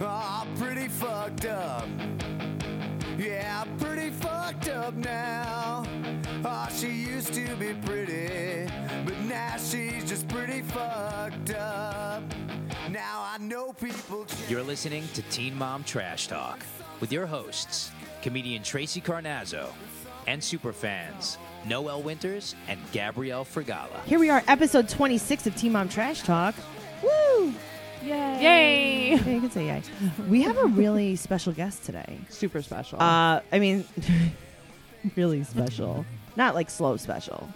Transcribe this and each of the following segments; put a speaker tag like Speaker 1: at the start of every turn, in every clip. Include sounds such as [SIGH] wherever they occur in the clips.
Speaker 1: Ah, fucked up. Yeah, pretty fucked up now. Aw, she used to be pretty, but now she's just pretty fucked up. Now I know people. change.
Speaker 2: You're listening to Teen Mom Trash Talk with your hosts, comedian Tracy Carnazzo, and superfans Noel Winters and Gabrielle Fregala.
Speaker 3: [LAUGHS]
Speaker 4: Here we are, episode 26 of Team Mom Trash Talk. Woo!
Speaker 5: Yay!
Speaker 4: Yeah, you can say yay. We have a
Speaker 5: [LAUGHS]
Speaker 4: really special guest today.
Speaker 5: Super special.
Speaker 4: Uh, I mean, [LAUGHS] really special. Not like slow special.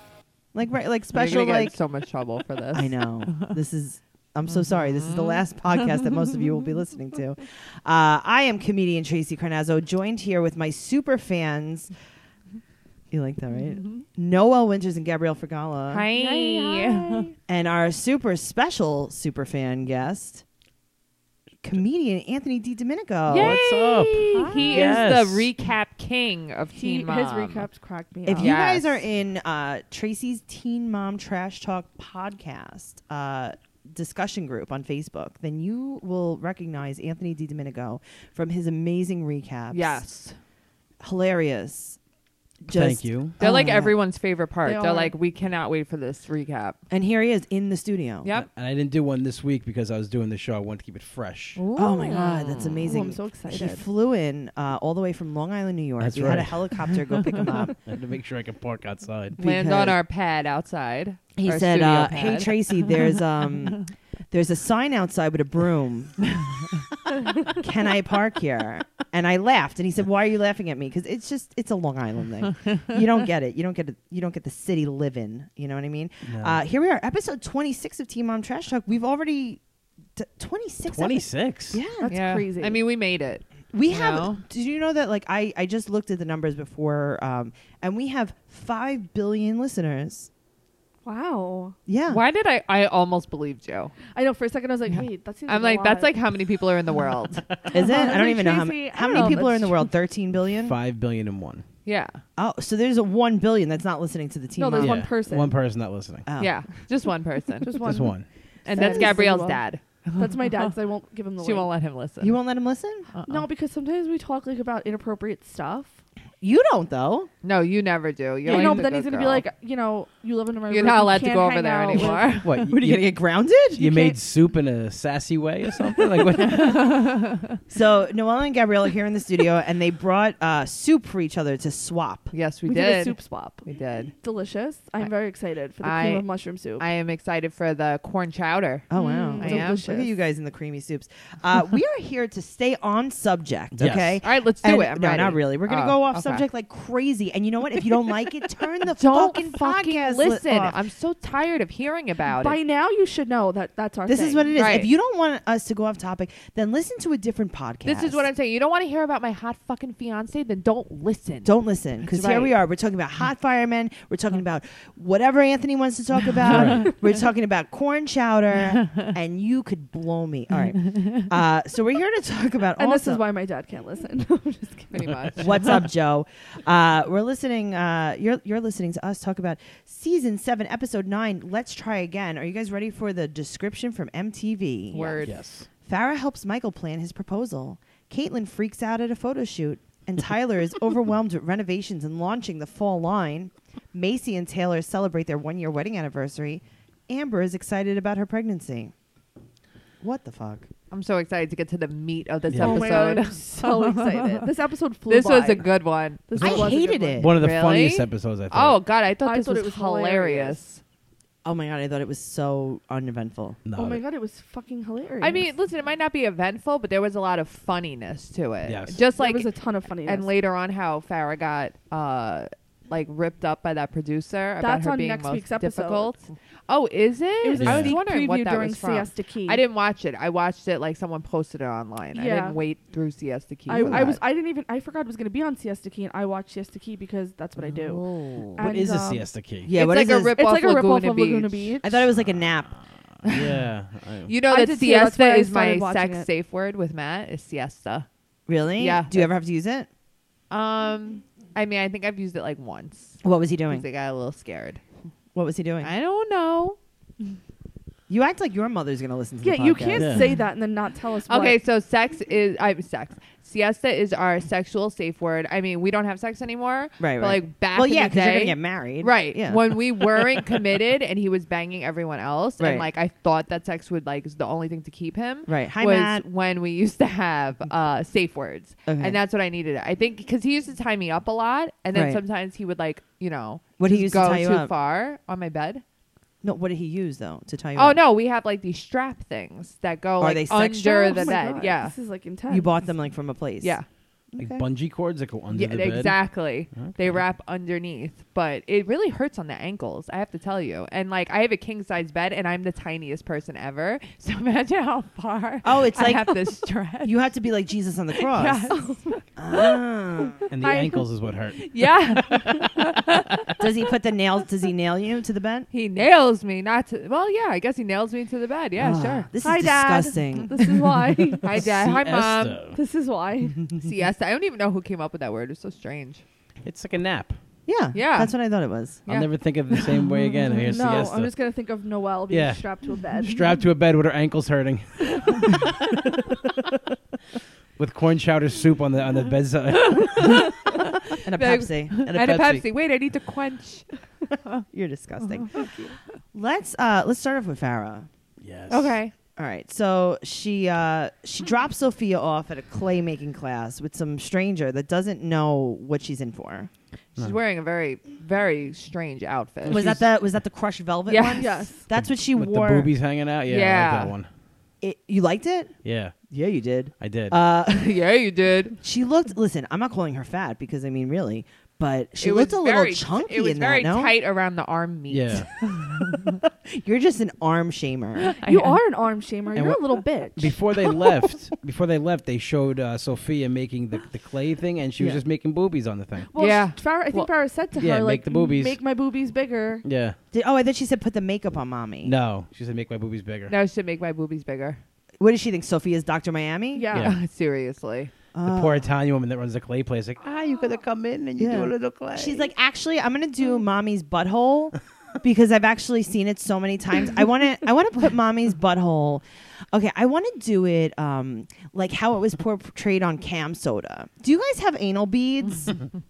Speaker 4: Like right, like
Speaker 5: You're
Speaker 4: special.
Speaker 5: gonna get in
Speaker 4: Like
Speaker 5: so much trouble
Speaker 4: [LAUGHS]
Speaker 5: for this.
Speaker 4: I know this is. I'm so sorry. This is the
Speaker 5: [LAUGHS]
Speaker 4: last podcast that most of you will be listening to. Uh, I am comedian Tracy Carnazzo, joined here with my super fans. You like that, right?
Speaker 5: Mm-hmm.
Speaker 4: Noel Winters and Gabrielle Fergala.
Speaker 5: Hi.
Speaker 4: and our super special super fan guest, comedian Anthony D. Domenico.
Speaker 5: Yay!
Speaker 3: What's up?
Speaker 5: He
Speaker 3: Yes.
Speaker 5: is the recap king of um, Teen
Speaker 6: He-
Speaker 5: Mom.
Speaker 6: His recaps cracked me
Speaker 4: If
Speaker 6: up.
Speaker 4: you
Speaker 5: Yes.
Speaker 4: guys are in uh, Tracy's Teen Mom Trash Talk podcast uh, discussion group on Facebook, then you will recognize Anthony D. Domenico from his amazing recaps.
Speaker 5: Yes.
Speaker 4: Hilarious. Just,
Speaker 3: Thank you.
Speaker 5: They're
Speaker 4: Oh,
Speaker 5: like
Speaker 4: yeah.
Speaker 5: everyone's favorite part. They
Speaker 6: They
Speaker 5: are
Speaker 6: are.
Speaker 5: like, we cannot wait for this recap.
Speaker 4: And here he is in the studio.
Speaker 5: Yep.
Speaker 3: And I didn't do one this week because I was doing the show. I wanted to keep it fresh.
Speaker 4: Oh my God, that's amazing.
Speaker 6: so
Speaker 4: He
Speaker 6: excited.
Speaker 4: flew in uh, all the way from Long Island, New York.
Speaker 3: That's
Speaker 4: we had a
Speaker 3: right.
Speaker 4: helicopter go pick him
Speaker 5: [LAUGHS]
Speaker 4: up.
Speaker 3: I had to make sure I could park outside.
Speaker 5: Land
Speaker 4: Because-
Speaker 5: on our pad outside.
Speaker 4: He
Speaker 5: Our
Speaker 4: said,
Speaker 5: studio
Speaker 4: uh,
Speaker 5: pad.
Speaker 4: "Hey Tracy, there's
Speaker 5: [LAUGHS]
Speaker 4: um, there's a sign outside with a broom. Can I park here?" And I laughed, and he said, "Why are you laughing at me? Because it's just it's a Long Island thing. You don't get it. You don't get it. You don't get the city living. You know what I mean?
Speaker 3: No.
Speaker 4: Uh, here we are, episode 26 of Team Mom Trash Talk. We've already t- 26.
Speaker 3: Twenty six.
Speaker 4: episodes. Yeah,
Speaker 6: That's
Speaker 5: Yeah.
Speaker 6: crazy.
Speaker 5: I mean, we made it.
Speaker 4: we
Speaker 5: You
Speaker 4: have.
Speaker 5: know?
Speaker 4: Did you know that? Like, I I just looked at the numbers before, um, and we have five billion listeners.
Speaker 6: wow.
Speaker 4: Yeah.
Speaker 5: Why did I? I almost believed you.
Speaker 6: I know. For a second, I was like, wait, that seems.
Speaker 5: I'm
Speaker 6: a
Speaker 5: like, that's
Speaker 6: lot.
Speaker 5: like how many people are in
Speaker 4: [LAUGHS]
Speaker 5: the world.
Speaker 4: Is it?
Speaker 6: I was
Speaker 4: I don't
Speaker 6: like,
Speaker 4: even know how, many
Speaker 6: Tracy,
Speaker 4: how
Speaker 6: I
Speaker 4: many
Speaker 6: don't know,
Speaker 4: people are in the
Speaker 6: that's
Speaker 4: world. Thirteen billion.
Speaker 3: Five billion and one.
Speaker 5: yeah.
Speaker 4: Oh, so there's a one billion that's not listening to the team.
Speaker 6: No, there's
Speaker 4: Mom.
Speaker 6: one person.
Speaker 3: One person not listening.
Speaker 4: Oh.
Speaker 5: Yeah. Just one person.
Speaker 6: Just one.
Speaker 3: Just one.
Speaker 5: and
Speaker 6: That
Speaker 5: that's
Speaker 6: is
Speaker 5: Gabrielle's
Speaker 6: well.
Speaker 5: dad.
Speaker 6: That's my dad's.
Speaker 5: [LAUGHS]
Speaker 6: I won't give him the.
Speaker 5: She won't
Speaker 6: link.
Speaker 5: let him listen.
Speaker 4: You won't let him listen.
Speaker 6: No, because sometimes we talk like about inappropriate stuff.
Speaker 4: You don't though.
Speaker 5: No, you never do. You're
Speaker 6: you
Speaker 5: like
Speaker 6: know,
Speaker 5: the
Speaker 6: but then he's
Speaker 5: good
Speaker 6: gonna be
Speaker 5: girl.
Speaker 6: like, you know, you live in a.
Speaker 5: you're not allowed to go over there anymore.
Speaker 4: What
Speaker 3: What?
Speaker 4: are you
Speaker 3: you,
Speaker 4: gonna get grounded?
Speaker 3: [LAUGHS] you made soup in a sassy way or something? Like what?
Speaker 4: So Noelle and Gabrielle are here in the studio, [LAUGHS] and they brought uh, soup for each other to swap.
Speaker 5: Yes, we,
Speaker 6: We did a
Speaker 5: did.
Speaker 6: soup swap.
Speaker 5: We did.
Speaker 6: [LAUGHS] Delicious. I'm very excited for the
Speaker 5: I-
Speaker 6: cream of mushroom soup.
Speaker 5: I am excited for the corn chowder.
Speaker 4: Oh wow!
Speaker 6: Mm,
Speaker 5: I am.
Speaker 4: Look at you guys in the creamy soups. Uh, we are here to stay on subject.
Speaker 3: Yes.
Speaker 4: Okay.
Speaker 5: All right, let's do
Speaker 4: And-
Speaker 5: it. I'm
Speaker 4: no,
Speaker 5: ready.
Speaker 4: not really. We're gonna
Speaker 5: Oh,
Speaker 4: go off
Speaker 5: okay.
Speaker 4: subject like crazy. And you know what? If you don't like it, turn the
Speaker 5: Don't
Speaker 4: fucking
Speaker 5: fucking,
Speaker 4: podcast li-
Speaker 5: listen.
Speaker 4: off.
Speaker 5: I'm so tired of hearing about
Speaker 6: By
Speaker 5: it.
Speaker 6: now, you should know that that's our.
Speaker 4: This is what it is.
Speaker 5: Right.
Speaker 4: If you don't want us to go off topic, then listen to a different podcast.
Speaker 5: This is what I'm saying. You don't want to hear about my hot fucking fiance, then don't listen.
Speaker 4: Don't listen because
Speaker 5: That's
Speaker 4: here
Speaker 5: right.
Speaker 4: we are. We're talking about hot firemen. We're talking about whatever Anthony wants to
Speaker 5: [LAUGHS]
Speaker 4: talk about. We're talking about corn chowder, and you could blow me. All right. Uh, so we're here to talk
Speaker 5: [LAUGHS]
Speaker 4: about.
Speaker 6: And this
Speaker 4: also-
Speaker 6: is why my dad can't listen. [LAUGHS] I'm just kidding.
Speaker 5: pretty much.
Speaker 4: [LAUGHS] What's up, Joe? Uh, we're listening. Uh, you're you're listening to us talk about season seven, episode nine. Let's try again. Are you guys ready for the description from MTV?
Speaker 5: Word.
Speaker 3: yes.
Speaker 4: Farah helps Michael plan his proposal. Caitlin freaks out at a photo shoot. And Tyler
Speaker 5: [LAUGHS]
Speaker 4: is overwhelmed with renovations and launching the fall line. Macy and Taylor celebrate their one year wedding anniversary. Amber is excited about her pregnancy. What the fuck?
Speaker 5: I'm so excited to get to the meat of this
Speaker 3: Yeah.
Speaker 6: Oh my god,
Speaker 5: episode.
Speaker 6: I'm [LAUGHS]
Speaker 5: [LAUGHS]
Speaker 6: so excited. This episode flew
Speaker 5: this
Speaker 6: by.
Speaker 5: was a good one.
Speaker 6: This
Speaker 4: I
Speaker 6: was a good
Speaker 4: hated
Speaker 6: one.
Speaker 4: it.
Speaker 3: One of the
Speaker 5: Really?
Speaker 3: funniest episodes I
Speaker 5: Oh
Speaker 3: thought.
Speaker 5: God, I thought
Speaker 6: I
Speaker 5: this
Speaker 6: thought
Speaker 5: was,
Speaker 6: it was
Speaker 5: hilarious.
Speaker 4: Oh my god, I thought it was so uneventful.
Speaker 3: no,
Speaker 6: Oh my god, it was fucking hilarious.
Speaker 5: I mean, listen, it might not be eventful, but there was a lot of funniness to it.
Speaker 3: Yes.
Speaker 5: Just
Speaker 6: like
Speaker 5: like
Speaker 6: there was a ton of funniness.
Speaker 5: and later on how Farah got uh like ripped up by that producer about
Speaker 6: That's
Speaker 5: her
Speaker 6: on
Speaker 5: being
Speaker 6: next
Speaker 5: most
Speaker 6: week's episode.
Speaker 5: difficult. Oh, is it?
Speaker 6: it was
Speaker 3: Yeah.
Speaker 5: I
Speaker 6: a
Speaker 5: was
Speaker 6: sneak
Speaker 5: wondering
Speaker 6: preview
Speaker 5: what that
Speaker 6: during
Speaker 5: was from.
Speaker 6: Siesta Key.
Speaker 5: I didn't watch it. I watched it like someone posted it online. I
Speaker 6: Yeah.
Speaker 5: didn't wait through Siesta Key.
Speaker 6: I,
Speaker 5: for
Speaker 6: I
Speaker 5: that.
Speaker 6: was. I didn't even. I forgot it was going to be on Siesta Key, and I watched Siesta Key because that's what I do.
Speaker 5: Oh.
Speaker 6: I-
Speaker 3: What is
Speaker 6: and,
Speaker 3: a
Speaker 6: um,
Speaker 3: siesta key? [LAUGHS]
Speaker 4: Yeah,
Speaker 5: it's
Speaker 4: what
Speaker 5: like
Speaker 4: is
Speaker 5: a
Speaker 4: this?
Speaker 5: rip
Speaker 6: It's
Speaker 5: off
Speaker 6: like a
Speaker 5: Laguna,
Speaker 6: ripoff of Laguna Beach.
Speaker 4: I thought it was like a nap.
Speaker 3: Yeah. I-
Speaker 5: You know
Speaker 6: I
Speaker 5: that
Speaker 6: did see it. That's
Speaker 5: siesta
Speaker 6: why I
Speaker 5: is my
Speaker 6: started watching
Speaker 5: sex
Speaker 6: it.
Speaker 5: safe word with Matt is siesta.
Speaker 4: Really?
Speaker 5: Yeah.
Speaker 4: Do you ever have to use it?
Speaker 5: Um, I mean, I think I've used it like once.
Speaker 4: What was he
Speaker 5: 'cause
Speaker 4: doing?
Speaker 5: I got a little scared.
Speaker 4: What was he doing?
Speaker 5: I don't know.
Speaker 4: You act like your mother's gonna listen to
Speaker 6: Yeah,
Speaker 4: the podcast.
Speaker 6: you can't
Speaker 3: Yeah.
Speaker 6: say that and then not tell us. what.
Speaker 5: Okay, so sex is I'm sex. Siesta is our sexual safe word. I mean, we don't have sex anymore.
Speaker 4: Right, right.
Speaker 5: But like back
Speaker 4: Well,
Speaker 5: in
Speaker 4: yeah,
Speaker 5: the
Speaker 4: you're
Speaker 5: day,
Speaker 4: gonna get married,
Speaker 5: Right.
Speaker 4: Yeah.
Speaker 5: When
Speaker 4: [LAUGHS]
Speaker 5: we weren't committed and he was banging everyone else,
Speaker 4: Right.
Speaker 5: and like I thought that sex would like is the only thing to keep him.
Speaker 4: Right. Hi,
Speaker 5: was
Speaker 4: Matt.
Speaker 5: when we used to have uh, safe words,
Speaker 4: Okay.
Speaker 5: and that's what I needed. I think because he used to tie me up a lot, and then
Speaker 4: Right.
Speaker 5: sometimes he would like you know
Speaker 4: What he
Speaker 5: just
Speaker 4: used to
Speaker 5: go
Speaker 4: tie you
Speaker 5: too
Speaker 4: up?
Speaker 5: far on my bed.
Speaker 4: no, what did he use though to tell you?
Speaker 5: Oh
Speaker 4: off?
Speaker 5: no, we have like these strap things that go
Speaker 4: Are
Speaker 5: like
Speaker 4: they sexual?
Speaker 5: under
Speaker 6: Oh
Speaker 5: the
Speaker 6: my
Speaker 5: bed.
Speaker 6: God,
Speaker 5: Yeah,
Speaker 6: This is like intense.
Speaker 4: You bought them like from a place.
Speaker 5: yeah.
Speaker 3: Like
Speaker 4: Okay.
Speaker 3: bungee cords that go under
Speaker 5: Yeah,
Speaker 3: the bed.
Speaker 5: exactly.
Speaker 3: Okay.
Speaker 5: They wrap underneath, but it really hurts on the ankles. I have to tell you. And like, I have a king size bed, and I'm the tiniest person ever. [LAUGHS] So imagine how far.
Speaker 4: Oh, it's
Speaker 5: I
Speaker 4: like-
Speaker 5: have to
Speaker 4: [LAUGHS]
Speaker 5: stretch.
Speaker 4: You have to be like Jesus on
Speaker 5: [LAUGHS]
Speaker 4: the cross.
Speaker 5: Yes.
Speaker 4: Ah.
Speaker 3: And the
Speaker 5: I-
Speaker 3: ankles is what hurt.
Speaker 5: yeah,
Speaker 4: does he put the nails? Does he nail you to the bed?
Speaker 5: he nails me. Not to. Well, yeah, I guess he nails me to the bed. Yeah,
Speaker 4: Ah,
Speaker 5: sure.
Speaker 4: This
Speaker 6: Hi,
Speaker 4: is
Speaker 6: Dad.
Speaker 5: [LAUGHS]
Speaker 4: disgusting.
Speaker 6: This is
Speaker 4: [LAUGHS]
Speaker 6: why.
Speaker 5: Hi, dad. Hi, mom.
Speaker 3: Siesta.
Speaker 6: this is why.
Speaker 5: Siesta. I don't even know who came up with that word. It's so strange.
Speaker 3: It's like a nap.
Speaker 4: yeah.
Speaker 5: Yeah.
Speaker 4: That's what I thought it
Speaker 5: [LAUGHS]
Speaker 4: was.
Speaker 5: Yeah.
Speaker 3: I'll never think of it the same way again. I
Speaker 6: [LAUGHS]
Speaker 3: hear
Speaker 6: no,
Speaker 3: siesta.
Speaker 6: I'm just gonna think of Noelle being
Speaker 3: Yeah.
Speaker 6: strapped to a
Speaker 3: [LAUGHS]
Speaker 6: bed.
Speaker 3: strapped to a bed with her ankles [LAUGHS] hurting. with corn chowder soup on the on the bedside.
Speaker 4: And a [LAUGHS]
Speaker 5: Beg-
Speaker 4: Pepsi.
Speaker 5: [LAUGHS]
Speaker 3: and
Speaker 5: And a Pepsi. Wait, I need to quench.
Speaker 4: You're
Speaker 5: Oh,
Speaker 4: disgusting. Let's uh let's start off with Farah.
Speaker 3: Yes.
Speaker 5: Okay.
Speaker 4: All right. So she uh she drops Sophia off at a clay-making class with some stranger that doesn't know what she's in for.
Speaker 5: She's wearing a very, very strange outfit.
Speaker 4: Was that the was that the crushed velvet
Speaker 5: Yes.
Speaker 4: one?
Speaker 6: Yes.
Speaker 4: That's what she
Speaker 3: With
Speaker 4: wore.
Speaker 3: the boobies hanging out. Yeah, I
Speaker 5: Yeah.
Speaker 3: like that one.
Speaker 4: It- you liked it?
Speaker 3: Yeah,
Speaker 4: Yeah, you did.
Speaker 3: I did.
Speaker 4: Uh
Speaker 5: [LAUGHS] yeah, you did.
Speaker 4: she looked listen, I'm not calling her fat because I mean really, but she
Speaker 5: It
Speaker 4: looked
Speaker 5: was
Speaker 4: a little
Speaker 5: very-
Speaker 4: chunky
Speaker 5: It was
Speaker 4: in
Speaker 5: very
Speaker 4: that, no?
Speaker 5: tight around the arm
Speaker 4: [LAUGHS]
Speaker 5: meat.
Speaker 3: yeah.
Speaker 4: You're just an arm
Speaker 5: [GASPS]
Speaker 4: shamer.
Speaker 6: You are an arm shamer.
Speaker 3: And
Speaker 6: You're
Speaker 3: what-
Speaker 6: a
Speaker 3: [LAUGHS]
Speaker 6: little bitch.
Speaker 4: [LAUGHS]
Speaker 3: Before they left, before they left, they showed uh, Sophia making the, the clay thing, and she was
Speaker 4: Yeah.
Speaker 3: just making boobies on the thing.
Speaker 6: well,
Speaker 5: Yeah.
Speaker 6: sh- Farrah, I
Speaker 5: Well,
Speaker 6: think Farrah said to
Speaker 3: yeah,
Speaker 6: her,
Speaker 3: make
Speaker 6: like,
Speaker 3: the boobies.
Speaker 6: make my boobies bigger.
Speaker 3: Yeah.
Speaker 4: Did, oh, I thought she said put the makeup on mommy.
Speaker 3: No, she said make my boobies bigger.
Speaker 5: No, I should make my boobies bigger. Oh,
Speaker 4: What does she think? Sophia's Dr. Miami?
Speaker 6: Yeah.
Speaker 3: [LAUGHS] Yeah.
Speaker 5: [LAUGHS] Seriously.
Speaker 3: The
Speaker 4: Oh.
Speaker 3: poor Italian woman that runs the clay place, like, ah, you're gonna come in and you
Speaker 4: Yeah.
Speaker 3: do a little clay.
Speaker 4: She's like, actually, I'm gonna do mommy's butthole [LAUGHS] because I've actually seen it so many times. I want to, I want to put mommy's butthole. Okay, I want to do it um, like how it was portrayed on Cam Soda. Do you guys have anal beads? N-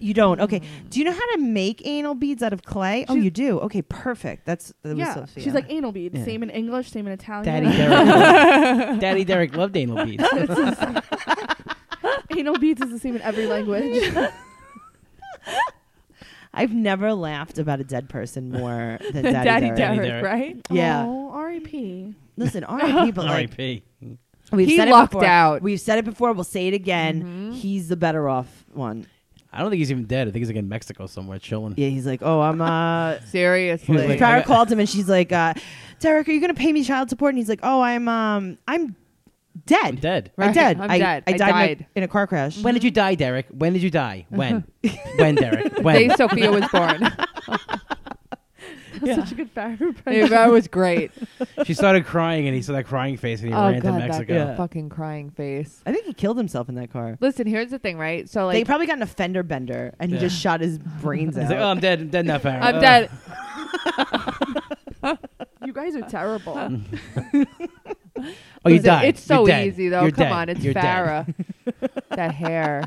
Speaker 4: you don't. Okay. Do you know how to make anal beads out of clay? oh,
Speaker 6: She's-
Speaker 4: you do. Okay, perfect. That's that was
Speaker 6: Yeah.
Speaker 4: Sophia.
Speaker 6: She's like anal bead.
Speaker 3: Yeah.
Speaker 6: Same in English, same in Italian.
Speaker 4: [LAUGHS]
Speaker 3: Daddy Derek. Daddy Derek loved anal beads.
Speaker 6: [LAUGHS] anal beads is the same in every language.
Speaker 4: I've never laughed about a dead person more than
Speaker 5: [LAUGHS]
Speaker 4: Daddy,
Speaker 5: Daddy,
Speaker 4: Derek.
Speaker 5: Derek,
Speaker 3: Daddy Derek.
Speaker 5: right?
Speaker 4: [LAUGHS] Yeah.
Speaker 6: Oh, R.I.P.
Speaker 4: Listen, all right,
Speaker 3: [LAUGHS]
Speaker 4: people. [LAUGHS] Like,
Speaker 3: R.I.P.
Speaker 4: We've
Speaker 5: He
Speaker 4: said
Speaker 5: lucked
Speaker 4: it before.
Speaker 5: out. Mm-hmm.
Speaker 4: We've said it before. We'll say it again. He's the better off one.
Speaker 3: I don't think he's even dead. I think he's like in Mexico somewhere chilling.
Speaker 4: Yeah, he's like, oh, I'm.
Speaker 3: [LAUGHS]
Speaker 4: uh
Speaker 3: He was
Speaker 5: Seriously. [LAUGHS]
Speaker 3: like-
Speaker 4: Farrah
Speaker 3: I got-
Speaker 4: called him and she's like, uh, Derek, are you gonna pay me child support? And he's like, oh, I'm, um, I'm dead.
Speaker 3: I'm dead.
Speaker 4: I'm
Speaker 5: Right,
Speaker 4: dead.
Speaker 5: I'm
Speaker 4: I,
Speaker 5: dead.
Speaker 4: I
Speaker 5: I
Speaker 4: died, in a- In,
Speaker 5: died.
Speaker 4: a, car crash.
Speaker 3: When did you die, Derek? When did you die?
Speaker 5: Uh-huh.
Speaker 3: When? when,
Speaker 5: [LAUGHS]
Speaker 3: Derek?
Speaker 5: The day
Speaker 3: When?
Speaker 5: Sophia was
Speaker 3: [LAUGHS]
Speaker 5: born.
Speaker 6: That's such a good
Speaker 5: [LAUGHS]
Speaker 6: Farrah impression.
Speaker 5: It- that was great.
Speaker 3: she started crying, and he saw that crying face, and [LAUGHS] he
Speaker 5: oh,
Speaker 3: ran to
Speaker 5: God, that
Speaker 3: Mexico.
Speaker 5: fucking crying face.
Speaker 4: I think he killed himself in that car.
Speaker 5: Listen, here's the thing, right? So,
Speaker 4: they
Speaker 5: like,
Speaker 4: probably got in a fender bender and he
Speaker 3: Yeah.
Speaker 4: just shot his brains
Speaker 3: [LAUGHS] He's
Speaker 4: out.
Speaker 3: like, oh, I'm dead. I'm dead now, Farrah.
Speaker 5: I'm
Speaker 3: Uh,
Speaker 5: dead.
Speaker 6: You guys are
Speaker 4: Mm-hmm.
Speaker 6: terrible.
Speaker 3: Oh, you
Speaker 5: Listen,
Speaker 3: died.
Speaker 5: It's so
Speaker 3: You're dead.
Speaker 5: easy, though.
Speaker 3: You're
Speaker 5: Come
Speaker 3: dead.
Speaker 5: on. It's
Speaker 3: You're dead. [LAUGHS]
Speaker 5: Farrah. that
Speaker 4: [LAUGHS]
Speaker 5: hair.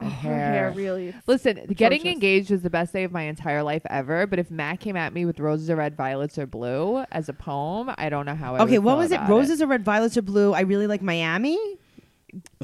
Speaker 5: That
Speaker 6: Her hair
Speaker 5: hair.
Speaker 6: really.
Speaker 5: Listen, getting
Speaker 6: Atrocious.
Speaker 5: engaged was the best day of my entire life ever. But if Matt came at me with roses are red, violets are blue as a poem, I don't know
Speaker 3: "Oh,
Speaker 5: how. I
Speaker 4: okay,
Speaker 5: would
Speaker 4: what
Speaker 5: feel
Speaker 4: was it?
Speaker 5: about
Speaker 4: Roses are red, violets are blue. I really like Miami.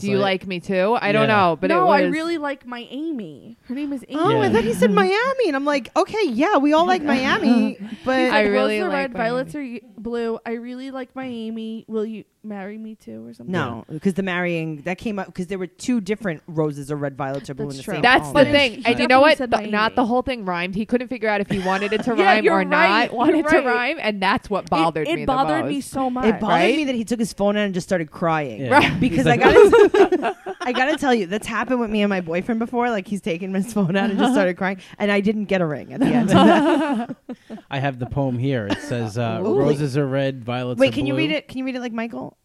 Speaker 5: Do you
Speaker 3: So-
Speaker 5: like me too? I don't
Speaker 3: Yeah.
Speaker 5: know, but
Speaker 6: no,
Speaker 5: it was,
Speaker 6: I really like my Amy. Her name is Amy.
Speaker 4: Oh, I
Speaker 3: Yeah.
Speaker 4: thought he
Speaker 5: [LAUGHS]
Speaker 4: said Miami, and I'm like, okay, yeah, we all like Miami, but
Speaker 5: I
Speaker 6: I
Speaker 5: really
Speaker 6: really roses are
Speaker 5: like
Speaker 6: red,
Speaker 5: my
Speaker 6: violets are y- blue. I really like my Amy. Will you marry me too, or something?
Speaker 4: No, because the marrying that came up because there were two different roses or red violets or blue
Speaker 6: That's
Speaker 4: in the
Speaker 6: true.
Speaker 4: same.
Speaker 5: That's
Speaker 4: column.
Speaker 5: the
Speaker 6: But it-
Speaker 5: thing.
Speaker 6: he
Speaker 5: And you know
Speaker 6: definitely
Speaker 5: what?
Speaker 6: said
Speaker 5: The-
Speaker 6: my
Speaker 5: not
Speaker 6: Amy.
Speaker 5: the whole thing rhymed. He couldn't figure
Speaker 6: [LAUGHS]
Speaker 5: out if he wanted it to
Speaker 6: Yeah,
Speaker 5: rhyme
Speaker 6: you're
Speaker 5: or
Speaker 6: right.
Speaker 5: not. Wanted
Speaker 6: You're
Speaker 5: to
Speaker 6: right.
Speaker 5: rhyme, and that's what bothered
Speaker 6: it,
Speaker 5: me.
Speaker 6: It
Speaker 5: the
Speaker 6: bothered me
Speaker 5: most.
Speaker 6: so much.
Speaker 4: It bothered
Speaker 5: right?
Speaker 4: me that he took his phone out and just started crying.
Speaker 3: Yeah. Right. [LAUGHS]
Speaker 4: Because I
Speaker 3: He's
Speaker 4: gotta, [LAUGHS] I gotta tell you, that's happened with me and my boyfriend before. Like he's taken his phone out and just started crying, and I didn't get a ring at the end. of that.
Speaker 3: I have the poem here. It
Speaker 5: [LAUGHS]
Speaker 3: says, uh,
Speaker 4: Ooh.
Speaker 3: "Roses are red, violets
Speaker 4: Wait,
Speaker 3: are
Speaker 4: can you
Speaker 3: blue."
Speaker 4: read it? Can you read it like Michael?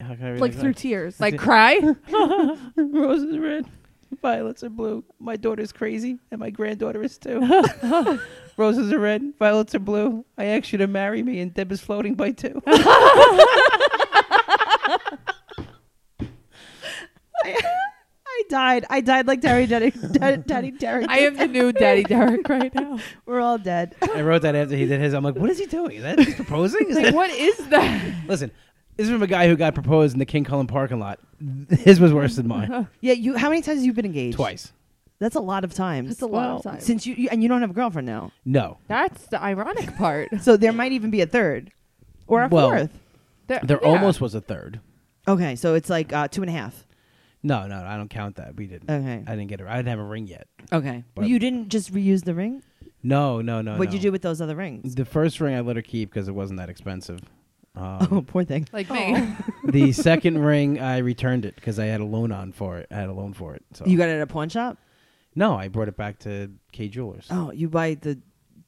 Speaker 3: How can I read
Speaker 6: like
Speaker 3: it?
Speaker 6: through tears.
Speaker 5: Like
Speaker 3: [LAUGHS]
Speaker 5: cry.
Speaker 3: Roses are red, violets are blue. My daughter's crazy, and my granddaughter is too. Roses are red, violets are blue. I asked you to marry me, and Deb is floating by two.
Speaker 4: I died. I died like Daddy Daddy [LAUGHS] Daddy, Daddy Derek.
Speaker 5: I am the new Daddy Derek right
Speaker 6: [LAUGHS]
Speaker 5: now.
Speaker 4: We're all dead.
Speaker 3: I wrote that after he did his. I'm like, what is he doing? Is that he's proposing?
Speaker 5: [LAUGHS]
Speaker 3: Is
Speaker 5: Like,
Speaker 3: that-
Speaker 5: what is that?
Speaker 3: Listen, this is from a guy who got proposed in the King Cullen parking lot. His was worse than
Speaker 5: [LAUGHS] Oh,
Speaker 3: mine.
Speaker 4: Yeah, you. How many times have you been engaged?
Speaker 3: Twice.
Speaker 4: That's a lot of times.
Speaker 6: That's a lot of time.
Speaker 4: Since you, you and you don't have a girlfriend now,
Speaker 3: No.
Speaker 5: That's the ironic part.
Speaker 4: so there might even be a third or a
Speaker 3: Well-
Speaker 4: fourth.
Speaker 5: There,
Speaker 3: There
Speaker 5: yeah.
Speaker 3: almost was a third.
Speaker 4: Okay, so it's like uh, two and a half.
Speaker 3: No, no, I don't count that. We didn't.
Speaker 4: Okay.
Speaker 3: I didn't get it. I didn't have a ring yet.
Speaker 4: Okay,
Speaker 3: But-
Speaker 4: you didn't just reuse the ring.
Speaker 3: No, no, no.
Speaker 4: What'd you
Speaker 3: no.
Speaker 4: do with those other rings?
Speaker 3: The first ring I let her keep because it wasn't that expensive.
Speaker 4: [LAUGHS] Oh,
Speaker 3: Um,
Speaker 4: poor thing.
Speaker 5: like me.
Speaker 3: the [LAUGHS] second ring I returned it because I had a loan on for it. I had a loan for it. So
Speaker 4: You got it at a pawn shop.
Speaker 3: no, I brought it back to K Jewelers.
Speaker 4: Oh, you buy the.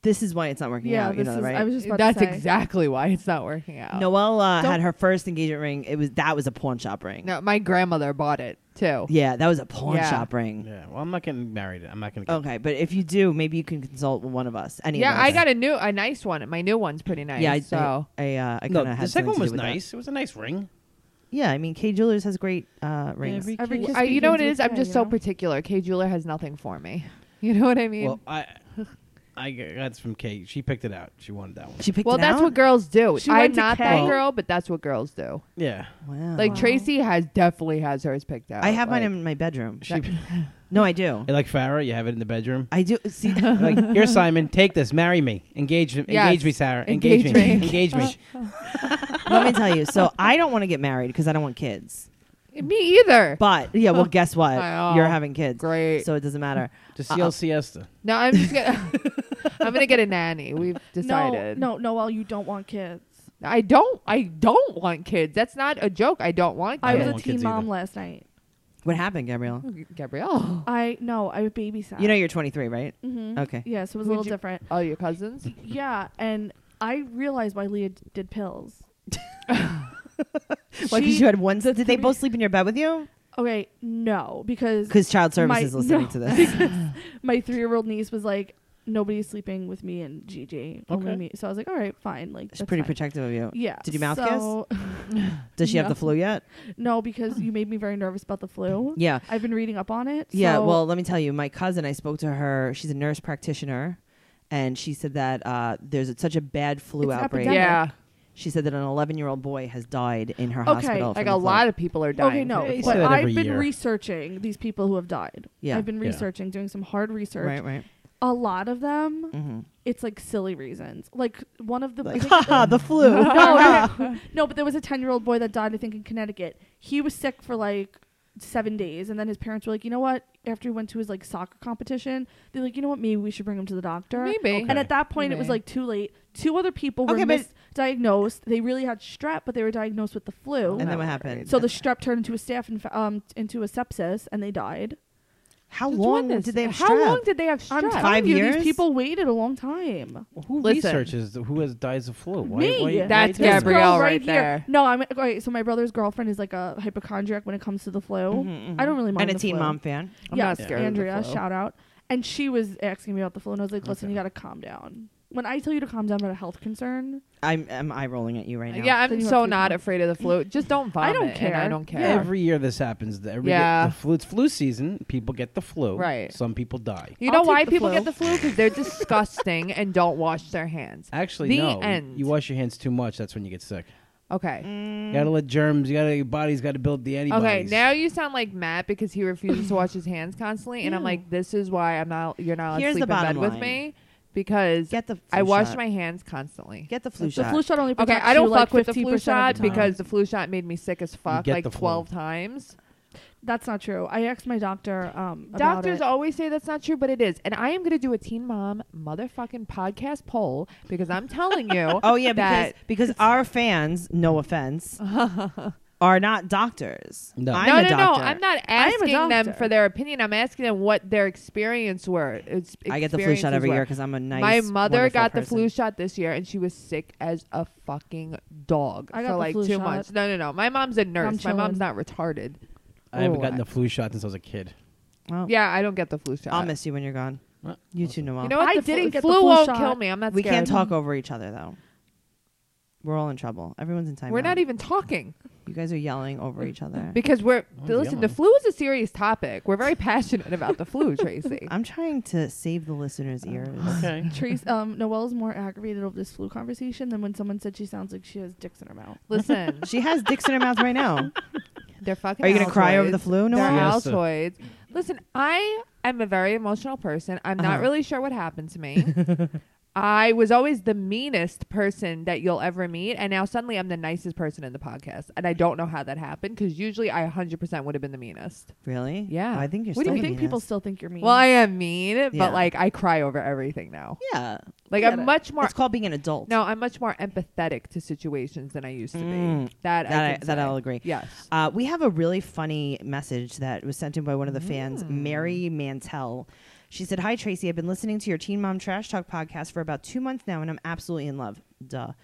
Speaker 4: This is why it's not working
Speaker 6: Yeah,
Speaker 4: out.
Speaker 6: this
Speaker 4: You know,
Speaker 6: is.
Speaker 4: that, right?
Speaker 6: I was just about
Speaker 5: That's
Speaker 6: to say.
Speaker 5: exactly why it's not working out.
Speaker 4: Noelle uh,
Speaker 6: Don't-
Speaker 4: had her first engagement ring. It was that was a pawn shop ring.
Speaker 5: no, my grandmother bought it too.
Speaker 4: Yeah, that was a pawn
Speaker 5: Yeah.
Speaker 4: shop ring.
Speaker 3: Yeah. Well, I'm not getting married. I'm not gonna. Get
Speaker 4: Okay, but if you do, maybe you can consult with one of us. Any
Speaker 5: Yeah,
Speaker 4: of us.
Speaker 5: I got a new, a nice one. My new one's pretty nice.
Speaker 4: Yeah, I,
Speaker 5: so
Speaker 4: I, I, uh, I
Speaker 3: No,
Speaker 4: kind of
Speaker 3: the
Speaker 4: had
Speaker 3: second
Speaker 4: something
Speaker 3: one
Speaker 4: to
Speaker 3: was
Speaker 4: do with that.
Speaker 3: nice. It was a nice ring.
Speaker 4: Yeah, I mean, K Jewelers has great uh, rings.
Speaker 3: Every
Speaker 6: Every
Speaker 3: kid-
Speaker 6: kiss
Speaker 5: I, you know what it
Speaker 6: begins
Speaker 5: is?
Speaker 6: with
Speaker 5: I'm
Speaker 6: K,
Speaker 5: just
Speaker 6: you
Speaker 5: so
Speaker 6: know?
Speaker 5: particular. K jeweler has nothing for me. [LAUGHS] You know what I mean?
Speaker 3: Well,
Speaker 5: Well,
Speaker 3: I, I got that's from Kate. She picked it out. She wanted that one.
Speaker 4: she picked it
Speaker 5: that's
Speaker 4: out?
Speaker 5: what girls do.
Speaker 6: She
Speaker 5: I'm
Speaker 6: went to
Speaker 5: not
Speaker 6: K.
Speaker 5: that
Speaker 3: Well-
Speaker 5: girl, but that's what girls do.
Speaker 3: Yeah.
Speaker 4: Wow.
Speaker 5: Like
Speaker 6: Wow.
Speaker 5: Tracy has definitely has hers picked out.
Speaker 4: I have mine
Speaker 5: like-
Speaker 4: in my bedroom.
Speaker 3: She [LAUGHS]
Speaker 4: No, I do.
Speaker 3: like Farah. You have it in the bedroom.
Speaker 4: I do. See, [LAUGHS]
Speaker 3: like
Speaker 5: [LAUGHS]
Speaker 3: here, Simon. Take this. Marry me. Engage. Engage
Speaker 5: Yes.
Speaker 3: me, Sarah. Engage,
Speaker 5: Engage
Speaker 3: me.
Speaker 5: me.
Speaker 3: Engage
Speaker 5: [LAUGHS]
Speaker 3: me.
Speaker 4: let me tell you.
Speaker 6: [LAUGHS]
Speaker 4: So I don't want to get married because I don't want kids.
Speaker 5: me either.
Speaker 6: [LAUGHS]
Speaker 4: But yeah, well, guess what?
Speaker 5: I know.
Speaker 4: You're having kids,
Speaker 5: Great.
Speaker 4: so it doesn't matter.
Speaker 3: Just
Speaker 4: Uh-uh.
Speaker 3: yell siesta.
Speaker 5: no, I'm
Speaker 4: [LAUGHS]
Speaker 5: just gonna. I'm gonna get a nanny. [LAUGHS] We've decided.
Speaker 6: No, no, Noel, you don't want kids.
Speaker 5: I don't. I don't want kids. That's not a joke. I don't want
Speaker 6: I was
Speaker 3: don't
Speaker 5: kids.
Speaker 6: a
Speaker 3: want
Speaker 6: teen
Speaker 3: kids
Speaker 6: mom
Speaker 3: either.
Speaker 6: last night.
Speaker 4: What happened, Gabrielle?
Speaker 6: [LAUGHS]
Speaker 5: Gabrielle.
Speaker 6: I no, I babysat.
Speaker 4: You know you're 23, right?
Speaker 6: hmm
Speaker 4: Okay.
Speaker 6: Yeah, so it
Speaker 5: Who'd
Speaker 6: was a little
Speaker 5: you-
Speaker 6: different.
Speaker 5: Oh, your cousins.
Speaker 6: Yeah, and I realized why Leah d-
Speaker 4: [LAUGHS]
Speaker 6: did pills.
Speaker 4: Why? Because
Speaker 6: She-
Speaker 4: you had one. Did they
Speaker 6: three-
Speaker 4: both sleep in your bed with you?
Speaker 6: Okay, no, because
Speaker 4: Because child services
Speaker 6: My-
Speaker 4: is listening
Speaker 6: no. [LAUGHS]
Speaker 4: to this.
Speaker 6: my three-year-old niece was like, nobody's sleeping with me and Gigi, only
Speaker 3: Okay.
Speaker 6: me. So I was like, all right, fine. Like
Speaker 4: She's
Speaker 6: that's
Speaker 4: pretty
Speaker 6: fine.
Speaker 4: protective of you.
Speaker 6: Yeah.
Speaker 4: Did you mouth
Speaker 6: so,
Speaker 4: Does she have the flu yet?
Speaker 6: [LAUGHS] No, because you made me very nervous about the flu.
Speaker 4: Yeah.
Speaker 6: I've been reading up on it.
Speaker 4: Yeah,
Speaker 6: so-
Speaker 4: well, let me tell you, my cousin, I spoke to her. She's a nurse practitioner, and she said that uh, there's a, such a bad flu
Speaker 6: It's
Speaker 4: outbreak.
Speaker 6: epidemic.
Speaker 5: Yeah,
Speaker 4: She said that an 11 year old boy has died in her
Speaker 6: Okay,
Speaker 4: hospital.
Speaker 5: like a lot of people are dying.
Speaker 6: Okay, no,
Speaker 3: They
Speaker 6: but
Speaker 3: say that
Speaker 6: I've
Speaker 3: every
Speaker 6: been
Speaker 3: year.
Speaker 6: researching these people who have died.
Speaker 4: Yeah.
Speaker 6: I've been
Speaker 3: Yeah.
Speaker 6: researching, doing some hard research.
Speaker 4: Right, right.
Speaker 6: A lot of them,
Speaker 4: Mm-hmm.
Speaker 6: it's like silly reasons. Like one of the I
Speaker 4: Like,
Speaker 6: think-
Speaker 4: [LAUGHS]
Speaker 5: [LAUGHS]
Speaker 4: haha, the flu.
Speaker 6: no, no, no, but there was a ten-year-old boy that died. I think in Connecticut. He was sick for like seven days, and then his parents were like, "You know what?" After he went to his like soccer competition, they're like, "You know what? Maybe we should bring him to the doctor."
Speaker 5: Maybe.
Speaker 6: And at that point, it was
Speaker 5: Maybe.
Speaker 6: like too late. Two other people were
Speaker 4: Okay, but-
Speaker 6: misdiagnosed. They really had strep, but they were diagnosed with the flu.
Speaker 4: and then what happened?
Speaker 6: So the strep turned into a staph inf- um into a sepsis, and they died.
Speaker 4: How
Speaker 5: Just
Speaker 4: long
Speaker 5: wonders,
Speaker 4: did they have
Speaker 5: How
Speaker 4: strep?
Speaker 5: long did they have strep?
Speaker 6: I'm telling
Speaker 4: Five
Speaker 6: you,
Speaker 4: years?
Speaker 6: these people waited a long time.
Speaker 3: Well, who
Speaker 5: Listen.
Speaker 3: researches th- who has dies of flu? Why,
Speaker 6: Me.
Speaker 3: why- why
Speaker 5: That's
Speaker 3: do that?
Speaker 6: This girl
Speaker 5: Gabrielle right
Speaker 6: here-
Speaker 5: there.
Speaker 6: No, I'm okay. So my brother's girlfriend is like a hypochondriac when it comes to the flu.
Speaker 4: Mhm, mhm.
Speaker 6: I don't really mind
Speaker 4: And a
Speaker 6: the
Speaker 4: teen
Speaker 6: flu.
Speaker 4: mom fan.
Speaker 5: I'm
Speaker 6: yeah,
Speaker 5: not scared of the
Speaker 6: Andrea,
Speaker 5: flu.
Speaker 6: shout out. And she was asking me about the flu, and I was like, "Listen,
Speaker 3: Okay.
Speaker 6: you got to calm down." When I tell you to calm down about a heth concern,
Speaker 4: I'm, I'm eye rolling at you right now.
Speaker 5: Yeah, I'm
Speaker 6: Then you have
Speaker 5: so
Speaker 6: to-
Speaker 5: not afraid of the flu. Just don't vomit.
Speaker 6: I don't
Speaker 5: and I
Speaker 6: care.
Speaker 5: don't care.
Speaker 6: Yeah.
Speaker 3: Every year this happens. The- Every
Speaker 5: Yeah.
Speaker 3: year, the flu, it's flu season. People get the flu.
Speaker 5: Right.
Speaker 3: Some people die.
Speaker 5: You
Speaker 6: I'll
Speaker 5: know why
Speaker 6: take the
Speaker 5: people
Speaker 6: flu.
Speaker 5: get the flu? Because they're disgusting [LAUGHS] and don't wash their hands.
Speaker 3: Actually,
Speaker 5: The
Speaker 3: no. You-
Speaker 5: end.
Speaker 3: You wash your hands too much. That's when you get sick.
Speaker 5: Okay.
Speaker 4: Mm,
Speaker 3: You gotta let germs. You gotta. Your body's got to build the
Speaker 5: Mm. Okay,
Speaker 3: antibodies.
Speaker 5: now you sound like Matt because he refuses to wash his hands constantly, and I'm
Speaker 6: Ew.
Speaker 5: like, this is why I'm not. You're not allowed to
Speaker 4: Here's
Speaker 5: sleep
Speaker 4: the
Speaker 5: in bed
Speaker 4: bottom
Speaker 5: with
Speaker 4: line.
Speaker 5: me because
Speaker 4: Get the flu
Speaker 5: I wash
Speaker 4: shot.
Speaker 5: my hands constantly.
Speaker 4: Get the flu
Speaker 6: the
Speaker 4: shot.
Speaker 6: flu shot only
Speaker 5: Okay,
Speaker 6: protects
Speaker 5: I don't
Speaker 6: you,
Speaker 5: fuck with
Speaker 6: like
Speaker 5: the
Speaker 6: 50%
Speaker 5: flu
Speaker 6: of
Speaker 5: shot
Speaker 6: time.
Speaker 5: because the flu shot made me sick as fuck
Speaker 3: get
Speaker 5: like
Speaker 3: the flu.
Speaker 5: 12 times.
Speaker 6: that's not true. I asked my doctor. Um, about
Speaker 5: Doctors
Speaker 6: it.
Speaker 5: always say that's not true, but it is. And I am going to do a Teen Mom motherfucking podcast poll because I'm telling you.
Speaker 4: [LAUGHS] Oh yeah, because
Speaker 5: that
Speaker 4: because our fans, no
Speaker 5: [LAUGHS]
Speaker 4: offense, are not doctors.
Speaker 3: No.
Speaker 4: I'm
Speaker 5: no,
Speaker 4: a
Speaker 5: no,
Speaker 4: doctor.
Speaker 5: no. I'm not
Speaker 6: am a
Speaker 5: asking them
Speaker 6: doctor.
Speaker 5: for their opinion. I'm asking them what their experience were. It's
Speaker 4: I get the flu shot every
Speaker 5: experiences
Speaker 4: year
Speaker 5: were.
Speaker 4: because I'm a nice.
Speaker 5: My mother
Speaker 4: wonderful
Speaker 5: got the
Speaker 4: person.
Speaker 5: flu shot this year, and she was sick as a fucking dog
Speaker 6: I got
Speaker 5: for
Speaker 6: the
Speaker 5: like
Speaker 6: flu
Speaker 5: two
Speaker 6: shot.
Speaker 5: months. No, no, no. My mom's a nurse. My mom's
Speaker 6: chilling.
Speaker 5: not retarded.
Speaker 3: I haven't
Speaker 5: Oh,
Speaker 3: gotten
Speaker 5: I-
Speaker 3: the flu shot since I was a kid.
Speaker 4: Well,
Speaker 5: Yeah, I don't get the flu shot.
Speaker 4: Oh. I'll miss you when you're gone. You two know well.
Speaker 5: You know what?
Speaker 6: I
Speaker 5: The flu-
Speaker 6: didn't get the
Speaker 5: flu
Speaker 6: flu
Speaker 5: won't
Speaker 6: shot.
Speaker 5: kill me. I'm not.
Speaker 4: we
Speaker 5: scared.
Speaker 4: can't talk over each other though. We're all in trouble. Everyone's in time.
Speaker 5: We're not even
Speaker 6: [LAUGHS]
Speaker 5: talking
Speaker 4: You guys are yelling over each other.
Speaker 5: because we're
Speaker 3: Oh,
Speaker 5: listen.
Speaker 3: yeah.
Speaker 5: The flu is a serious topic. We're very passionate about the
Speaker 6: [LAUGHS]
Speaker 5: flu, Tracy.
Speaker 4: I'm trying to save the listeners' ears.
Speaker 3: Okay.
Speaker 6: Trace, [LAUGHS] um, Noelle's more aggravated over this flu conversation than when someone said she sounds like she has dicks in her mouth.
Speaker 5: Listen,
Speaker 4: [LAUGHS] She has dicks in her mouth right
Speaker 6: [LAUGHS]
Speaker 4: now.
Speaker 5: they're fucking.
Speaker 4: Are you gonna cry over the
Speaker 5: altoids.
Speaker 4: flu,
Speaker 5: They're
Speaker 4: Noel?
Speaker 3: Yes, sir.
Speaker 5: altoids. Listen, I am a very emotional person. I'm
Speaker 4: Uh-huh.
Speaker 5: not really sure what happened to me.
Speaker 6: [LAUGHS]
Speaker 5: I was always the meanest person that you'll ever meet, and now suddenly I'm the nicest person in the podcast, and I don't know how that happened because usually I 100% would have been the meanest.
Speaker 4: Really?
Speaker 5: Yeah.
Speaker 4: Oh, I think you're.
Speaker 5: What
Speaker 4: still
Speaker 6: do you
Speaker 4: the
Speaker 6: think people
Speaker 4: meanest.
Speaker 6: still think you're mean?
Speaker 5: Well, I am mean,
Speaker 4: Yeah.
Speaker 5: but like I cry over everything now.
Speaker 4: Yeah.
Speaker 5: Like
Speaker 6: Get
Speaker 5: I'm
Speaker 6: it.
Speaker 5: much more
Speaker 4: It's called being an adult.
Speaker 5: [LAUGHS] no, I'm much more empathetic to situations than I used to
Speaker 4: Mm.
Speaker 5: be. That I
Speaker 4: That I-
Speaker 5: can
Speaker 4: that
Speaker 5: say.
Speaker 4: I'll agree.
Speaker 5: Yes.
Speaker 4: Uh, we have a really funny message that was sent in by one of the fans, Mary Mantell. She said, Hi, Tracy. I've been listening to your Teen Mom Trash Talk podcast for about two months now, and I'm absolutely in love. Duh.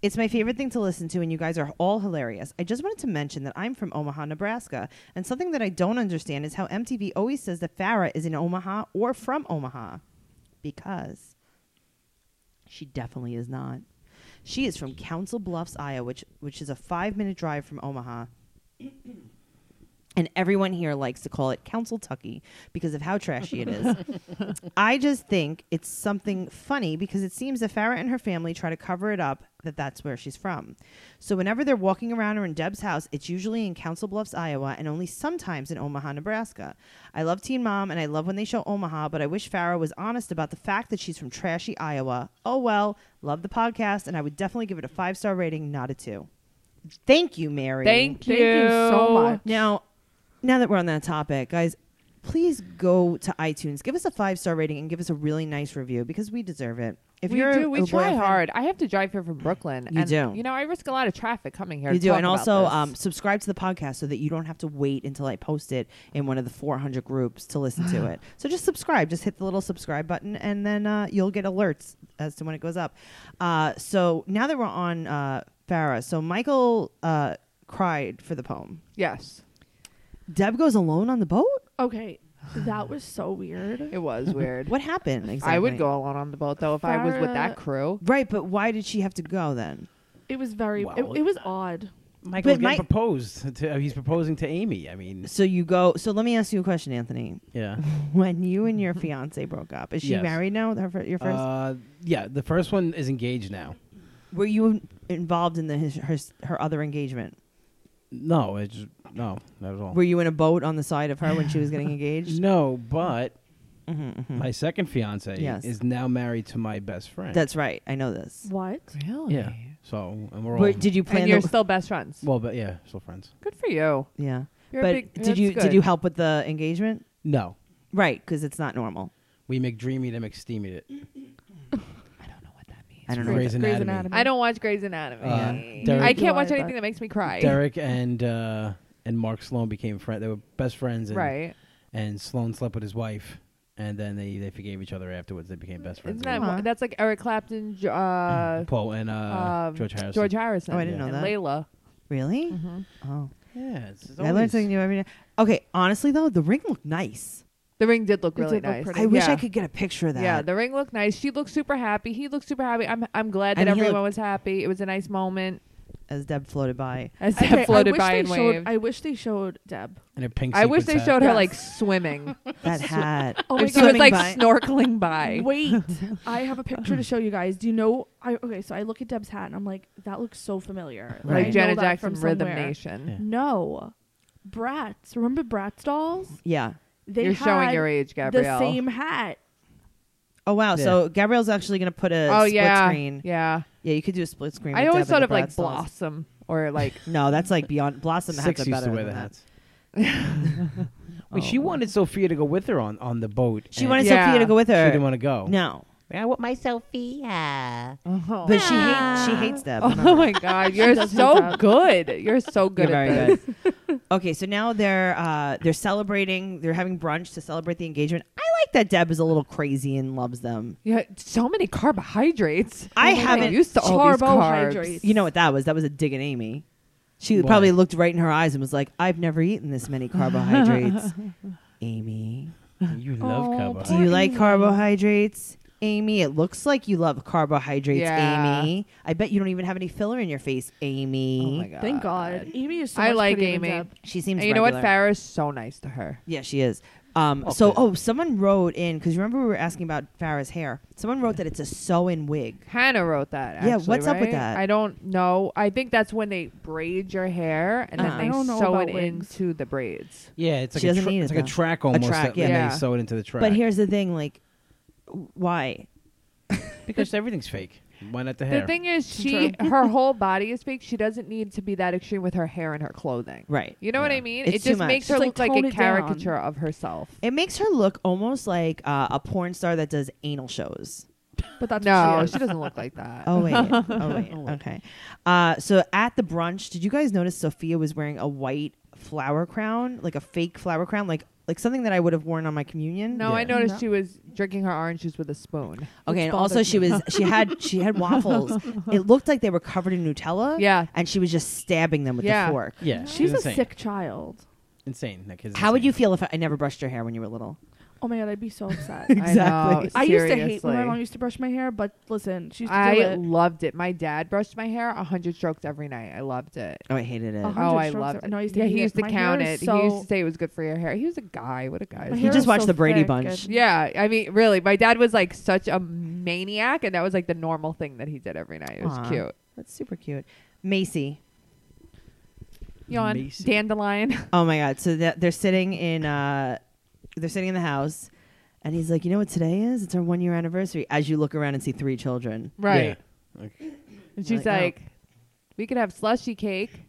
Speaker 4: It's my favorite thing to listen to, and you guys are all hilarious. I just wanted to mention that I'm from Omaha, Nebraska, and something that I don't understand is how MTV always says that Farah is in Omaha or from Omaha because she definitely is not. She is from Council Bluffs, Iowa, which which is a five minute drive from Omaha. And everyone here likes to call it Council Tucky because of how trashy it is. I just think it's something funny because it seems that Farah and her family try to cover it up that that's where she's from. So whenever they're walking around or in Deb's house, it's usually in Council Bluffs, Iowa, and only sometimes in Omaha, Nebraska. I love Teen Mom and I love when they show Omaha, but I wish Farah was honest about the fact that she's from trashy Iowa. Oh well, love the podcast, and I would definitely give it a five star rating, not a two. Thank you, Mary.
Speaker 5: Thank you.
Speaker 6: Thank you so much.
Speaker 4: Now, now that we're on that topic, guys, please go to iTunes, give us a five star rating, and give us a really nice review because we deserve it. If
Speaker 5: we
Speaker 4: you're
Speaker 5: do, we
Speaker 4: a
Speaker 5: try
Speaker 4: Royal fan-
Speaker 5: hard. I have to drive here from Brooklyn.
Speaker 4: You
Speaker 5: and,
Speaker 4: do.
Speaker 5: You know, I risk a lot of traffic coming here.
Speaker 4: you
Speaker 5: to
Speaker 4: do,
Speaker 5: talk
Speaker 4: and
Speaker 5: about
Speaker 4: also
Speaker 5: this.
Speaker 4: um, subscribe to the podcast so that you don't have to wait until I post it in one of the 400 groups to listen
Speaker 5: [SIGHS]
Speaker 4: to it. So just subscribe, just hit the little subscribe button, and then uh, you'll get alerts as to when it goes up. Uh, so now that we're on uh, Farah, so Michael uh, cried for the poem.
Speaker 5: yes,
Speaker 4: Deb goes alone on the boat.
Speaker 6: okay, that was so weird.
Speaker 5: it was
Speaker 4: [LAUGHS]
Speaker 5: weird.
Speaker 4: What happened? Exactly?
Speaker 5: I would go alone on the boat though if I was with
Speaker 6: Farah-
Speaker 5: that crew.
Speaker 4: Right, but why did she have to go then?
Speaker 6: It was very. it-
Speaker 3: Well,
Speaker 6: it, was odd.
Speaker 4: But
Speaker 3: Michael's getting
Speaker 4: Mike-
Speaker 3: proposed. To, he's proposing to Amy. I [LAUGHS] mean,
Speaker 4: So you go. So let me ask you a question, Anthony.
Speaker 3: yeah.
Speaker 4: When you
Speaker 3: [LAUGHS]
Speaker 4: and your fiance broke up, is she
Speaker 3: Yes.
Speaker 4: married now? Her, fir- your first.
Speaker 3: Uh, yeah, the first one is engaged now.
Speaker 4: were you in- involved in the his, her s- her other engagement?
Speaker 3: No, it's no, not at all.
Speaker 4: Were you in a boat on the side of her when she was getting engaged?
Speaker 3: [LAUGHS] no, but
Speaker 4: Mhm, mhm.
Speaker 3: my second fiance
Speaker 4: Yes.
Speaker 3: is now married to my best friend.
Speaker 4: That's right. I know this.
Speaker 6: What?
Speaker 5: Really?
Speaker 3: yeah. So and we're all
Speaker 4: But did you plan?
Speaker 5: And you're
Speaker 4: the-
Speaker 5: still best friends.
Speaker 3: well, but yeah, still friends.
Speaker 5: good for you.
Speaker 4: yeah.
Speaker 5: You're a
Speaker 4: but
Speaker 5: big-
Speaker 4: did
Speaker 5: that's
Speaker 4: you did
Speaker 5: good.
Speaker 4: you help with the engagement?
Speaker 3: No,
Speaker 4: Right, because it's not normal.
Speaker 3: we McDreamy to McSteamy it.
Speaker 5: I don't know what that means.
Speaker 4: I don't know.
Speaker 3: Grey's
Speaker 6: Grey's
Speaker 3: Anatomy.
Speaker 6: Anatomy.
Speaker 5: I don't watch Grey's Anatomy.
Speaker 3: Uh, Derek-
Speaker 5: I can't watch
Speaker 6: Why, but-
Speaker 5: anything that makes me cry.
Speaker 3: Derek and uh, and Mark Sloan became friends. They were best friends. And,
Speaker 5: Right.
Speaker 3: And Sloan slept with his wife, and then they, they forgave each other afterwards. They became best friends.
Speaker 5: Isn't that
Speaker 4: Huh.
Speaker 5: that's like Eric Clapton, Jo- uh,
Speaker 3: Paul and uh,
Speaker 5: um,
Speaker 3: George Harrison.
Speaker 5: George Harrison.
Speaker 4: Oh, I didn't know
Speaker 5: and
Speaker 4: that.
Speaker 5: Layla.
Speaker 4: Really?
Speaker 5: Mhm.
Speaker 4: Oh,
Speaker 3: Yeah, it's, it's
Speaker 4: I learned
Speaker 3: always-
Speaker 4: something new every day. Okay, honestly though, the ring looked nice.
Speaker 5: The ring did look
Speaker 6: It
Speaker 5: really
Speaker 6: did look
Speaker 5: nice.
Speaker 6: pretty.
Speaker 4: I wish
Speaker 5: Yeah.
Speaker 4: I could get a picture of that.
Speaker 5: Yeah, the ring looked nice. She looked super happy. He looked super happy. I'm I'm glad that
Speaker 4: And he
Speaker 5: everyone
Speaker 4: looked-
Speaker 5: was happy. It was a nice moment
Speaker 4: as Deb floated
Speaker 5: [LAUGHS]
Speaker 4: by.
Speaker 5: as
Speaker 6: Okay,
Speaker 5: Deb floated
Speaker 6: I wish
Speaker 5: by
Speaker 6: they
Speaker 5: and
Speaker 6: showed,
Speaker 5: waved. I,
Speaker 6: I wish they showed Deb.
Speaker 3: And a pink
Speaker 5: wish they
Speaker 3: sequence
Speaker 5: showed her
Speaker 6: Yes.
Speaker 5: like swimming.
Speaker 4: That
Speaker 5: [LAUGHS]
Speaker 4: hat.
Speaker 6: Oh
Speaker 5: if
Speaker 6: my
Speaker 5: she was
Speaker 4: God.
Speaker 5: like
Speaker 4: Swimming by.
Speaker 5: snorkeling by.
Speaker 6: Wait,
Speaker 5: [LAUGHS]
Speaker 6: I have a picture to show you guys. Do you know? I okay, so I look at Deb's hat and I'm like, that looks so familiar.
Speaker 3: Right.
Speaker 6: I
Speaker 5: Like
Speaker 6: know
Speaker 5: Janet
Speaker 6: that
Speaker 5: Jackson,
Speaker 6: from
Speaker 5: Rhythm
Speaker 6: somewhere.
Speaker 5: Nation.
Speaker 6: No, Bratz. Remember Bratz dolls?
Speaker 4: Yeah.
Speaker 6: They
Speaker 5: You're showing
Speaker 6: had
Speaker 5: your age,
Speaker 6: The
Speaker 5: Gabrielle.
Speaker 6: same hat.
Speaker 4: Oh wow!
Speaker 3: Yeah.
Speaker 4: So Gabrielle's actually gonna put a
Speaker 5: oh
Speaker 4: split
Speaker 5: yeah,
Speaker 4: screen. Yeah.
Speaker 5: yeah.
Speaker 4: you could do a split screen.
Speaker 5: I
Speaker 4: with
Speaker 5: always
Speaker 4: Deb and
Speaker 5: thought
Speaker 4: the
Speaker 5: of like
Speaker 4: Bratz dolls.
Speaker 5: Blossom or [LAUGHS] like
Speaker 4: No, that's like beyond Blossom.
Speaker 3: Six
Speaker 4: hats are
Speaker 3: used
Speaker 4: better
Speaker 3: to wear the
Speaker 4: than that.
Speaker 3: hats. [LAUGHS] Wait, she
Speaker 4: Oh.
Speaker 3: wanted Sophia to go with her on, on the boat.
Speaker 4: She
Speaker 3: and
Speaker 4: wanted
Speaker 5: Yeah.
Speaker 4: Sophia to go with
Speaker 3: She
Speaker 4: her.
Speaker 3: didn't want to go.
Speaker 4: no,
Speaker 3: I want my.
Speaker 5: oh,
Speaker 4: but she hates. She hates Deb.
Speaker 5: [LAUGHS] oh my god, you're so good. You're so good
Speaker 4: You're
Speaker 5: at
Speaker 4: very
Speaker 5: this.
Speaker 4: good.
Speaker 5: [LAUGHS]
Speaker 4: okay, so now they're uh, they're celebrating. They're having brunch to celebrate the engagement. I like that Deb is a little crazy and loves them.
Speaker 5: Yeah, so many carbohydrates. Oh
Speaker 4: I
Speaker 5: I'm
Speaker 4: haven't-
Speaker 5: used to all these carbs.
Speaker 6: Carbohydrates.
Speaker 4: You know what that was? That was a dig at Amy. She
Speaker 5: [LAUGHS]
Speaker 3: Why?
Speaker 4: probably looked right in her eyes and was like, "I've never eaten this many carbohydrates." Amy,
Speaker 3: You love
Speaker 6: Oh,
Speaker 3: carbo.
Speaker 4: Do you
Speaker 6: Poor
Speaker 4: like
Speaker 6: Amy.
Speaker 4: carbohydrates, Amy? It looks like you love carbohydrates,
Speaker 5: Yeah.
Speaker 4: Amy. I bet you don't even have any filler in your face, Amy.
Speaker 5: Oh my god.
Speaker 6: Thank God. Amy is so
Speaker 5: I
Speaker 6: much
Speaker 5: like
Speaker 6: prettier than
Speaker 5: Amy.
Speaker 6: Deb.
Speaker 4: She seems.
Speaker 5: And you know what?
Speaker 4: regular.
Speaker 5: Farrah's so nice to her.
Speaker 4: Yeah, she is. Um, so, oh, someone wrote in because remember we were asking about Farrah's hair. Someone wrote that it's a sew-in wig.
Speaker 5: Hannah wrote that.
Speaker 4: Yeah,
Speaker 5: actually,
Speaker 4: what's up with
Speaker 5: right?
Speaker 4: that?
Speaker 5: I don't know. I think that's when they braid your hair and
Speaker 4: Uh-huh.
Speaker 5: then
Speaker 4: I
Speaker 5: they
Speaker 6: don't know
Speaker 5: sew
Speaker 6: about
Speaker 5: it
Speaker 6: wigs.
Speaker 5: into the braids.
Speaker 3: Yeah, it's like
Speaker 4: She
Speaker 3: a
Speaker 4: doesn't
Speaker 3: tra-
Speaker 4: need it,
Speaker 3: it's like
Speaker 4: though.
Speaker 3: a track almost.
Speaker 4: track,
Speaker 3: that- that
Speaker 5: yeah.
Speaker 3: they sew it into the track.
Speaker 4: But here's the thing, like, w- why?
Speaker 3: because everything's fake. Why not the hair?
Speaker 5: The thing is, she [LAUGHS] her whole body is fake. She doesn't need to be that extreme with her hair and her clothing.
Speaker 4: Right.
Speaker 5: You know what
Speaker 3: Yeah.
Speaker 5: I mean?
Speaker 4: It's
Speaker 5: it
Speaker 4: too
Speaker 5: just
Speaker 4: much.
Speaker 5: makes her look
Speaker 6: Just, like,
Speaker 5: like
Speaker 6: tone
Speaker 5: a
Speaker 6: it down.
Speaker 5: caricature of herself.
Speaker 4: It makes her look almost like uh, a porn star that does anal shows.
Speaker 6: But that's [LAUGHS]
Speaker 5: No,
Speaker 6: what she
Speaker 5: she
Speaker 6: is.
Speaker 5: doesn't look like that.
Speaker 4: Oh
Speaker 5: [LAUGHS]
Speaker 4: wait, oh wait, okay. Uh, so at the brunch, did you guys notice Sophia was wearing a white flower crown, like a fake flower crown, like like something that I would have worn on my communion?
Speaker 5: No, I
Speaker 3: Yeah.
Speaker 5: noticed
Speaker 6: No.
Speaker 5: she was drinking her orange juice with a spoon.
Speaker 4: Okay,
Speaker 6: Which
Speaker 4: and also
Speaker 6: bothers
Speaker 4: she
Speaker 6: me.
Speaker 4: was she
Speaker 5: [LAUGHS]
Speaker 4: had she had waffles. it looked like they were covered in Nutella.
Speaker 5: Yeah.
Speaker 4: and she was just stabbing them with
Speaker 5: Yeah.
Speaker 4: the fork.
Speaker 3: yeah,
Speaker 6: She's a
Speaker 3: insane.
Speaker 6: sick child.
Speaker 3: insane. That kid's
Speaker 4: How would you
Speaker 3: insane.
Speaker 4: feel if I, I never brushed your hair when you were little?
Speaker 6: Oh my god, I'd be so upset.
Speaker 3: [LAUGHS]
Speaker 4: Exactly.
Speaker 6: I used to hate when my
Speaker 5: seriously.
Speaker 6: mom used to brush my hair, but listen, she used to do
Speaker 5: I
Speaker 6: it.
Speaker 5: loved it. My dad brushed my hair a hundred strokes every night. I loved it.
Speaker 4: Oh, I hated it.
Speaker 6: Uh-huh. 100
Speaker 5: Oh, I
Speaker 6: strokes
Speaker 5: loved
Speaker 6: every-
Speaker 5: it.
Speaker 6: no, I used to
Speaker 5: yeah,
Speaker 6: hate
Speaker 5: he used
Speaker 6: it.
Speaker 5: to
Speaker 6: My hair
Speaker 5: count it.
Speaker 6: is
Speaker 5: He used
Speaker 6: so-
Speaker 5: to say it was good for your hair. He was a guy. What a guy.
Speaker 4: You
Speaker 6: My hair
Speaker 4: just
Speaker 6: is
Speaker 4: watched
Speaker 6: so
Speaker 4: the Brady
Speaker 6: thick
Speaker 4: Bunch.
Speaker 6: and-
Speaker 5: Yeah, I mean, really, my dad was like such a maniac, and that was like the normal thing that he did every night. It was
Speaker 4: Aw.
Speaker 5: cute.
Speaker 4: That's super cute. Macy.
Speaker 5: Yawn.
Speaker 3: Macy.
Speaker 5: Dandelion. [LAUGHS]
Speaker 4: Oh my god. So that they're sitting in uh they're sitting in the house and he's like, "You know what today is? It's our 1 year anniversary." As you look around and see three children.
Speaker 5: right.
Speaker 3: Yeah. Okay.
Speaker 5: And she's
Speaker 4: Like, oh.
Speaker 5: like, "We could have slushy cake.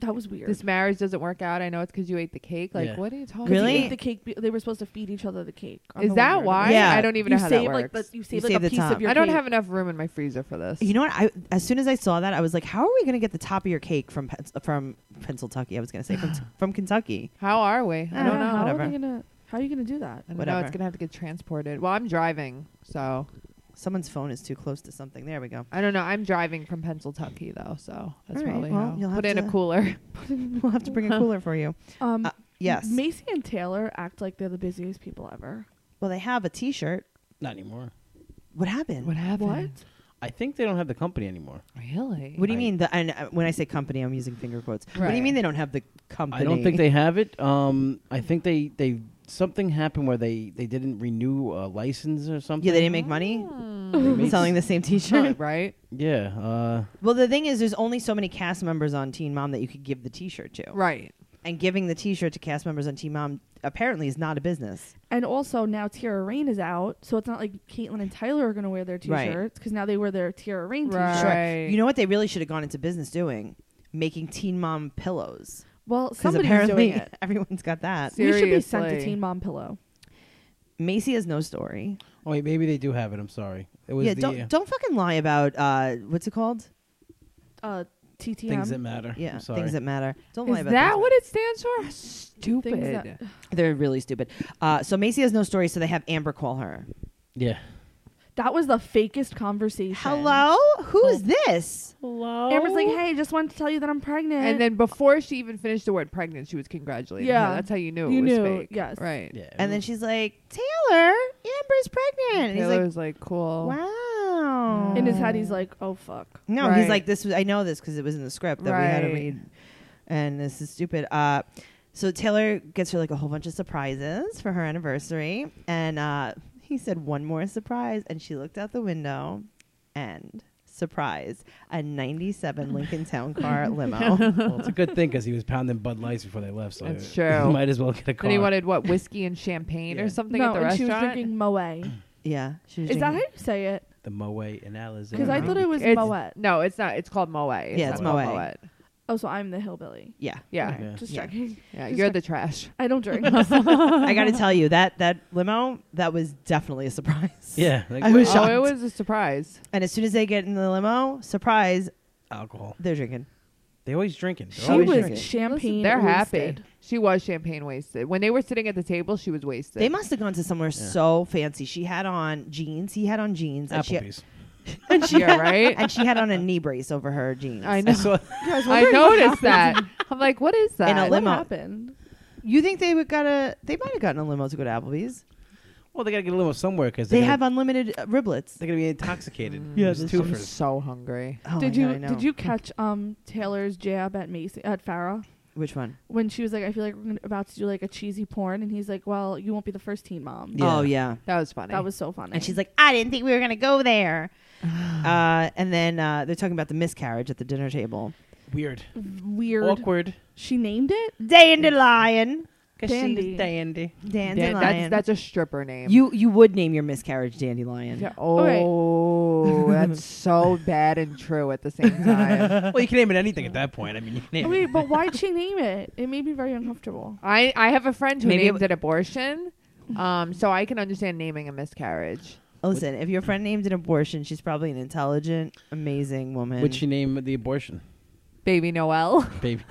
Speaker 6: That was weird.
Speaker 5: This marriage doesn't work out. I know it's because you ate the cake. Like,
Speaker 3: Yeah.
Speaker 5: what are you talking?
Speaker 6: 'Cause he
Speaker 4: Really?
Speaker 6: ate the cake. be- They were supposed to feed each other the cake. on
Speaker 5: Is
Speaker 6: the
Speaker 5: that
Speaker 6: one year
Speaker 5: why?
Speaker 6: anniversary.
Speaker 4: Yeah.
Speaker 5: I don't even
Speaker 6: you
Speaker 5: know how
Speaker 6: save
Speaker 5: that works.
Speaker 6: like the, you save
Speaker 4: save
Speaker 6: like
Speaker 4: the
Speaker 6: a piece
Speaker 4: top.
Speaker 6: of your.
Speaker 5: I don't
Speaker 6: cake.
Speaker 5: have enough room in my freezer for this.
Speaker 4: You know what? I as soon as I saw that, I was like, "How are we going to get the top of your cake from Pen- from Pennsylvania?" I was going to say from from Kentucky.
Speaker 5: how are we?
Speaker 4: Ah.
Speaker 5: I don't know.
Speaker 6: How
Speaker 4: whatever.
Speaker 6: are they gonna? How are you gonna do that?
Speaker 5: I don't know.
Speaker 4: Whatever.
Speaker 5: It's gonna have to get transported. Well, I'm driving, so
Speaker 4: Someone's phone is too close to something. There we go.
Speaker 5: I don't know. I'm driving from Pennsylvania though, so that's
Speaker 4: All right,
Speaker 5: probably
Speaker 4: well,
Speaker 5: how.
Speaker 4: you'll have
Speaker 5: Put in
Speaker 4: to-
Speaker 5: a cooler.
Speaker 4: We'll have to bring a cooler for you.
Speaker 6: Um,
Speaker 4: Uh, Yes.
Speaker 6: Macy and Taylor act like they're the busiest people ever.
Speaker 4: Well, they have a T-shirt.
Speaker 3: Not anymore.
Speaker 4: What happened?
Speaker 5: [LAUGHS] What
Speaker 4: What,
Speaker 5: happened?
Speaker 3: I think they don't have the company anymore.
Speaker 5: Really?
Speaker 4: do you
Speaker 3: I-
Speaker 4: mean? The, and uh, when I say company, I'm using finger quotes. What do you
Speaker 5: Right.
Speaker 4: mean they don't have the company?
Speaker 3: I don't think they have it. Um, I think they they something happened where they they didn't renew a license or
Speaker 4: [LAUGHS]
Speaker 3: something.
Speaker 4: Yeah, they didn't make money
Speaker 3: made-
Speaker 4: selling the same
Speaker 5: [LAUGHS]
Speaker 4: [LAUGHS] T-shirt.
Speaker 5: right?
Speaker 3: Yeah. Uh,
Speaker 4: well, the thing is, there's only so many cast members on Teen Mom that you could give the T-shirt to.
Speaker 5: Right.
Speaker 4: And giving the T-shirt to cast members on Teen Mom apparently is not a business.
Speaker 6: And also now Tiara Rain is out, so it's not like Caitlyn and Tyler are gonna wear their
Speaker 4: Right.
Speaker 6: T-shirts because now they wear their Tiara Rain
Speaker 5: Right.
Speaker 6: T-shirts.
Speaker 4: Sure.
Speaker 5: Right.
Speaker 4: You know what they really should have gone into business doing? Making Teen Mom pillows.
Speaker 6: Well,
Speaker 4: Because
Speaker 6: somebody's
Speaker 4: apparently
Speaker 6: doing it.
Speaker 4: [LAUGHS] everyone's got that.
Speaker 5: See-
Speaker 6: We should be sent a
Speaker 5: Seriously.
Speaker 6: Teen Mom pillow.
Speaker 4: Macy has no story.
Speaker 3: oh wait, maybe they do have it. I'm sorry. It was
Speaker 4: Yeah,
Speaker 3: the
Speaker 4: don't
Speaker 3: uh,
Speaker 4: don't fucking lie about uh, what's it called?
Speaker 6: Uh, TTM.
Speaker 3: things that matter.
Speaker 4: Yeah,
Speaker 3: I'm sorry.
Speaker 4: things that matter. Don't lie
Speaker 5: Is
Speaker 4: about
Speaker 5: that
Speaker 4: things
Speaker 5: what it stands for? Stupid.
Speaker 6: that-
Speaker 4: They're really stupid. Uh, so Macy has no story, so they have Amber call her.
Speaker 3: yeah.
Speaker 6: That was the fakest conversation.
Speaker 4: Hello, who's this?
Speaker 5: Hello.
Speaker 6: Amber's like, hey, just wanted to tell you that I'm pregnant.
Speaker 5: And then before she even finished the word pregnant, she was congratulating. her.
Speaker 6: Eh. Yeah.
Speaker 5: That's how you knew it
Speaker 6: You
Speaker 5: was
Speaker 6: knew,
Speaker 5: fake.
Speaker 6: yes.
Speaker 5: Right.
Speaker 3: Yeah.
Speaker 4: And then she's like, Taylor, Amber's pregnant. And he's
Speaker 5: Taylor
Speaker 4: like,
Speaker 5: was like, cool.
Speaker 4: Wow.
Speaker 6: in his head, he's like, oh fuck.
Speaker 4: no, he's
Speaker 5: Right.
Speaker 4: like, this. Was, I know this because it was in the script that we had to
Speaker 5: Right.
Speaker 4: read, and this is stupid. Uh, so Taylor gets her like a whole bunch of surprises for her anniversary, and uh, he said one more surprise, and she looked out the window, and surprise, a
Speaker 5: [LAUGHS]
Speaker 4: '97 Lincoln Town Car limo.
Speaker 3: [LAUGHS] well, it's a good thing because he was pounding Bud Lights before they left. So [LAUGHS]
Speaker 5: That's
Speaker 3: uh,
Speaker 5: true.
Speaker 3: might as well get [LAUGHS] a car.
Speaker 5: Then he wanted what whiskey and champagne
Speaker 3: Yeah.
Speaker 5: or something
Speaker 6: no,
Speaker 5: at the
Speaker 6: and she was
Speaker 5: restaurant.
Speaker 6: drinking Moet.
Speaker 4: [LAUGHS] yeah, she was
Speaker 6: Is that how
Speaker 4: drinking-
Speaker 6: you say it?
Speaker 3: the Moe and Alice.
Speaker 6: Because I thought it was
Speaker 5: It's-
Speaker 6: Moet.
Speaker 5: No, it's not. It's called Moe.
Speaker 4: Yeah,
Speaker 5: not
Speaker 3: it's
Speaker 5: called
Speaker 4: Moët.
Speaker 6: Oh, so I'm the hillbilly.
Speaker 4: Yeah,
Speaker 5: Yeah.
Speaker 3: Yeah.
Speaker 6: Just
Speaker 4: Yeah.
Speaker 6: checking.
Speaker 5: Yeah.
Speaker 6: Just
Speaker 5: You're
Speaker 6: like-
Speaker 5: the trash.
Speaker 6: I don't drink.
Speaker 4: I got to tell you that that limo that was definitely a surprise.
Speaker 3: Yeah. Like,
Speaker 4: I was
Speaker 5: Oh, it
Speaker 4: shocked.
Speaker 5: was a surprise.
Speaker 4: And as soon as they get in the limo, surprise,
Speaker 3: [LAUGHS] alcohol.
Speaker 4: they're drinking.
Speaker 3: They always drinking. They're
Speaker 6: she
Speaker 3: always
Speaker 4: was-
Speaker 3: drinking.
Speaker 6: was
Speaker 5: Listen,
Speaker 6: champagne.
Speaker 5: they're
Speaker 6: wasted.
Speaker 5: happy. She was champagne wasted. When they were sitting at the table, she was wasted.
Speaker 4: They must have gone to somewhere so fancy. She had on jeans. He had on jeans. And she,
Speaker 3: Applebee's.
Speaker 5: And she, [LAUGHS] yeah, right?
Speaker 4: [LAUGHS] and she had on a knee brace over her jeans.
Speaker 6: [LAUGHS]
Speaker 5: I know.
Speaker 3: I saw.
Speaker 5: I noticed that. I'm like, what is that?
Speaker 4: In a
Speaker 6: What
Speaker 4: limo.
Speaker 6: happened?
Speaker 4: You think they would gotta? They might have gotten a limo to go to Applebee's.
Speaker 3: Well, they gotta get a limo somewhere because
Speaker 4: They have unlimited uh, riblets.
Speaker 3: They're gonna be intoxicated.
Speaker 4: Yeah,
Speaker 3: It's
Speaker 4: that's
Speaker 3: two
Speaker 5: I'm
Speaker 3: for
Speaker 5: so hungry.
Speaker 4: Oh
Speaker 6: did
Speaker 4: my
Speaker 6: you
Speaker 4: God, I know.
Speaker 6: did you catch um Taylor's jab at Macy at Farah
Speaker 4: Which one?
Speaker 6: when she was like, I feel like we're gonna- about to do like a cheesy porn, and he's like, Well, you won't be the first teen mom.
Speaker 3: Yeah.
Speaker 4: Oh yeah.
Speaker 5: That was funny.
Speaker 6: That was so funny.
Speaker 4: And she's like, I didn't think we were gonna go there. uh, and then uh, they're talking about the miscarriage at the dinner table.
Speaker 3: weird,
Speaker 4: [LAUGHS]
Speaker 6: weird.
Speaker 3: awkward.
Speaker 6: She named it.
Speaker 4: Dandelion.
Speaker 6: Dandy.
Speaker 3: dandy.
Speaker 5: Dan-
Speaker 4: Dandelion.
Speaker 5: that's, that's a stripper name.
Speaker 4: you you would name your miscarriage Dandelion. [LAUGHS]
Speaker 5: Yeah,
Speaker 6: right.
Speaker 5: Oh, that's so bad and true at the same
Speaker 3: [LAUGHS]
Speaker 5: time.
Speaker 3: well, you can name it anything at that point. I mean, you can name
Speaker 6: Oh,
Speaker 3: it.
Speaker 6: Wait, but why'd she name it? It made me very uncomfortable.
Speaker 5: I, I have a friend who
Speaker 4: Maybe it
Speaker 5: named it abortion, um, so I can understand naming a miscarriage.
Speaker 4: Listen, if your friend named an abortion, she's probably an intelligent, amazing woman.
Speaker 3: Would she name the abortion,
Speaker 5: Baby
Speaker 3: [LAUGHS]
Speaker 5: Noel.
Speaker 3: baby?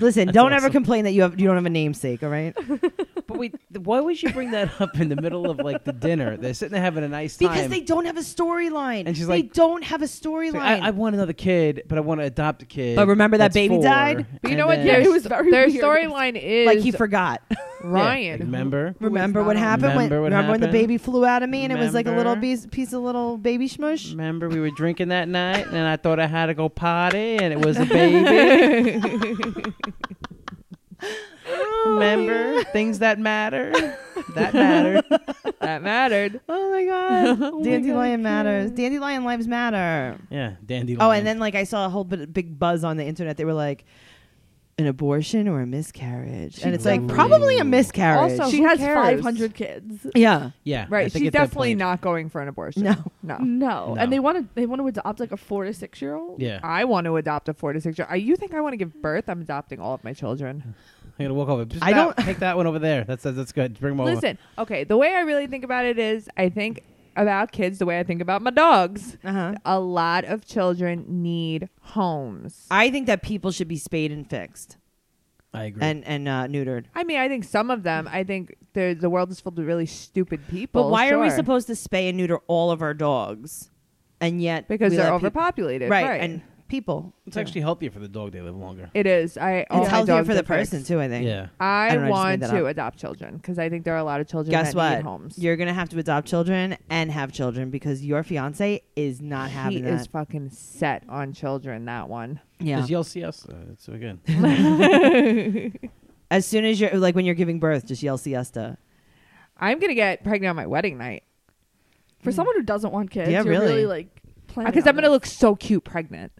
Speaker 4: Listen,
Speaker 3: That's
Speaker 4: don't ever
Speaker 3: awesome.
Speaker 4: complain that you have you don't have a namesake. All right.
Speaker 3: but wait, th- why would she bring that up in the middle of like the dinner? They're sitting there having a nice
Speaker 4: [LAUGHS]
Speaker 3: time.
Speaker 4: Because they don't have a storyline.
Speaker 3: And she's
Speaker 4: they
Speaker 3: like-
Speaker 4: don't have a
Speaker 3: It's
Speaker 4: storyline.
Speaker 3: like, I, I want another kid, but I want to adopt a kid.
Speaker 4: But remember that
Speaker 3: that's
Speaker 4: baby
Speaker 3: four,
Speaker 4: died?
Speaker 5: But you
Speaker 3: and
Speaker 5: know what?
Speaker 3: then-
Speaker 5: Their,
Speaker 6: It was very
Speaker 5: their
Speaker 6: weird.
Speaker 5: storyline is
Speaker 4: like he forgot.
Speaker 3: Yeah, like,
Speaker 5: Ryan.
Speaker 3: [LAUGHS] remember?
Speaker 4: remember
Speaker 5: not
Speaker 4: what
Speaker 5: on-
Speaker 4: happened? when,
Speaker 3: Remember what
Speaker 4: remember when the
Speaker 3: happened?
Speaker 4: baby flew out of me and it was like a little
Speaker 3: Remember?
Speaker 4: piece, piece of little baby smush?
Speaker 3: Remember we were drinking that night, and I thought I had to go potty, and it was a baby.
Speaker 5: [LAUGHS]
Speaker 3: Remember things that matter, that matter.
Speaker 5: [LAUGHS] that mattered.
Speaker 4: [LAUGHS] Oh my god. Dandelion matters. Dandelion lives matter.
Speaker 3: Yeah, dandy.
Speaker 4: Oh, and then like I saw a whole bit big buzz on the internet. They were like an abortion or a miscarriage. and it's like
Speaker 3: definitely-
Speaker 4: probably a miscarriage.
Speaker 5: Also- Oh,
Speaker 6: she
Speaker 5: who
Speaker 6: has
Speaker 5: cares?
Speaker 6: 500 kids.
Speaker 4: yeah.
Speaker 3: yeah, I
Speaker 5: Right.
Speaker 3: think
Speaker 5: She's
Speaker 3: at that
Speaker 5: definitely
Speaker 3: point-
Speaker 5: not going for an abortion.
Speaker 4: No.
Speaker 5: No.
Speaker 6: No.
Speaker 3: No.
Speaker 6: and they want to they want to adopt like a four to six year old.
Speaker 3: Yeah,
Speaker 5: I want to adopt a four to six year old. You think I want to give birth? I'm adopting all of my children.
Speaker 3: I'm gonna walk over. Just
Speaker 4: I
Speaker 3: I
Speaker 4: don't-
Speaker 3: don't take that one over there. That's that's, that's good. Bring them over.
Speaker 5: Listen, okay, the way I really think about it is I think about kids the way I think about my dogs.
Speaker 4: Uh-huh.
Speaker 5: A lot of children need homes.
Speaker 4: I think that people should be spayed and fixed
Speaker 3: I agree.
Speaker 4: and and uh, neutered.
Speaker 5: I mean, I think some of them, I think the the world is filled with really stupid people.
Speaker 4: But why are we
Speaker 5: sure.
Speaker 4: supposed to spay and neuter all of our dogs? And yet
Speaker 5: Because
Speaker 4: we
Speaker 5: they're
Speaker 4: let peop-
Speaker 5: overpopulated.
Speaker 4: right,
Speaker 5: Right.
Speaker 4: and people.
Speaker 3: it's actually healthier for the dog. They live longer.
Speaker 5: it is. I all
Speaker 4: It's
Speaker 5: my
Speaker 4: healthier
Speaker 5: dogs
Speaker 4: for the
Speaker 5: are fixed.
Speaker 4: person too, I think.
Speaker 3: Yeah,
Speaker 5: I,
Speaker 4: I don't know, I just
Speaker 5: want
Speaker 4: made that
Speaker 5: to
Speaker 4: up.
Speaker 5: adopt children because I think there are a lot of children
Speaker 4: Guess
Speaker 5: that
Speaker 4: what?
Speaker 5: need homes.
Speaker 4: You're gonna have to adopt children and have children because your fiance is not
Speaker 5: he
Speaker 4: having
Speaker 5: is
Speaker 4: that.
Speaker 5: fucking set on children. That one.
Speaker 4: yeah.
Speaker 3: because you'll see us. Uh, it's
Speaker 5: [LAUGHS]
Speaker 3: so good.
Speaker 4: As soon as you're like when you're giving birth, just yell siesta.
Speaker 5: I'm gonna get pregnant on my wedding night
Speaker 6: For someone who doesn't want kids,
Speaker 4: Yeah,
Speaker 6: you're really,
Speaker 4: really.
Speaker 6: like planning.
Speaker 5: because
Speaker 6: on
Speaker 5: I'm gonna
Speaker 6: this.
Speaker 5: look so cute pregnant.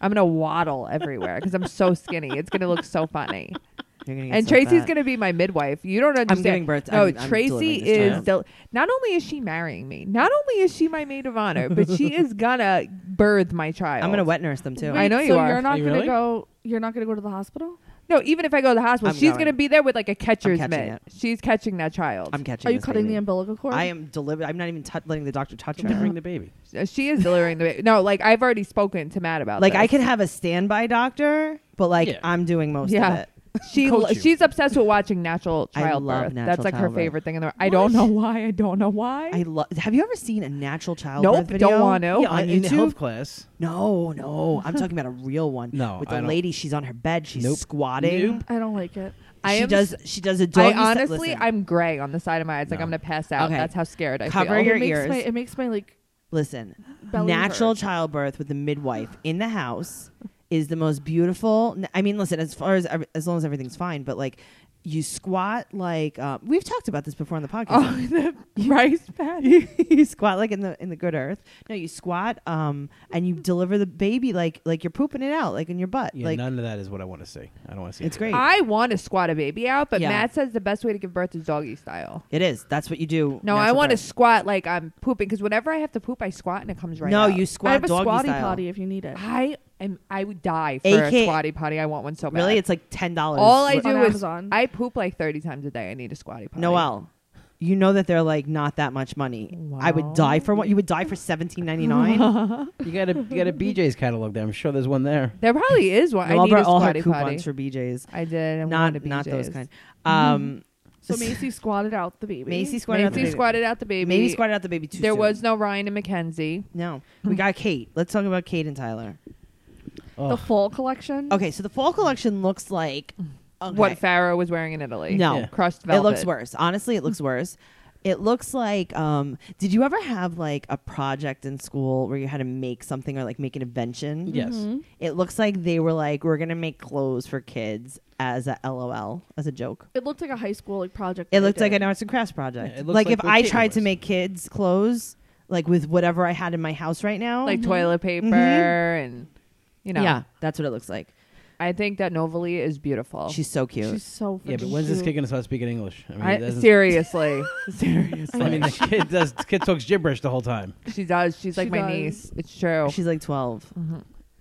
Speaker 5: I'm gonna waddle everywhere because I'm so skinny. It's gonna look so funny.
Speaker 4: You're gonna get
Speaker 5: And
Speaker 4: so
Speaker 5: Tracy's
Speaker 4: fat.
Speaker 5: gonna be my midwife. You don't understand.
Speaker 4: giving birth-
Speaker 5: No,
Speaker 4: I'm- I'm delivering
Speaker 5: Tracy
Speaker 4: this
Speaker 5: is.
Speaker 4: child.
Speaker 5: Del- not only is she marrying me, not only is she my maid of honor, but she
Speaker 4: [LAUGHS]
Speaker 5: is gonna birth my child.
Speaker 4: I'm gonna wet nurse them too.
Speaker 5: I know
Speaker 6: so
Speaker 5: you are.
Speaker 6: You're not
Speaker 3: Are you
Speaker 6: gonna
Speaker 3: really?
Speaker 6: go. You're not gonna go to the hospital.
Speaker 5: No, even if I go to the hospital,
Speaker 4: I'm
Speaker 5: she's
Speaker 4: going.
Speaker 5: gonna be there with like a catcher's
Speaker 4: catching
Speaker 5: mitt.
Speaker 4: it.
Speaker 5: She's catching that child.
Speaker 4: I'm catching.
Speaker 6: Are you
Speaker 4: this
Speaker 6: cutting
Speaker 4: baby.
Speaker 6: the umbilical cord?
Speaker 4: I am deliver. I'm not even tou- letting the doctor touch
Speaker 3: to
Speaker 4: her.
Speaker 3: bring the baby.
Speaker 5: she is delivering the baby. No, like I've already spoken to Matt
Speaker 4: [LAUGHS]
Speaker 5: about.
Speaker 4: Like
Speaker 5: this.
Speaker 4: I could have a standby doctor, but like
Speaker 3: Yeah.
Speaker 4: I'm doing most of
Speaker 5: Yeah.
Speaker 4: it. [LAUGHS]
Speaker 5: She
Speaker 3: Coach
Speaker 5: lo-
Speaker 3: you.
Speaker 5: she's obsessed with watching natural
Speaker 4: I
Speaker 5: childbirth.
Speaker 4: love natural
Speaker 5: That's like
Speaker 4: childbirth.
Speaker 5: her favorite thing in the world. I don't know why. I don't know why.
Speaker 4: I love. Have you ever seen a natural childbirth
Speaker 5: nope.
Speaker 4: video?
Speaker 5: Don't want to.
Speaker 3: yeah,
Speaker 4: on
Speaker 3: in-
Speaker 5: [LAUGHS]
Speaker 3: in
Speaker 4: YouTube?
Speaker 3: health class.
Speaker 4: No, no. I'm talking about a real one.
Speaker 3: [LAUGHS] No,
Speaker 4: with
Speaker 3: I
Speaker 4: the
Speaker 3: don't.
Speaker 4: lady. She's on her bed. She's
Speaker 3: Nope.
Speaker 4: squatting.
Speaker 3: Nope.
Speaker 6: I don't like it.
Speaker 5: I
Speaker 4: she
Speaker 5: am
Speaker 4: does.
Speaker 5: s-
Speaker 4: She does a
Speaker 5: I
Speaker 4: doggy. style-
Speaker 5: honestly,
Speaker 4: listen,
Speaker 5: I'm gray on the side of my eyes. Like
Speaker 3: No.
Speaker 5: I'm gonna pass out.
Speaker 4: Okay.
Speaker 5: That's how scared I
Speaker 4: Cover
Speaker 5: feel.
Speaker 4: your
Speaker 6: it makes
Speaker 4: ears.
Speaker 6: my it makes my like
Speaker 4: listen.
Speaker 6: belly
Speaker 4: natural
Speaker 6: hurt.
Speaker 4: childbirth with the midwife in the house is the most beautiful. n- I mean, listen, as far as ev- as long as everything's fine, but like you squat like uh, we've talked about this before on the podcast.
Speaker 5: Oh, the [LAUGHS] rice
Speaker 4: [LAUGHS]
Speaker 5: patty.
Speaker 4: you squat like in the in the good earth. No, you squat um and you deliver the baby like like you're pooping it out like in your butt.
Speaker 3: Yeah,
Speaker 4: like
Speaker 3: none of that is what I want to see. I don't want to see.
Speaker 4: It's
Speaker 3: any of
Speaker 4: great.
Speaker 5: I want to squat a baby out, but
Speaker 4: Yeah.
Speaker 5: Matt says the best way to give birth is doggy style.
Speaker 4: it is. That's what you do.
Speaker 5: No, I want to
Speaker 4: to.
Speaker 5: squat like I'm pooping because whenever I have to poop, I squat and it comes right.
Speaker 4: no,
Speaker 5: out.
Speaker 4: you
Speaker 6: I
Speaker 4: squat
Speaker 6: have a
Speaker 4: doggy
Speaker 6: squatty
Speaker 4: style.
Speaker 6: potty if you need it.
Speaker 5: I am. I would die for
Speaker 4: AK
Speaker 5: a squatty potty. I want one so bad.
Speaker 4: Really, it's like ten dollars.
Speaker 5: All I do
Speaker 6: on
Speaker 5: is
Speaker 6: Amazon.
Speaker 5: I poop like thirty times a day. I need a squatty potty.
Speaker 4: Noel. You know that they're like not that much money. I would
Speaker 5: Wow.
Speaker 4: die for one. You would
Speaker 5: [LAUGHS]
Speaker 4: die for seventeen ninety nine.
Speaker 3: that. you got a you got [LAUGHS] a BJ's catalog there. I'm sure there's one there.
Speaker 5: There probably is one. I
Speaker 4: All
Speaker 5: need a
Speaker 4: her all her
Speaker 5: squatty
Speaker 4: coupons
Speaker 5: potty.
Speaker 4: for BJ's.
Speaker 5: I did. I
Speaker 4: Not
Speaker 5: wanted a Mm-hmm.
Speaker 4: not those
Speaker 5: BJ's.
Speaker 4: kind. Um,
Speaker 6: so Macy squatted out the baby.
Speaker 4: Macy squatted out the
Speaker 5: Macy
Speaker 4: baby.
Speaker 5: squatted out the baby.
Speaker 4: Maybe squatted out the baby too.
Speaker 5: There
Speaker 4: soon.
Speaker 5: [LAUGHS] was no Ryan and Mackenzie.
Speaker 4: no. We got Kate. Let's talk about Kate and Tyler.
Speaker 6: The
Speaker 3: Ugh.
Speaker 6: fall collection.
Speaker 4: Okay, so the fall collection looks like
Speaker 5: What
Speaker 4: okay.
Speaker 5: Pharaoh was wearing in Italy.
Speaker 4: No. Yeah.
Speaker 5: Crushed velvet.
Speaker 4: It looks worse. Honestly, it looks
Speaker 5: [LAUGHS]
Speaker 4: worse. It looks like um did you ever have like a project in school where you had to make something or like make an invention?
Speaker 3: Yes.
Speaker 6: Mm-hmm.
Speaker 4: It looks like they were like we're going to make clothes for kids as a LOL as a joke.
Speaker 6: It looked like a high school like project.
Speaker 4: It
Speaker 6: that they
Speaker 4: looked like
Speaker 6: did.
Speaker 4: an arts and crafts project.
Speaker 3: Yeah, it looks
Speaker 4: like,
Speaker 3: like
Speaker 4: if
Speaker 3: what
Speaker 4: I
Speaker 3: Caitlin
Speaker 4: tried to
Speaker 3: was.
Speaker 4: make kids clothes like with whatever I had in my house right now.
Speaker 5: Like toilet paper and, you know.
Speaker 4: Mm-hmm. Yeah, that's what it looks like.
Speaker 5: I think that Novali is
Speaker 3: Oh.
Speaker 5: beautiful.
Speaker 4: She's so cute.
Speaker 6: She's so.
Speaker 3: Yeah, but
Speaker 6: freaking
Speaker 3: when's this
Speaker 6: cute.
Speaker 3: kid gonna start speaking English? I mean,
Speaker 5: I,
Speaker 3: it doesn't-
Speaker 5: seriously. seriously.
Speaker 3: I mean, the [LAUGHS] kid does. The kid talks gibberish the whole time.
Speaker 5: She does. She's like
Speaker 6: She
Speaker 5: my
Speaker 6: does.
Speaker 5: niece. It's true.
Speaker 4: [LAUGHS] She's like 12.
Speaker 3: Mm-hmm.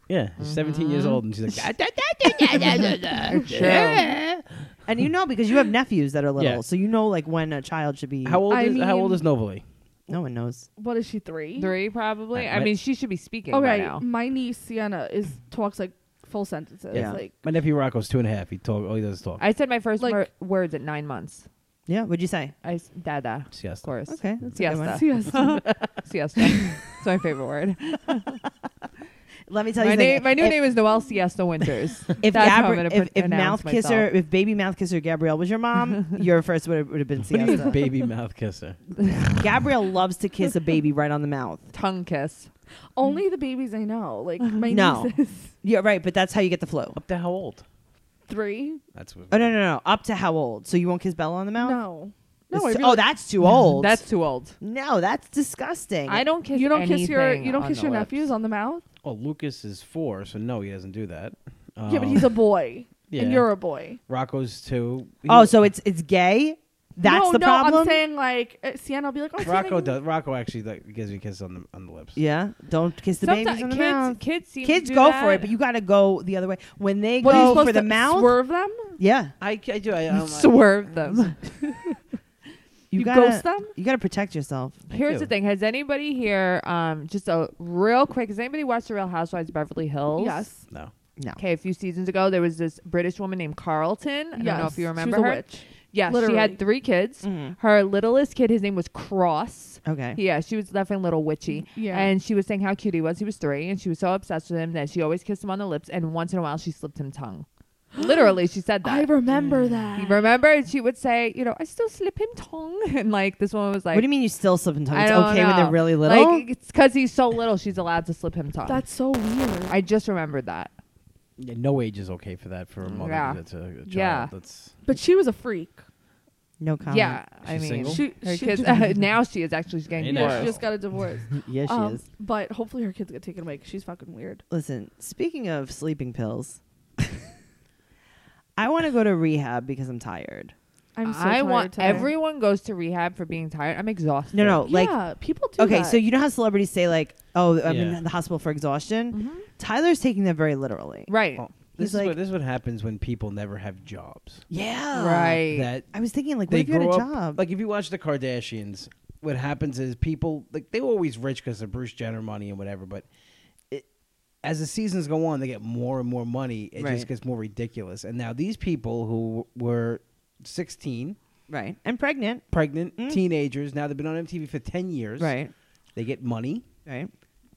Speaker 3: Yeah, he's 17 years
Speaker 6: Mm-hmm.
Speaker 3: old, and she's like, "God,
Speaker 5: It's true.
Speaker 4: And you know because you have nephews that are little,
Speaker 3: Yeah.
Speaker 4: so you know like when a child should be.
Speaker 3: "How old
Speaker 6: I
Speaker 3: is How
Speaker 6: mean-
Speaker 3: old is Novali?"
Speaker 4: No one knows.
Speaker 6: What is she three?
Speaker 5: Three, probably.
Speaker 3: Uh,
Speaker 5: I
Speaker 3: my-
Speaker 5: mean, she should be speaking by
Speaker 6: Okay,
Speaker 5: now.
Speaker 6: my niece Sienna is talks like full sentences.
Speaker 4: Yeah.
Speaker 6: Like
Speaker 3: My nephew Rocco's two and a half. He talk. All he does is talk.
Speaker 5: I said my first
Speaker 6: Like-
Speaker 5: mer- words at nine months.
Speaker 4: Yeah, what'd you say?
Speaker 5: I s- dada, of
Speaker 3: Siesta.
Speaker 5: course.
Speaker 4: Okay, that's a good
Speaker 5: siesta.
Speaker 4: one.
Speaker 5: [LAUGHS] siesta.
Speaker 6: siesta.
Speaker 5: It's my favorite
Speaker 6: [LAUGHS]
Speaker 5: word.
Speaker 4: Let me tell
Speaker 5: My
Speaker 4: you
Speaker 5: name,
Speaker 4: something.
Speaker 5: my new
Speaker 4: if,
Speaker 5: name is Noelle Siesta Winters. [LAUGHS]
Speaker 4: If,
Speaker 5: That's how I'm
Speaker 4: Gabri-
Speaker 5: gonna
Speaker 4: if,
Speaker 5: pr-
Speaker 4: if
Speaker 5: announce
Speaker 4: mouth kisser,
Speaker 5: myself.
Speaker 4: if baby mouth kisser Gabrielle was your
Speaker 3: [LAUGHS]
Speaker 4: mom, your first would have, would have been
Speaker 3: What do you
Speaker 4: siesta.
Speaker 6: [LAUGHS]
Speaker 3: baby mouth kisser?
Speaker 4: Gabrielle loves to kiss a baby right on the mouth.
Speaker 5: Tongue kiss.
Speaker 6: Only the babies I know. Like my
Speaker 4: No.
Speaker 6: niece is [LAUGHS]
Speaker 4: Yeah, right. But that's how you get the flu.
Speaker 3: Up to how old?
Speaker 6: three.
Speaker 3: That's what.
Speaker 4: Oh no, no, no. Up to how old? So you won't kiss Bella on the mouth?
Speaker 6: No.
Speaker 4: It's
Speaker 6: No, I
Speaker 4: too-
Speaker 6: really,
Speaker 4: oh, that's too old.
Speaker 5: That's too old.
Speaker 4: no, that's disgusting.
Speaker 5: I don't kiss.
Speaker 6: you don't kiss your
Speaker 5: anything
Speaker 6: you don't
Speaker 5: on
Speaker 6: kiss
Speaker 5: the
Speaker 6: your
Speaker 5: lips.
Speaker 6: nephews on the mouth.
Speaker 3: Well, Oh, Lucas is four, so no, he doesn't do that.
Speaker 6: yeah, but
Speaker 3: Um,
Speaker 4: Oh.
Speaker 6: he's a boy,
Speaker 3: yeah.
Speaker 6: and you're a boy.
Speaker 3: Rocco's two. He-
Speaker 4: Oh, so it's it's gay. That's
Speaker 6: no,
Speaker 4: the
Speaker 6: no,
Speaker 4: problem.
Speaker 6: I'm saying like uh, Sienna will be like, oh, Sienna,
Speaker 3: Rocco
Speaker 6: you-
Speaker 3: does. Rocco actually like, gives me kisses on the on the lips.
Speaker 4: yeah, don't kiss the
Speaker 5: Someti-
Speaker 4: babies on the
Speaker 5: kids,
Speaker 4: mouth.
Speaker 5: kids, seem to
Speaker 4: Kids
Speaker 5: do
Speaker 4: go for
Speaker 5: that.
Speaker 4: it,
Speaker 6: [LAUGHS]
Speaker 4: but you got to go the other way when they
Speaker 6: What are you
Speaker 4: go
Speaker 6: supposed
Speaker 4: Oh, for the
Speaker 6: to
Speaker 4: mouth.
Speaker 6: Swerve them?
Speaker 4: Yeah,
Speaker 3: I, I do.
Speaker 5: oh
Speaker 3: I,
Speaker 5: [LAUGHS]
Speaker 3: um,
Speaker 5: swerve
Speaker 6: [LAUGHS]
Speaker 5: them.
Speaker 4: you,
Speaker 6: You
Speaker 4: gotta
Speaker 6: ghost them?
Speaker 4: you gotta protect yourself.
Speaker 5: Here's the
Speaker 3: do.
Speaker 5: thing: Has anybody here, um, just a real quick? Has anybody watched the Real Housewives of Beverly Hills?
Speaker 6: Yes.
Speaker 3: no.
Speaker 4: No,
Speaker 5: Okay, a few seasons ago, there was this British woman named Carlton. I don't know if you remember
Speaker 6: she was
Speaker 5: her.
Speaker 6: A witch.
Speaker 5: Yeah, she
Speaker 6: Literally. Mm-hmm.
Speaker 5: had three kids. Her littlest kid, his name was Cross.
Speaker 4: Okay. Mm,
Speaker 5: Yeah, she was definitely a little witchy.
Speaker 6: Yeah.
Speaker 5: And she was saying how cute he was. He was three, and she was so obsessed with him that she always kissed him on the lips, and once in a while, she slipped
Speaker 4: [GASPS]
Speaker 5: him tongue. Literally, she said
Speaker 6: I
Speaker 5: that.
Speaker 6: remember that.
Speaker 5: You remember? And she would say, you know, I still slip him tongue. [LAUGHS] And like, this woman was like,
Speaker 4: what do you mean you still slip and tongue?
Speaker 5: I
Speaker 4: It's
Speaker 5: don't
Speaker 4: okay when
Speaker 5: know.
Speaker 4: they're really little.
Speaker 5: Like, it's because he's so little, she's allowed to slip him tongue.
Speaker 6: That's so weird.
Speaker 5: I just remembered that.
Speaker 3: Yeah, no age is okay for that for a mother
Speaker 5: Yeah.
Speaker 3: that's a, a child.
Speaker 5: Yeah.
Speaker 3: That's
Speaker 6: but she was a freak.
Speaker 4: no comment.
Speaker 5: yeah, I
Speaker 3: She's
Speaker 5: mean,
Speaker 3: single?
Speaker 6: She,
Speaker 5: her
Speaker 6: she,
Speaker 5: kids.
Speaker 4: [LAUGHS]
Speaker 5: [LAUGHS] now she is actually she's
Speaker 3: Hey,
Speaker 5: getting
Speaker 3: now.
Speaker 6: yeah, she
Speaker 5: divorced.
Speaker 6: just got a divorce.
Speaker 4: yes, [LAUGHS] she
Speaker 6: um,
Speaker 4: is.
Speaker 6: but hopefully her kids get taken away 'cause she's fucking weird.
Speaker 4: Listen, speaking of sleeping pills, [LAUGHS] I want to go to rehab because I'm tired.
Speaker 6: I'm so
Speaker 5: I
Speaker 6: tired
Speaker 5: want
Speaker 6: today.
Speaker 5: everyone goes to rehab for being tired. I'm exhausted.
Speaker 4: No, no, like
Speaker 6: yeah, people do
Speaker 4: okay.
Speaker 6: that.
Speaker 4: So you know how celebrities say like, "Oh, I'm
Speaker 3: Yeah.
Speaker 4: in the hospital for exhaustion."
Speaker 6: Mm-hmm.
Speaker 4: Tyler's taking that very literally.
Speaker 5: Right.
Speaker 3: oh,
Speaker 4: He's
Speaker 3: this is
Speaker 4: like-
Speaker 3: what this is what happens when people never have jobs. Oh.
Speaker 4: Yeah.
Speaker 5: Right.
Speaker 3: That
Speaker 4: I was thinking like, what
Speaker 3: they
Speaker 4: if you had
Speaker 3: grow
Speaker 4: a
Speaker 3: up
Speaker 4: job?
Speaker 3: like if you watch the Kardashians, what happens is people like they were always rich because of Bruce Jenner money and whatever, but. it- As the seasons go on, they get more and more money. It
Speaker 4: Right.
Speaker 3: just gets more ridiculous. And now these people who were 16,
Speaker 4: right. And pregnant.
Speaker 3: pregnant, teenagers, now they've been on MTV for 10 years.
Speaker 4: Right.
Speaker 3: They get money.
Speaker 4: Right.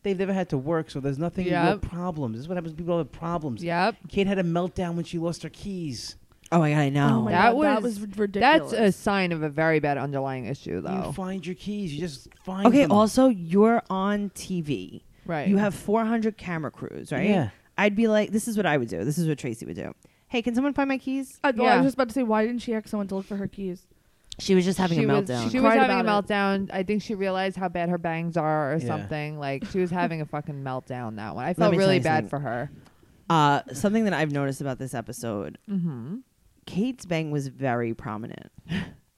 Speaker 3: They've never had to work, so there's nothing real
Speaker 5: Yep.
Speaker 3: problems. This is what happens. when People have problems.
Speaker 5: Yep.
Speaker 3: Kate had a meltdown when she lost her keys.
Speaker 4: Oh my god, I know.
Speaker 6: oh my
Speaker 5: That
Speaker 6: God, that
Speaker 5: was-
Speaker 6: was ridiculous.
Speaker 5: That's a sign of a very bad underlying issue, though.
Speaker 3: You find your keys. You just find
Speaker 4: okay.
Speaker 3: them.
Speaker 4: Also, you're on TV.
Speaker 5: Right.
Speaker 4: You have 400 camera crews, right?
Speaker 3: Yeah.
Speaker 4: I'd be like, this is what I would do. This is what Tracy would do. Hey, can someone find my keys?
Speaker 6: I, Uh, well, I
Speaker 5: Yeah.
Speaker 6: was just about to say, why didn't she ask someone to look for her keys?
Speaker 4: She was just having
Speaker 5: she
Speaker 4: a meltdown.
Speaker 5: Was, she was
Speaker 6: Cried
Speaker 5: having a
Speaker 6: about it.
Speaker 5: meltdown. I think she realized how bad her bangs are or
Speaker 3: Yeah.
Speaker 5: something. Like she was having a fucking meltdown that one. I felt
Speaker 4: me tell
Speaker 5: really
Speaker 4: you
Speaker 5: bad
Speaker 4: something.
Speaker 5: for her.
Speaker 4: uh, something that I've noticed about this episode,
Speaker 5: Mm-hmm.
Speaker 4: Kate's bang was very prominent.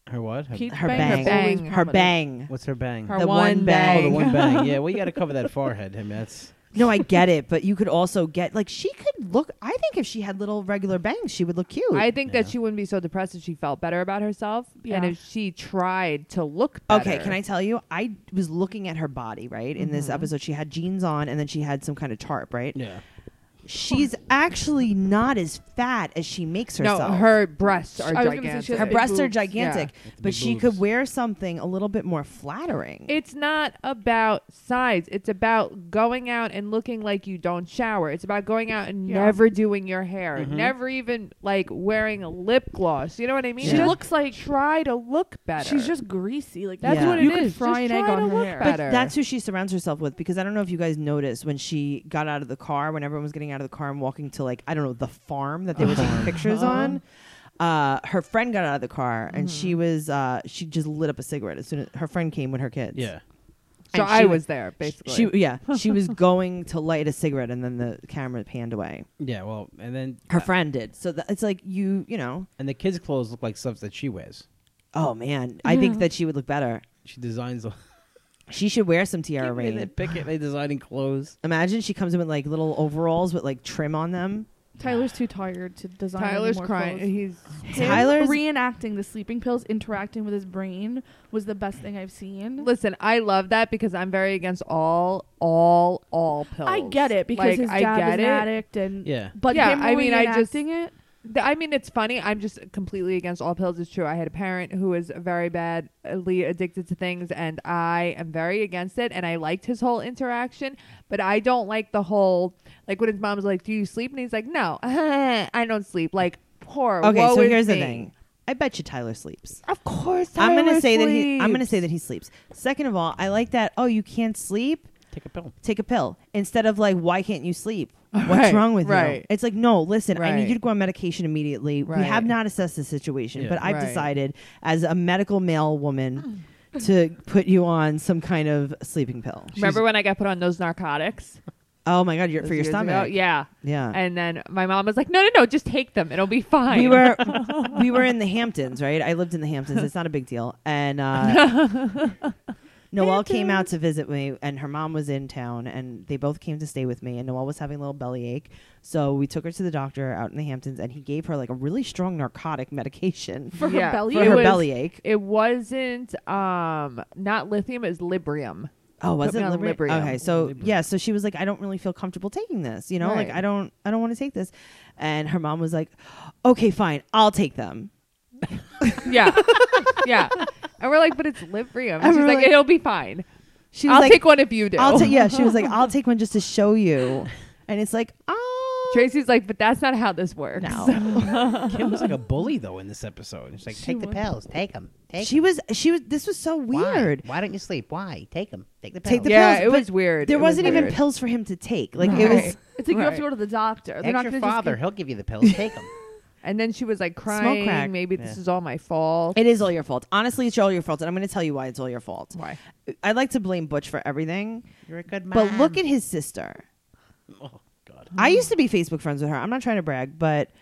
Speaker 3: her what? Her,
Speaker 6: Kate
Speaker 4: Her
Speaker 6: Bang.
Speaker 4: bang.
Speaker 6: always
Speaker 5: Bang.
Speaker 4: Her
Speaker 6: prominent.
Speaker 4: bang.
Speaker 3: what's her bang?
Speaker 5: Her
Speaker 4: The
Speaker 5: one,
Speaker 4: one
Speaker 3: oh,
Speaker 4: bang.
Speaker 3: the
Speaker 5: bang.
Speaker 3: one bang. yeah. Well, you got to cover that forehead. I mean, that's
Speaker 4: No, I get it, but you could also get like she could look. I think if she had little regular bangs, she would look cute.
Speaker 5: I think
Speaker 3: Yeah.
Speaker 5: that she wouldn't be so depressed if she felt better about herself,
Speaker 6: Yeah.
Speaker 5: and if she tried to look. better. Mm-hmm.
Speaker 4: Okay, can I tell you? I was looking at her body, right? In this episode, she had jeans on and then she had some kind of tarp, right?
Speaker 3: yeah.
Speaker 4: she's actually not as fat as she makes herself.
Speaker 5: No, her breasts are
Speaker 6: I was gonna say she
Speaker 5: gigantic.
Speaker 6: has
Speaker 4: her
Speaker 6: big
Speaker 4: breasts are
Speaker 6: boobs.
Speaker 4: gigantic,
Speaker 5: Yeah.
Speaker 4: but
Speaker 3: big
Speaker 4: she
Speaker 3: boobs.
Speaker 4: could wear something a little bit more flattering.
Speaker 5: It's not about size. It's about going out and looking like you don't shower. It's about going out and
Speaker 6: Yeah.
Speaker 5: never doing your hair, never even like wearing a lip gloss. You know what I mean?
Speaker 6: She
Speaker 5: Just
Speaker 6: looks like
Speaker 5: try to look better.
Speaker 6: she's just greasy. Like
Speaker 5: that's
Speaker 4: Yeah.
Speaker 5: what it is.
Speaker 6: you could fry
Speaker 5: Just
Speaker 6: an egg
Speaker 5: try
Speaker 6: on
Speaker 5: to
Speaker 6: her
Speaker 5: look
Speaker 6: hair.
Speaker 5: better.
Speaker 4: But that's who she surrounds herself with because I don't know if you guys noticed when she got out of the car, when everyone was getting out of the car and walking to like I don't know the farm that they were
Speaker 3: Uh-huh.
Speaker 4: taking pictures on. Uh, her friend got out of the car and
Speaker 3: Mm-hmm.
Speaker 4: she was uh, she just lit up a cigarette as soon as her friend came with her kids.
Speaker 3: Yeah.
Speaker 4: and
Speaker 5: so I
Speaker 4: she
Speaker 5: was
Speaker 4: was-
Speaker 5: there basically.
Speaker 4: She
Speaker 3: [LAUGHS]
Speaker 4: yeah she was going to light a cigarette and then the camera panned away.
Speaker 3: Yeah. Well, and then
Speaker 4: Her friend did so that, it's like you you know
Speaker 3: and the kids' clothes look like stuff that she wears.
Speaker 4: oh man I think that she would look better.
Speaker 3: She designs the
Speaker 4: She should wear some tiara
Speaker 3: Give me
Speaker 4: ring.
Speaker 3: the picket. They designing clothes.
Speaker 4: Imagine she comes in with like little overalls with like trim on them.
Speaker 6: Tyler's too tired to design. any
Speaker 5: Tyler's
Speaker 6: more
Speaker 5: crying.
Speaker 6: clothes.
Speaker 5: He's
Speaker 6: Him
Speaker 4: Tyler's-
Speaker 6: reenacting the sleeping pills, interacting with his brain was the best thing I've seen.
Speaker 5: Listen, I love that because I'm very against all, all, all pills.
Speaker 6: I get it because
Speaker 5: Like,
Speaker 6: his
Speaker 5: I
Speaker 6: dad was
Speaker 5: get
Speaker 6: an
Speaker 5: it.
Speaker 6: addict and
Speaker 3: Yeah.
Speaker 6: But
Speaker 5: Yeah,
Speaker 6: him
Speaker 5: I mean, I just-
Speaker 6: reenacting it.
Speaker 5: Th- I mean, it's funny. I'm just completely against all pills. It's true. I had a parent who was very badly addicted to things, and I am very against it. And I liked his whole interaction, but I don't like the whole like when his mom's like, "Do you sleep?" and he's like, "No, [LAUGHS] I don't sleep." Like, poor.
Speaker 4: Okay,
Speaker 5: woe
Speaker 4: so
Speaker 5: is
Speaker 4: here's the
Speaker 5: me.
Speaker 4: thing. I bet you Tyler sleeps.
Speaker 5: Of course,
Speaker 4: I'm gonna
Speaker 5: Tyler
Speaker 4: say that he. I'm gonna
Speaker 5: sleeps.
Speaker 4: say that he sleeps. Second of all, I like that. Oh, you can't sleep.
Speaker 3: Take a pill.
Speaker 4: Take a pill instead of like, why can't you sleep? What's
Speaker 5: Right,
Speaker 4: wrong with you?
Speaker 5: right.
Speaker 4: It's like, no, listen, I
Speaker 5: Right.
Speaker 4: need you to go on medication immediately. We
Speaker 5: Right.
Speaker 4: have not assessed the situation,
Speaker 3: Yeah.
Speaker 4: but I've
Speaker 5: Right.
Speaker 4: decided as a medical male woman to put you on some kind of sleeping pill.
Speaker 5: Remember when I got put on those narcotics
Speaker 4: Oh my god, you're
Speaker 5: those
Speaker 4: for your
Speaker 5: years ago?
Speaker 4: stomach.
Speaker 5: Yeah.
Speaker 4: Yeah.
Speaker 5: And then my mom was like, "No, no, no, just take them. It'll be fine."
Speaker 4: we
Speaker 5: [LAUGHS]
Speaker 4: were we were in the Hamptons, right? I lived in the Hamptons. It's not a big deal. And uh,
Speaker 5: [LAUGHS]
Speaker 4: Noelle came out to visit me, and her mom was in town, and they both came to stay with me. And Noelle was having a little bellyache, so we took her to the doctor out in the Hamptons, and he gave her like a really strong narcotic medication for
Speaker 6: For her
Speaker 5: Yeah,
Speaker 6: belly.
Speaker 5: for
Speaker 6: ache.
Speaker 5: It
Speaker 4: her
Speaker 5: was-
Speaker 4: bellyache.
Speaker 5: It wasn't um not lithium, it was librium.
Speaker 4: Oh, was
Speaker 5: put
Speaker 4: it
Speaker 5: me on
Speaker 4: Libri-
Speaker 5: Librium.
Speaker 4: Okay, so yeah, so she was like, I don't really feel comfortable taking this. You know, like
Speaker 5: Right.
Speaker 4: I don't, I don't want to take this. And her mom was like, Okay, fine, I'll take them.
Speaker 5: [LAUGHS] Yeah. yeah. And we're like, but it's librium.
Speaker 4: And
Speaker 5: She's
Speaker 4: we're
Speaker 5: like,
Speaker 4: like-
Speaker 5: it'll be fine.
Speaker 4: She was
Speaker 5: I'll
Speaker 4: like,
Speaker 5: take one if you do.
Speaker 4: I'll take. Yeah, she was like,
Speaker 5: [LAUGHS]
Speaker 4: I'll take one just to show you, and it's like, oh,
Speaker 5: Tracy's like, but that's not how this works. [LAUGHS]
Speaker 4: no.
Speaker 3: Kim was like a bully though in this episode. She's like,
Speaker 7: Take the pills. Take them. Take
Speaker 4: She was. She was. This was so
Speaker 7: Why?
Speaker 4: weird.
Speaker 7: Why don't you sleep? Why? Take them. Take the pills.
Speaker 4: Take the
Speaker 5: Yeah,
Speaker 4: pills,
Speaker 5: it
Speaker 4: but
Speaker 5: was weird.
Speaker 4: There
Speaker 5: It was
Speaker 4: wasn't even
Speaker 5: weird.
Speaker 4: pills for him to take. Like it
Speaker 5: Right.
Speaker 4: was.
Speaker 6: It's like you have
Speaker 5: Right.
Speaker 6: to go to the doctor. They're
Speaker 7: Ask
Speaker 6: not
Speaker 7: your
Speaker 6: going
Speaker 7: father. He'll give you the pills. Take
Speaker 4: [LAUGHS]
Speaker 7: them.
Speaker 5: And then she was like crying.
Speaker 4: crack.
Speaker 5: Maybe this is all my fault.
Speaker 4: It is all your fault. Honestly, it's all your fault, and I'm going to tell you why it's all your fault.
Speaker 5: Why?
Speaker 4: I like to blame Butch for everything,
Speaker 7: You're a good mom.
Speaker 4: but look at his sister.
Speaker 3: oh
Speaker 5: [GASPS]
Speaker 3: god.
Speaker 4: I used to be Facebook friends with her. I'm not trying to brag,
Speaker 5: [LAUGHS]
Speaker 4: but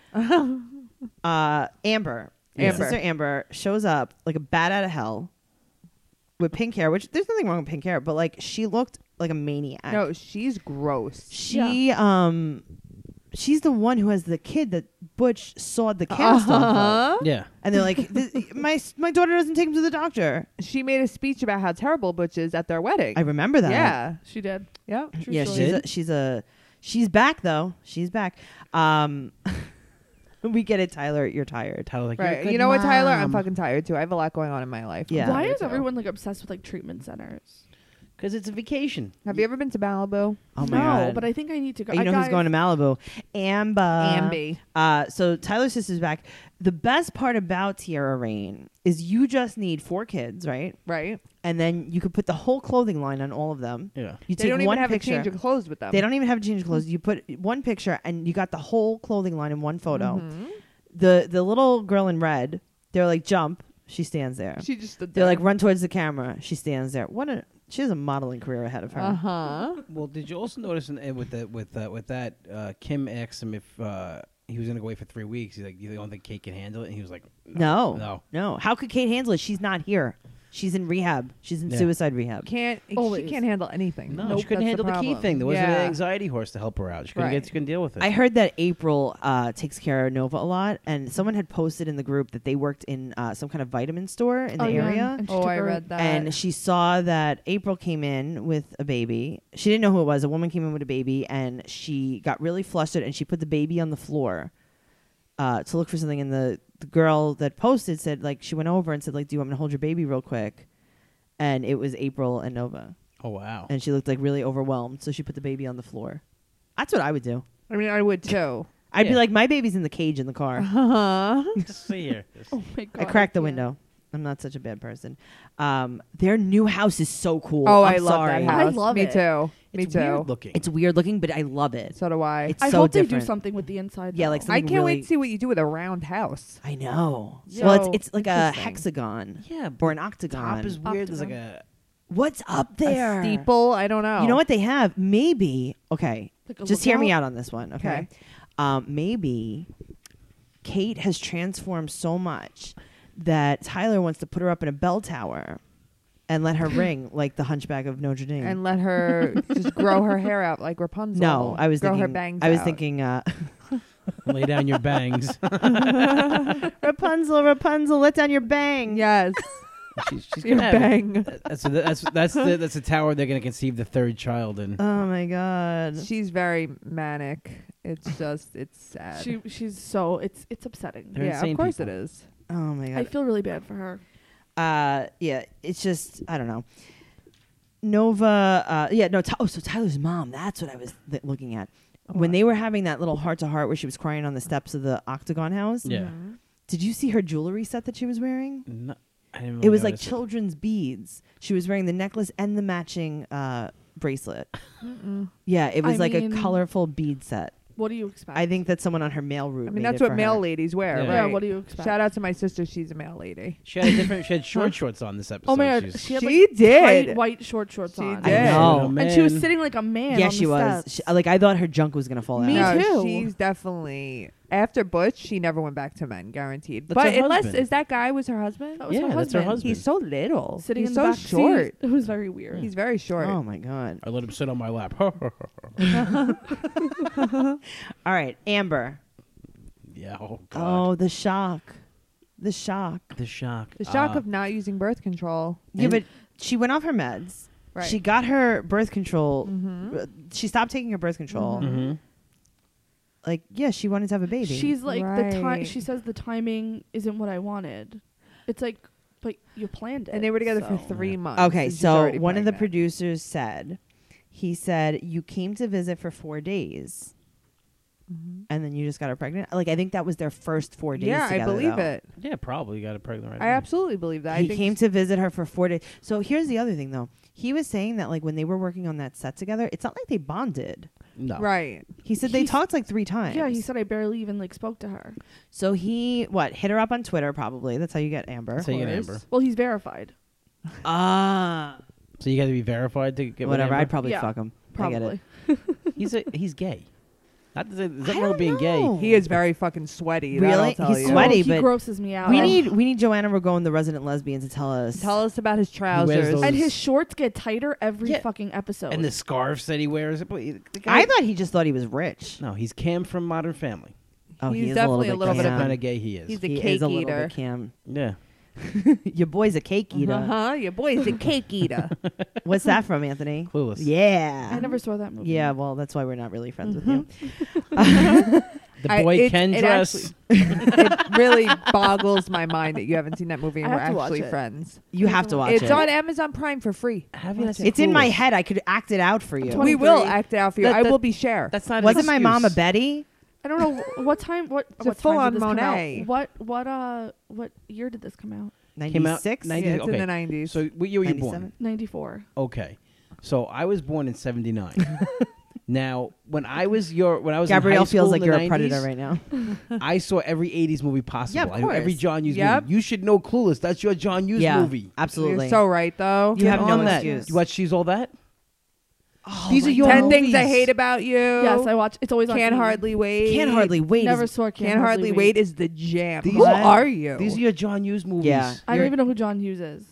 Speaker 4: uh, Amber,
Speaker 5: Amber.
Speaker 4: Amber, sister Amber shows up like a bat out of hell with pink hair. Which there's nothing wrong with pink hair, but like she looked like a maniac.
Speaker 5: No, she's gross.
Speaker 4: she um, she's the one who has the kid that Butch sawed the cast off
Speaker 5: Uh-huh.
Speaker 4: of.
Speaker 3: Yeah.
Speaker 4: And they're like, "Th- [LAUGHS] my my daughter doesn't take him to the doctor.
Speaker 5: She made a speech about how terrible Butch is at their wedding.
Speaker 4: I remember that.
Speaker 5: Yeah.
Speaker 6: She did.
Speaker 5: Yep.
Speaker 6: True
Speaker 4: yeah,
Speaker 6: story.
Speaker 4: she's a, she's a she's back though. She's back. Um, [LAUGHS] we get it, Tyler. You're tired.
Speaker 3: Tyler like,
Speaker 5: Right. You know what, Tyler? I'm fucking tired too. I have a lot going on in my life. I'm
Speaker 4: Yeah.
Speaker 6: Why
Speaker 5: tired,
Speaker 6: is
Speaker 5: too.
Speaker 6: everyone like obsessed with like treatment centers?
Speaker 3: because it's a vacation.
Speaker 5: Have you ever been to Malibu?
Speaker 4: Oh my
Speaker 6: no,
Speaker 4: god!
Speaker 6: but I think I need to go.
Speaker 4: you know
Speaker 6: I
Speaker 4: who's going to Malibu? Amber.
Speaker 5: Ambi.
Speaker 4: Uh, so Tyler's sister's back. The best part about Tierra Rain is you just need four kids, right?
Speaker 5: Right.
Speaker 4: And then you could put the whole clothing line on all of them.
Speaker 3: Yeah.
Speaker 4: You
Speaker 5: They
Speaker 4: take
Speaker 5: don't
Speaker 4: one
Speaker 5: even have
Speaker 4: picture.
Speaker 5: a change of clothes with them.
Speaker 4: They don't even have a change of
Speaker 5: hmm.
Speaker 4: clothes. You put one picture, and you got the whole clothing line in one photo.
Speaker 5: Mm-hmm.
Speaker 4: The the little girl in red, they're like jump. She stands there.
Speaker 5: She just stood
Speaker 4: they're
Speaker 5: there.
Speaker 4: like run towards the camera. She stands there. What a she has a modeling career ahead of her.
Speaker 5: uh huh.
Speaker 3: Well, did you also notice in, eh, with the, with uh, with that uh, Kim asked him if uh, he was gonna go away for three "Mm, weeks. He's like, "You don't think Kate can handle it?" And he was like,
Speaker 4: No,
Speaker 3: No.
Speaker 4: no. How could Kate handle it? She's not here. She's in rehab. She's in
Speaker 3: Yeah.
Speaker 4: suicide rehab.
Speaker 5: Can't she
Speaker 6: Always.
Speaker 5: can't handle anything?
Speaker 3: No,
Speaker 5: Nope,
Speaker 3: she couldn't
Speaker 5: that's
Speaker 3: handle the, key
Speaker 5: problem.
Speaker 3: thing. There wasn't
Speaker 5: yeah.
Speaker 3: an anxiety horse to help her out. She couldn't
Speaker 5: Right.
Speaker 3: get. She couldn't deal with it.
Speaker 4: I
Speaker 3: [LAUGHS]
Speaker 4: heard that April uh, takes care of Nova a lot, and someone had posted in the group that they worked in uh, some kind of vitamin store in
Speaker 6: Oh,
Speaker 4: the
Speaker 6: yeah,
Speaker 4: area.
Speaker 6: and she
Speaker 5: Oh,
Speaker 6: took
Speaker 5: I
Speaker 6: her-
Speaker 5: read that.
Speaker 4: and she saw that April came in with a baby. She didn't know who it was. A woman came in with a baby, and she got really flustered, and she put the baby on the floor uh, to look for something. And the, the girl that posted said, like, she went over and said, like, do you want me to hold your baby real quick? And it was April and Nova,
Speaker 3: Oh wow.
Speaker 4: and she looked like really overwhelmed, so she put the baby on the floor. That's what I would do.
Speaker 5: I mean, I would too.
Speaker 4: I'd be
Speaker 3: Yeah.
Speaker 4: like, my baby's in the cage in the car.
Speaker 5: [LAUGHS]
Speaker 3: Just see here.
Speaker 6: [LAUGHS]
Speaker 3: Just-
Speaker 6: Oh my god.
Speaker 4: I cracked the
Speaker 6: yeah.
Speaker 4: window. I'm not such a bad person. Um, their new house is so cool.
Speaker 5: oh,
Speaker 4: I'm
Speaker 5: i love
Speaker 4: sorry.
Speaker 5: that house.
Speaker 6: I love
Speaker 5: Me
Speaker 6: it.
Speaker 5: too. Me
Speaker 3: It's
Speaker 5: too.
Speaker 3: weird looking.
Speaker 4: It's weird looking, but I love it.
Speaker 5: So do I.
Speaker 4: It's
Speaker 6: I
Speaker 4: so
Speaker 6: hope they
Speaker 4: different.
Speaker 6: do something with the inside.
Speaker 4: Yeah,
Speaker 6: though.
Speaker 4: like
Speaker 5: I
Speaker 4: something
Speaker 5: can't
Speaker 4: really,
Speaker 5: wait to see what you do with a round house.
Speaker 4: I know. well, it's
Speaker 5: So
Speaker 4: it's like a
Speaker 5: interesting.
Speaker 4: hexagon
Speaker 3: yeah.
Speaker 4: or an
Speaker 3: Top
Speaker 4: octagon.
Speaker 3: is weird. There's like
Speaker 6: Octagon.
Speaker 3: a.
Speaker 4: What's up there?
Speaker 5: A steeple. I don't know.
Speaker 4: You know what they have? Maybe. Okay.
Speaker 6: Like a
Speaker 4: Just hear me
Speaker 6: lookout?
Speaker 4: out on this one, okay?
Speaker 5: Okay.
Speaker 4: Um, maybe Kate has transformed so much that Tyler wants to put her up in a bell tower and let
Speaker 5: [LAUGHS]
Speaker 4: her ring like the Hunchback of Notre Dame.
Speaker 5: And let her just grow her hair out like Rapunzel.
Speaker 4: no, I was
Speaker 5: grow
Speaker 4: thinking.
Speaker 5: her bangs.
Speaker 4: I was
Speaker 5: out.
Speaker 4: thinking.
Speaker 5: [LAUGHS]
Speaker 4: Uh,
Speaker 3: Lay down your [LAUGHS] bangs.
Speaker 4: Rapunzel, Rapunzel, let down your bang.
Speaker 5: Yes,
Speaker 3: she's, she's
Speaker 5: your
Speaker 3: gonna have-
Speaker 5: bang.
Speaker 3: That's the- that's that's the that's the tower they're gonna conceive the third child in.
Speaker 4: Oh my god.
Speaker 6: Mm-hmm.
Speaker 5: She's very manic.
Speaker 6: [LAUGHS]
Speaker 5: It's just, it's sad.
Speaker 6: She she's so it's it's upsetting.
Speaker 3: They're
Speaker 5: yeah,
Speaker 3: insane
Speaker 5: of course
Speaker 3: people.
Speaker 5: it is.
Speaker 4: Oh my god.
Speaker 6: I feel really bad for her.
Speaker 4: uh yeah it's just i don't know nova uh yeah no Ty- oh so tyler's mom that's what i was th- looking at
Speaker 3: Oh,
Speaker 4: when they were having that little heart to heart where she was crying on the steps of the octagon house
Speaker 3: Yeah.
Speaker 4: did you see her jewelry set that she was wearing
Speaker 3: No, I didn't really
Speaker 4: it was like
Speaker 3: notice
Speaker 4: children's beads she was wearing the necklace and the matching uh bracelet yeah it was
Speaker 6: I
Speaker 4: like
Speaker 6: mean-
Speaker 4: a colorful bead set
Speaker 6: What do you expect?
Speaker 4: i think that someone on her mail route
Speaker 5: I mean,
Speaker 4: made
Speaker 5: that's
Speaker 4: it
Speaker 5: what
Speaker 4: for
Speaker 5: male
Speaker 4: her.
Speaker 5: ladies wear.
Speaker 3: Yeah.
Speaker 6: Yeah,
Speaker 5: right?
Speaker 6: what do you expect?
Speaker 5: Shout out to my sister. She's a male lady.
Speaker 3: She had a different. She had short shorts on this episode.
Speaker 6: Oh my god,
Speaker 3: She's-
Speaker 6: she had
Speaker 5: She
Speaker 6: like
Speaker 5: did.
Speaker 6: tight white short shorts
Speaker 5: She
Speaker 6: on.
Speaker 5: did. I
Speaker 4: know.
Speaker 3: Oh,
Speaker 6: And she was
Speaker 3: man.
Speaker 6: sitting like a man.
Speaker 4: yeah
Speaker 6: on
Speaker 4: she
Speaker 6: the
Speaker 4: was
Speaker 6: steps.
Speaker 4: she, uh, like i thought her junk was gonna fall
Speaker 6: Me
Speaker 4: out
Speaker 5: no,
Speaker 6: too.
Speaker 5: She's definitely after Butch. She never went back to men, guaranteed.
Speaker 3: That's
Speaker 5: but
Speaker 3: her
Speaker 5: unless
Speaker 3: husband.
Speaker 5: is that guy was her husband?
Speaker 6: That was
Speaker 3: Yeah,
Speaker 6: her
Speaker 3: that's her
Speaker 6: husband.
Speaker 3: husband.
Speaker 5: He's so little.
Speaker 6: sitting
Speaker 5: He's
Speaker 6: in
Speaker 5: so
Speaker 6: the back seat.
Speaker 5: short.
Speaker 6: It was very weird.
Speaker 5: He's very short.
Speaker 4: oh my god
Speaker 3: I let him sit on my lap. [LAUGHS]
Speaker 4: all right amber
Speaker 3: yeah. Oh god.
Speaker 4: Oh, the shock. The shock.
Speaker 3: the shock.
Speaker 5: The shock
Speaker 3: Uh,
Speaker 5: of not using birth control.
Speaker 4: Yeah, but she went off her meds.
Speaker 5: Right. Mm-hmm.
Speaker 4: She got her birth control. uh, She stopped taking her birth control.
Speaker 3: Mhm.
Speaker 4: Like, yeah, she wanted to have a baby.
Speaker 6: She's like the time.
Speaker 5: Right.
Speaker 6: She says the timing isn't what I wanted. It's like, but you planned it.
Speaker 5: and they were together
Speaker 6: so.
Speaker 5: for three months.
Speaker 4: okay.
Speaker 5: and she's
Speaker 4: So
Speaker 5: already
Speaker 4: one of the
Speaker 5: pregnant.
Speaker 4: producers said, he said, you came to visit for four days, and then you just got her pregnant. Like, I think that was their first four days.
Speaker 5: Mm-hmm. Yeah, I
Speaker 4: together,
Speaker 5: believe
Speaker 4: though. Mm-hmm.
Speaker 5: it.
Speaker 3: Yeah, probably got it pregnant right
Speaker 5: I absolutely believe that.
Speaker 4: he
Speaker 5: I think
Speaker 4: came to visit her for four days. So here's the other thing, though. He was saying that like when they were working on that set together, it's not like they bonded.
Speaker 3: No.
Speaker 5: right.
Speaker 4: He said they
Speaker 6: He's-
Speaker 4: talked like three times.
Speaker 6: Yeah, he said I barely even like spoke to her.
Speaker 4: So he what hit her up on Twitter probably. That's how you get Amber.
Speaker 3: So you get
Speaker 4: Horrors.
Speaker 3: Amber.
Speaker 6: Well, he's verified.
Speaker 4: Ah,
Speaker 3: So you got to be verified to get with
Speaker 4: whatever.
Speaker 3: Amber?
Speaker 4: I'd probably
Speaker 6: Yeah,
Speaker 4: fuck him.
Speaker 6: Probably.
Speaker 4: I get it.
Speaker 3: He's a, he's gay. Not that there's
Speaker 4: I
Speaker 3: nothing wrong
Speaker 4: don't
Speaker 3: with being
Speaker 4: know.
Speaker 3: gay.
Speaker 5: He is very fucking sweaty. that
Speaker 4: Really?
Speaker 5: I'll tell
Speaker 4: He's
Speaker 5: you.
Speaker 6: Oh,
Speaker 4: sweaty,
Speaker 6: he
Speaker 4: but
Speaker 6: grosses me out.
Speaker 4: We need we need Joanna Ragone, the resident lesbian, to tell us.
Speaker 5: Tell us about his
Speaker 3: wears
Speaker 5: trousers.
Speaker 3: those-
Speaker 6: And his shorts get tighter every
Speaker 3: Yeah.
Speaker 6: fucking episode.
Speaker 3: And the scarves that he wears. The guy-
Speaker 4: I thought he just thought he was rich.
Speaker 3: no, he's Cam from Modern Family.
Speaker 4: Oh, he
Speaker 5: He's
Speaker 4: is
Speaker 5: definitely
Speaker 4: a
Speaker 5: a
Speaker 4: little
Speaker 5: little
Speaker 4: bit
Speaker 3: That's the
Speaker 5: bit
Speaker 4: cam.
Speaker 3: kind of gay he is.
Speaker 5: He's a
Speaker 4: he
Speaker 5: cake
Speaker 4: is a little
Speaker 5: eater.
Speaker 4: bit cam. [LAUGHS]
Speaker 3: yeah.
Speaker 4: Your boy's a cake eater.
Speaker 5: Uh huh. Your boy's a cake eater.
Speaker 4: What's that from,
Speaker 3: [LAUGHS]
Speaker 4: Anthony?
Speaker 3: Clueless.
Speaker 4: Yeah.
Speaker 6: I never saw that movie.
Speaker 4: Yeah, well, that's why we're not really friends with you.
Speaker 3: The
Speaker 5: I-
Speaker 3: boy
Speaker 5: it-
Speaker 3: can
Speaker 5: it
Speaker 3: dress.
Speaker 5: actually- it really boggles my mind that you haven't seen that movie and
Speaker 6: I
Speaker 5: we're
Speaker 6: have to watch
Speaker 5: actually
Speaker 6: it.
Speaker 5: friends.
Speaker 4: You have to watch
Speaker 5: it's
Speaker 4: it.
Speaker 5: on Amazon Prime for free.
Speaker 3: Have you not seen
Speaker 4: it's in my
Speaker 3: Clueless?
Speaker 4: head. I could act it out for you.
Speaker 5: We will
Speaker 6: 23.
Speaker 5: act it out for you.
Speaker 3: That-
Speaker 5: I
Speaker 3: that-
Speaker 5: will be share.
Speaker 3: That's not. an
Speaker 4: Wasn't my
Speaker 3: excuse.
Speaker 4: mom a Betty?
Speaker 6: I don't know wh- what time. What
Speaker 5: It's a
Speaker 6: what time
Speaker 5: full-on
Speaker 6: did this come out?
Speaker 5: Monet.
Speaker 6: What what uh what year did this come out?
Speaker 3: Came out
Speaker 4: 96?
Speaker 3: 90
Speaker 5: yeah, it's
Speaker 3: okay.
Speaker 5: in the nineties.
Speaker 3: So what year were you
Speaker 4: 97?
Speaker 3: born?
Speaker 6: Ninety four.
Speaker 3: Okay, so I was born in '79.
Speaker 4: [LAUGHS]
Speaker 3: now, when I was your, when I was in high
Speaker 4: Gabrielle feels
Speaker 3: school
Speaker 4: like
Speaker 3: in
Speaker 4: you're a
Speaker 3: the 90s,
Speaker 4: predator right now.
Speaker 3: I saw every '80s movie possible.
Speaker 4: Yeah, of
Speaker 3: I know every
Speaker 4: course.
Speaker 3: John Hughes
Speaker 5: Yep.
Speaker 3: movie. You should know Clueless. That's your John Hughes movie.
Speaker 4: absolutely.
Speaker 5: You're so right though.
Speaker 4: You have
Speaker 3: Get
Speaker 4: no
Speaker 3: on that.
Speaker 4: excuse.
Speaker 3: You watch She's All That?
Speaker 4: Oh
Speaker 3: These
Speaker 4: my
Speaker 3: are your
Speaker 5: Ten
Speaker 3: movies.
Speaker 5: things I hate about you.
Speaker 6: Yes, I watch. It's always on.
Speaker 5: can't
Speaker 6: TV.
Speaker 5: hardly wait.
Speaker 4: Can't hardly wait.
Speaker 6: Never
Speaker 4: is-
Speaker 6: saw.
Speaker 5: Can't, hardly wait. is the jam.
Speaker 3: These
Speaker 5: Who
Speaker 3: are-
Speaker 5: are you?
Speaker 3: These are your John Hughes movies.
Speaker 4: Yeah.
Speaker 6: I don't even know who John Hughes is.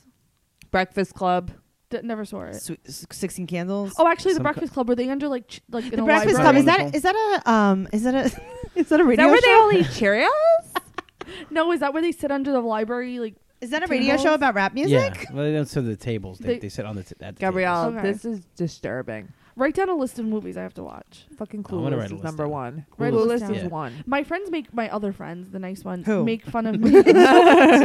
Speaker 5: Breakfast Club.
Speaker 6: D- never saw it.
Speaker 4: Sw- s- Sixteen Candles.
Speaker 6: Oh, actually,
Speaker 3: Some
Speaker 6: The
Speaker 3: co-
Speaker 6: Breakfast Club. Were they under like ch- like in
Speaker 4: the
Speaker 6: a
Speaker 4: Breakfast Club
Speaker 6: library?
Speaker 4: is that
Speaker 3: Wonderful.
Speaker 4: is that a um is that a [LAUGHS] is that a
Speaker 5: Is that
Speaker 4: radio
Speaker 5: where they
Speaker 4: show?
Speaker 5: all eat Cheerios?
Speaker 6: No, is that where they sit under the library? Like
Speaker 4: Is that a radio
Speaker 6: tables?
Speaker 4: show about rap music?
Speaker 3: Yeah. Well, they don't sit at the tables. They,
Speaker 6: They-
Speaker 3: they, sit on the t- at
Speaker 5: [LAUGHS]
Speaker 3: the
Speaker 5: Gabrielle,
Speaker 6: Okay.
Speaker 5: this is disturbing.
Speaker 6: write down a list of movies I have to watch.
Speaker 5: Fucking
Speaker 3: I wanna write
Speaker 5: Clueless
Speaker 3: a
Speaker 5: is
Speaker 3: list
Speaker 5: number
Speaker 3: down.
Speaker 5: one.
Speaker 6: Write a
Speaker 5: Clueless
Speaker 6: list
Speaker 5: is
Speaker 3: down.
Speaker 5: one.
Speaker 6: My friends make my other friends, the nice ones,
Speaker 4: Who?
Speaker 6: make
Speaker 4: [LAUGHS]
Speaker 6: fun of me.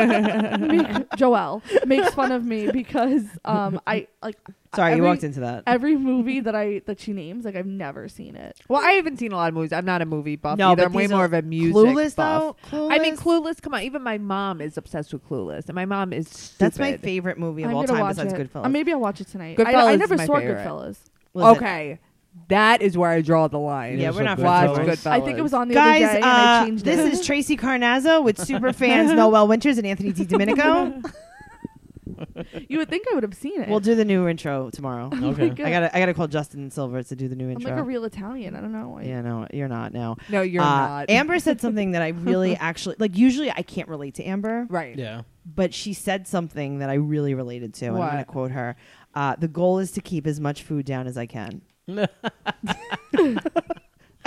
Speaker 6: Make- Joelle makes fun of me because um I like
Speaker 4: Sorry,
Speaker 6: every,
Speaker 4: you walked into that.
Speaker 6: every movie that I that she names. Like I've never seen it.
Speaker 5: Well, I haven't seen a lot of movies. I'm not a movie buff
Speaker 4: No,
Speaker 5: either.
Speaker 4: but
Speaker 5: I'm way
Speaker 4: these
Speaker 5: more
Speaker 4: are
Speaker 5: of a music
Speaker 4: Clueless
Speaker 5: buff.
Speaker 4: though. Clueless?
Speaker 5: I mean, Clueless. Come on, even my mom is obsessed with Clueless, and my mom is stupid.
Speaker 4: That's my favorite movie of
Speaker 6: I'm
Speaker 4: all
Speaker 6: gonna
Speaker 4: time
Speaker 6: watch
Speaker 4: besides
Speaker 6: it.
Speaker 4: Goodfellas.
Speaker 6: Uh, maybe I'll watch it tonight.
Speaker 5: Goodfellas
Speaker 6: I, I
Speaker 5: is
Speaker 6: never
Speaker 5: my
Speaker 6: saw
Speaker 5: favorite.
Speaker 6: Goodfellas.
Speaker 4: Listen,
Speaker 5: Okay, that is where I draw the line.
Speaker 4: Yeah,
Speaker 3: Yeah,
Speaker 4: we're not
Speaker 3: so
Speaker 5: Watch
Speaker 3: Goodfellas.
Speaker 5: Goodfellas.
Speaker 6: I think it was on the
Speaker 4: Guys,
Speaker 6: other day, and I
Speaker 4: uh,
Speaker 6: changed
Speaker 4: this
Speaker 6: it.
Speaker 4: is Tracy Carnazzo with super fans Noel Winters and Anthony D.
Speaker 6: [LAUGHS]
Speaker 4: Domenico.
Speaker 6: [LAUGHS] you would think I would have seen it. [LAUGHS]
Speaker 4: we'll do the new intro tomorrow.
Speaker 3: Okay.
Speaker 4: [LAUGHS]
Speaker 6: Good.
Speaker 4: I gotta, I gotta call Justin Silver to do the new
Speaker 6: I'm
Speaker 4: intro.
Speaker 6: like a real Italian. I don't know. Like,
Speaker 4: yeah, no, you're not now.
Speaker 5: No, you're
Speaker 4: Uh,
Speaker 5: not.
Speaker 4: Amber
Speaker 5: [LAUGHS]
Speaker 4: said something that I really actually like. Usually, I can't relate to Amber,
Speaker 5: right.
Speaker 3: Yeah.
Speaker 4: but she said something that I really related to. and I'm going to
Speaker 5: What?
Speaker 4: quote her. Uh, the goal is to keep as much food down as I
Speaker 5: [LAUGHS]
Speaker 4: can. I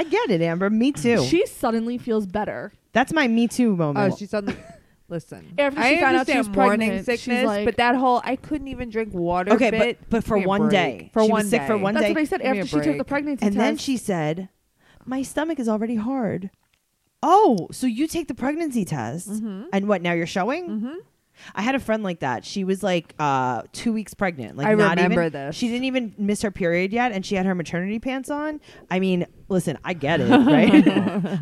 Speaker 4: get it, Amber. Me too.
Speaker 6: She suddenly feels better.
Speaker 4: That's my Me Too moment.
Speaker 5: Oh, she's on the. Listen,
Speaker 6: After she
Speaker 5: I
Speaker 6: found out she
Speaker 5: understand
Speaker 6: was
Speaker 5: morning
Speaker 6: pregnant, she's
Speaker 5: sickness,
Speaker 6: like-
Speaker 5: but that whole I couldn't even drink water.
Speaker 4: okay,
Speaker 5: bit,
Speaker 4: but but for
Speaker 5: give me a
Speaker 4: one
Speaker 5: break.
Speaker 4: day,
Speaker 5: for
Speaker 4: she
Speaker 5: one
Speaker 4: was sick
Speaker 5: day.
Speaker 4: for one
Speaker 6: That's
Speaker 4: day,
Speaker 6: what I said
Speaker 5: Give me
Speaker 6: after
Speaker 5: a
Speaker 6: she took the
Speaker 5: break.
Speaker 6: pregnancy
Speaker 4: and
Speaker 6: test.
Speaker 4: then she said, "My stomach is already hard." Oh, so you take the pregnancy test, and what now? You're showing. Mm-hmm. I had a friend like that. She was like uh, two weeks pregnant. Like
Speaker 5: I
Speaker 4: not
Speaker 5: remember
Speaker 4: even,
Speaker 5: this.
Speaker 4: She didn't even miss her period yet, and she had her maternity pants on. I mean, listen, I get [LAUGHS] it, right?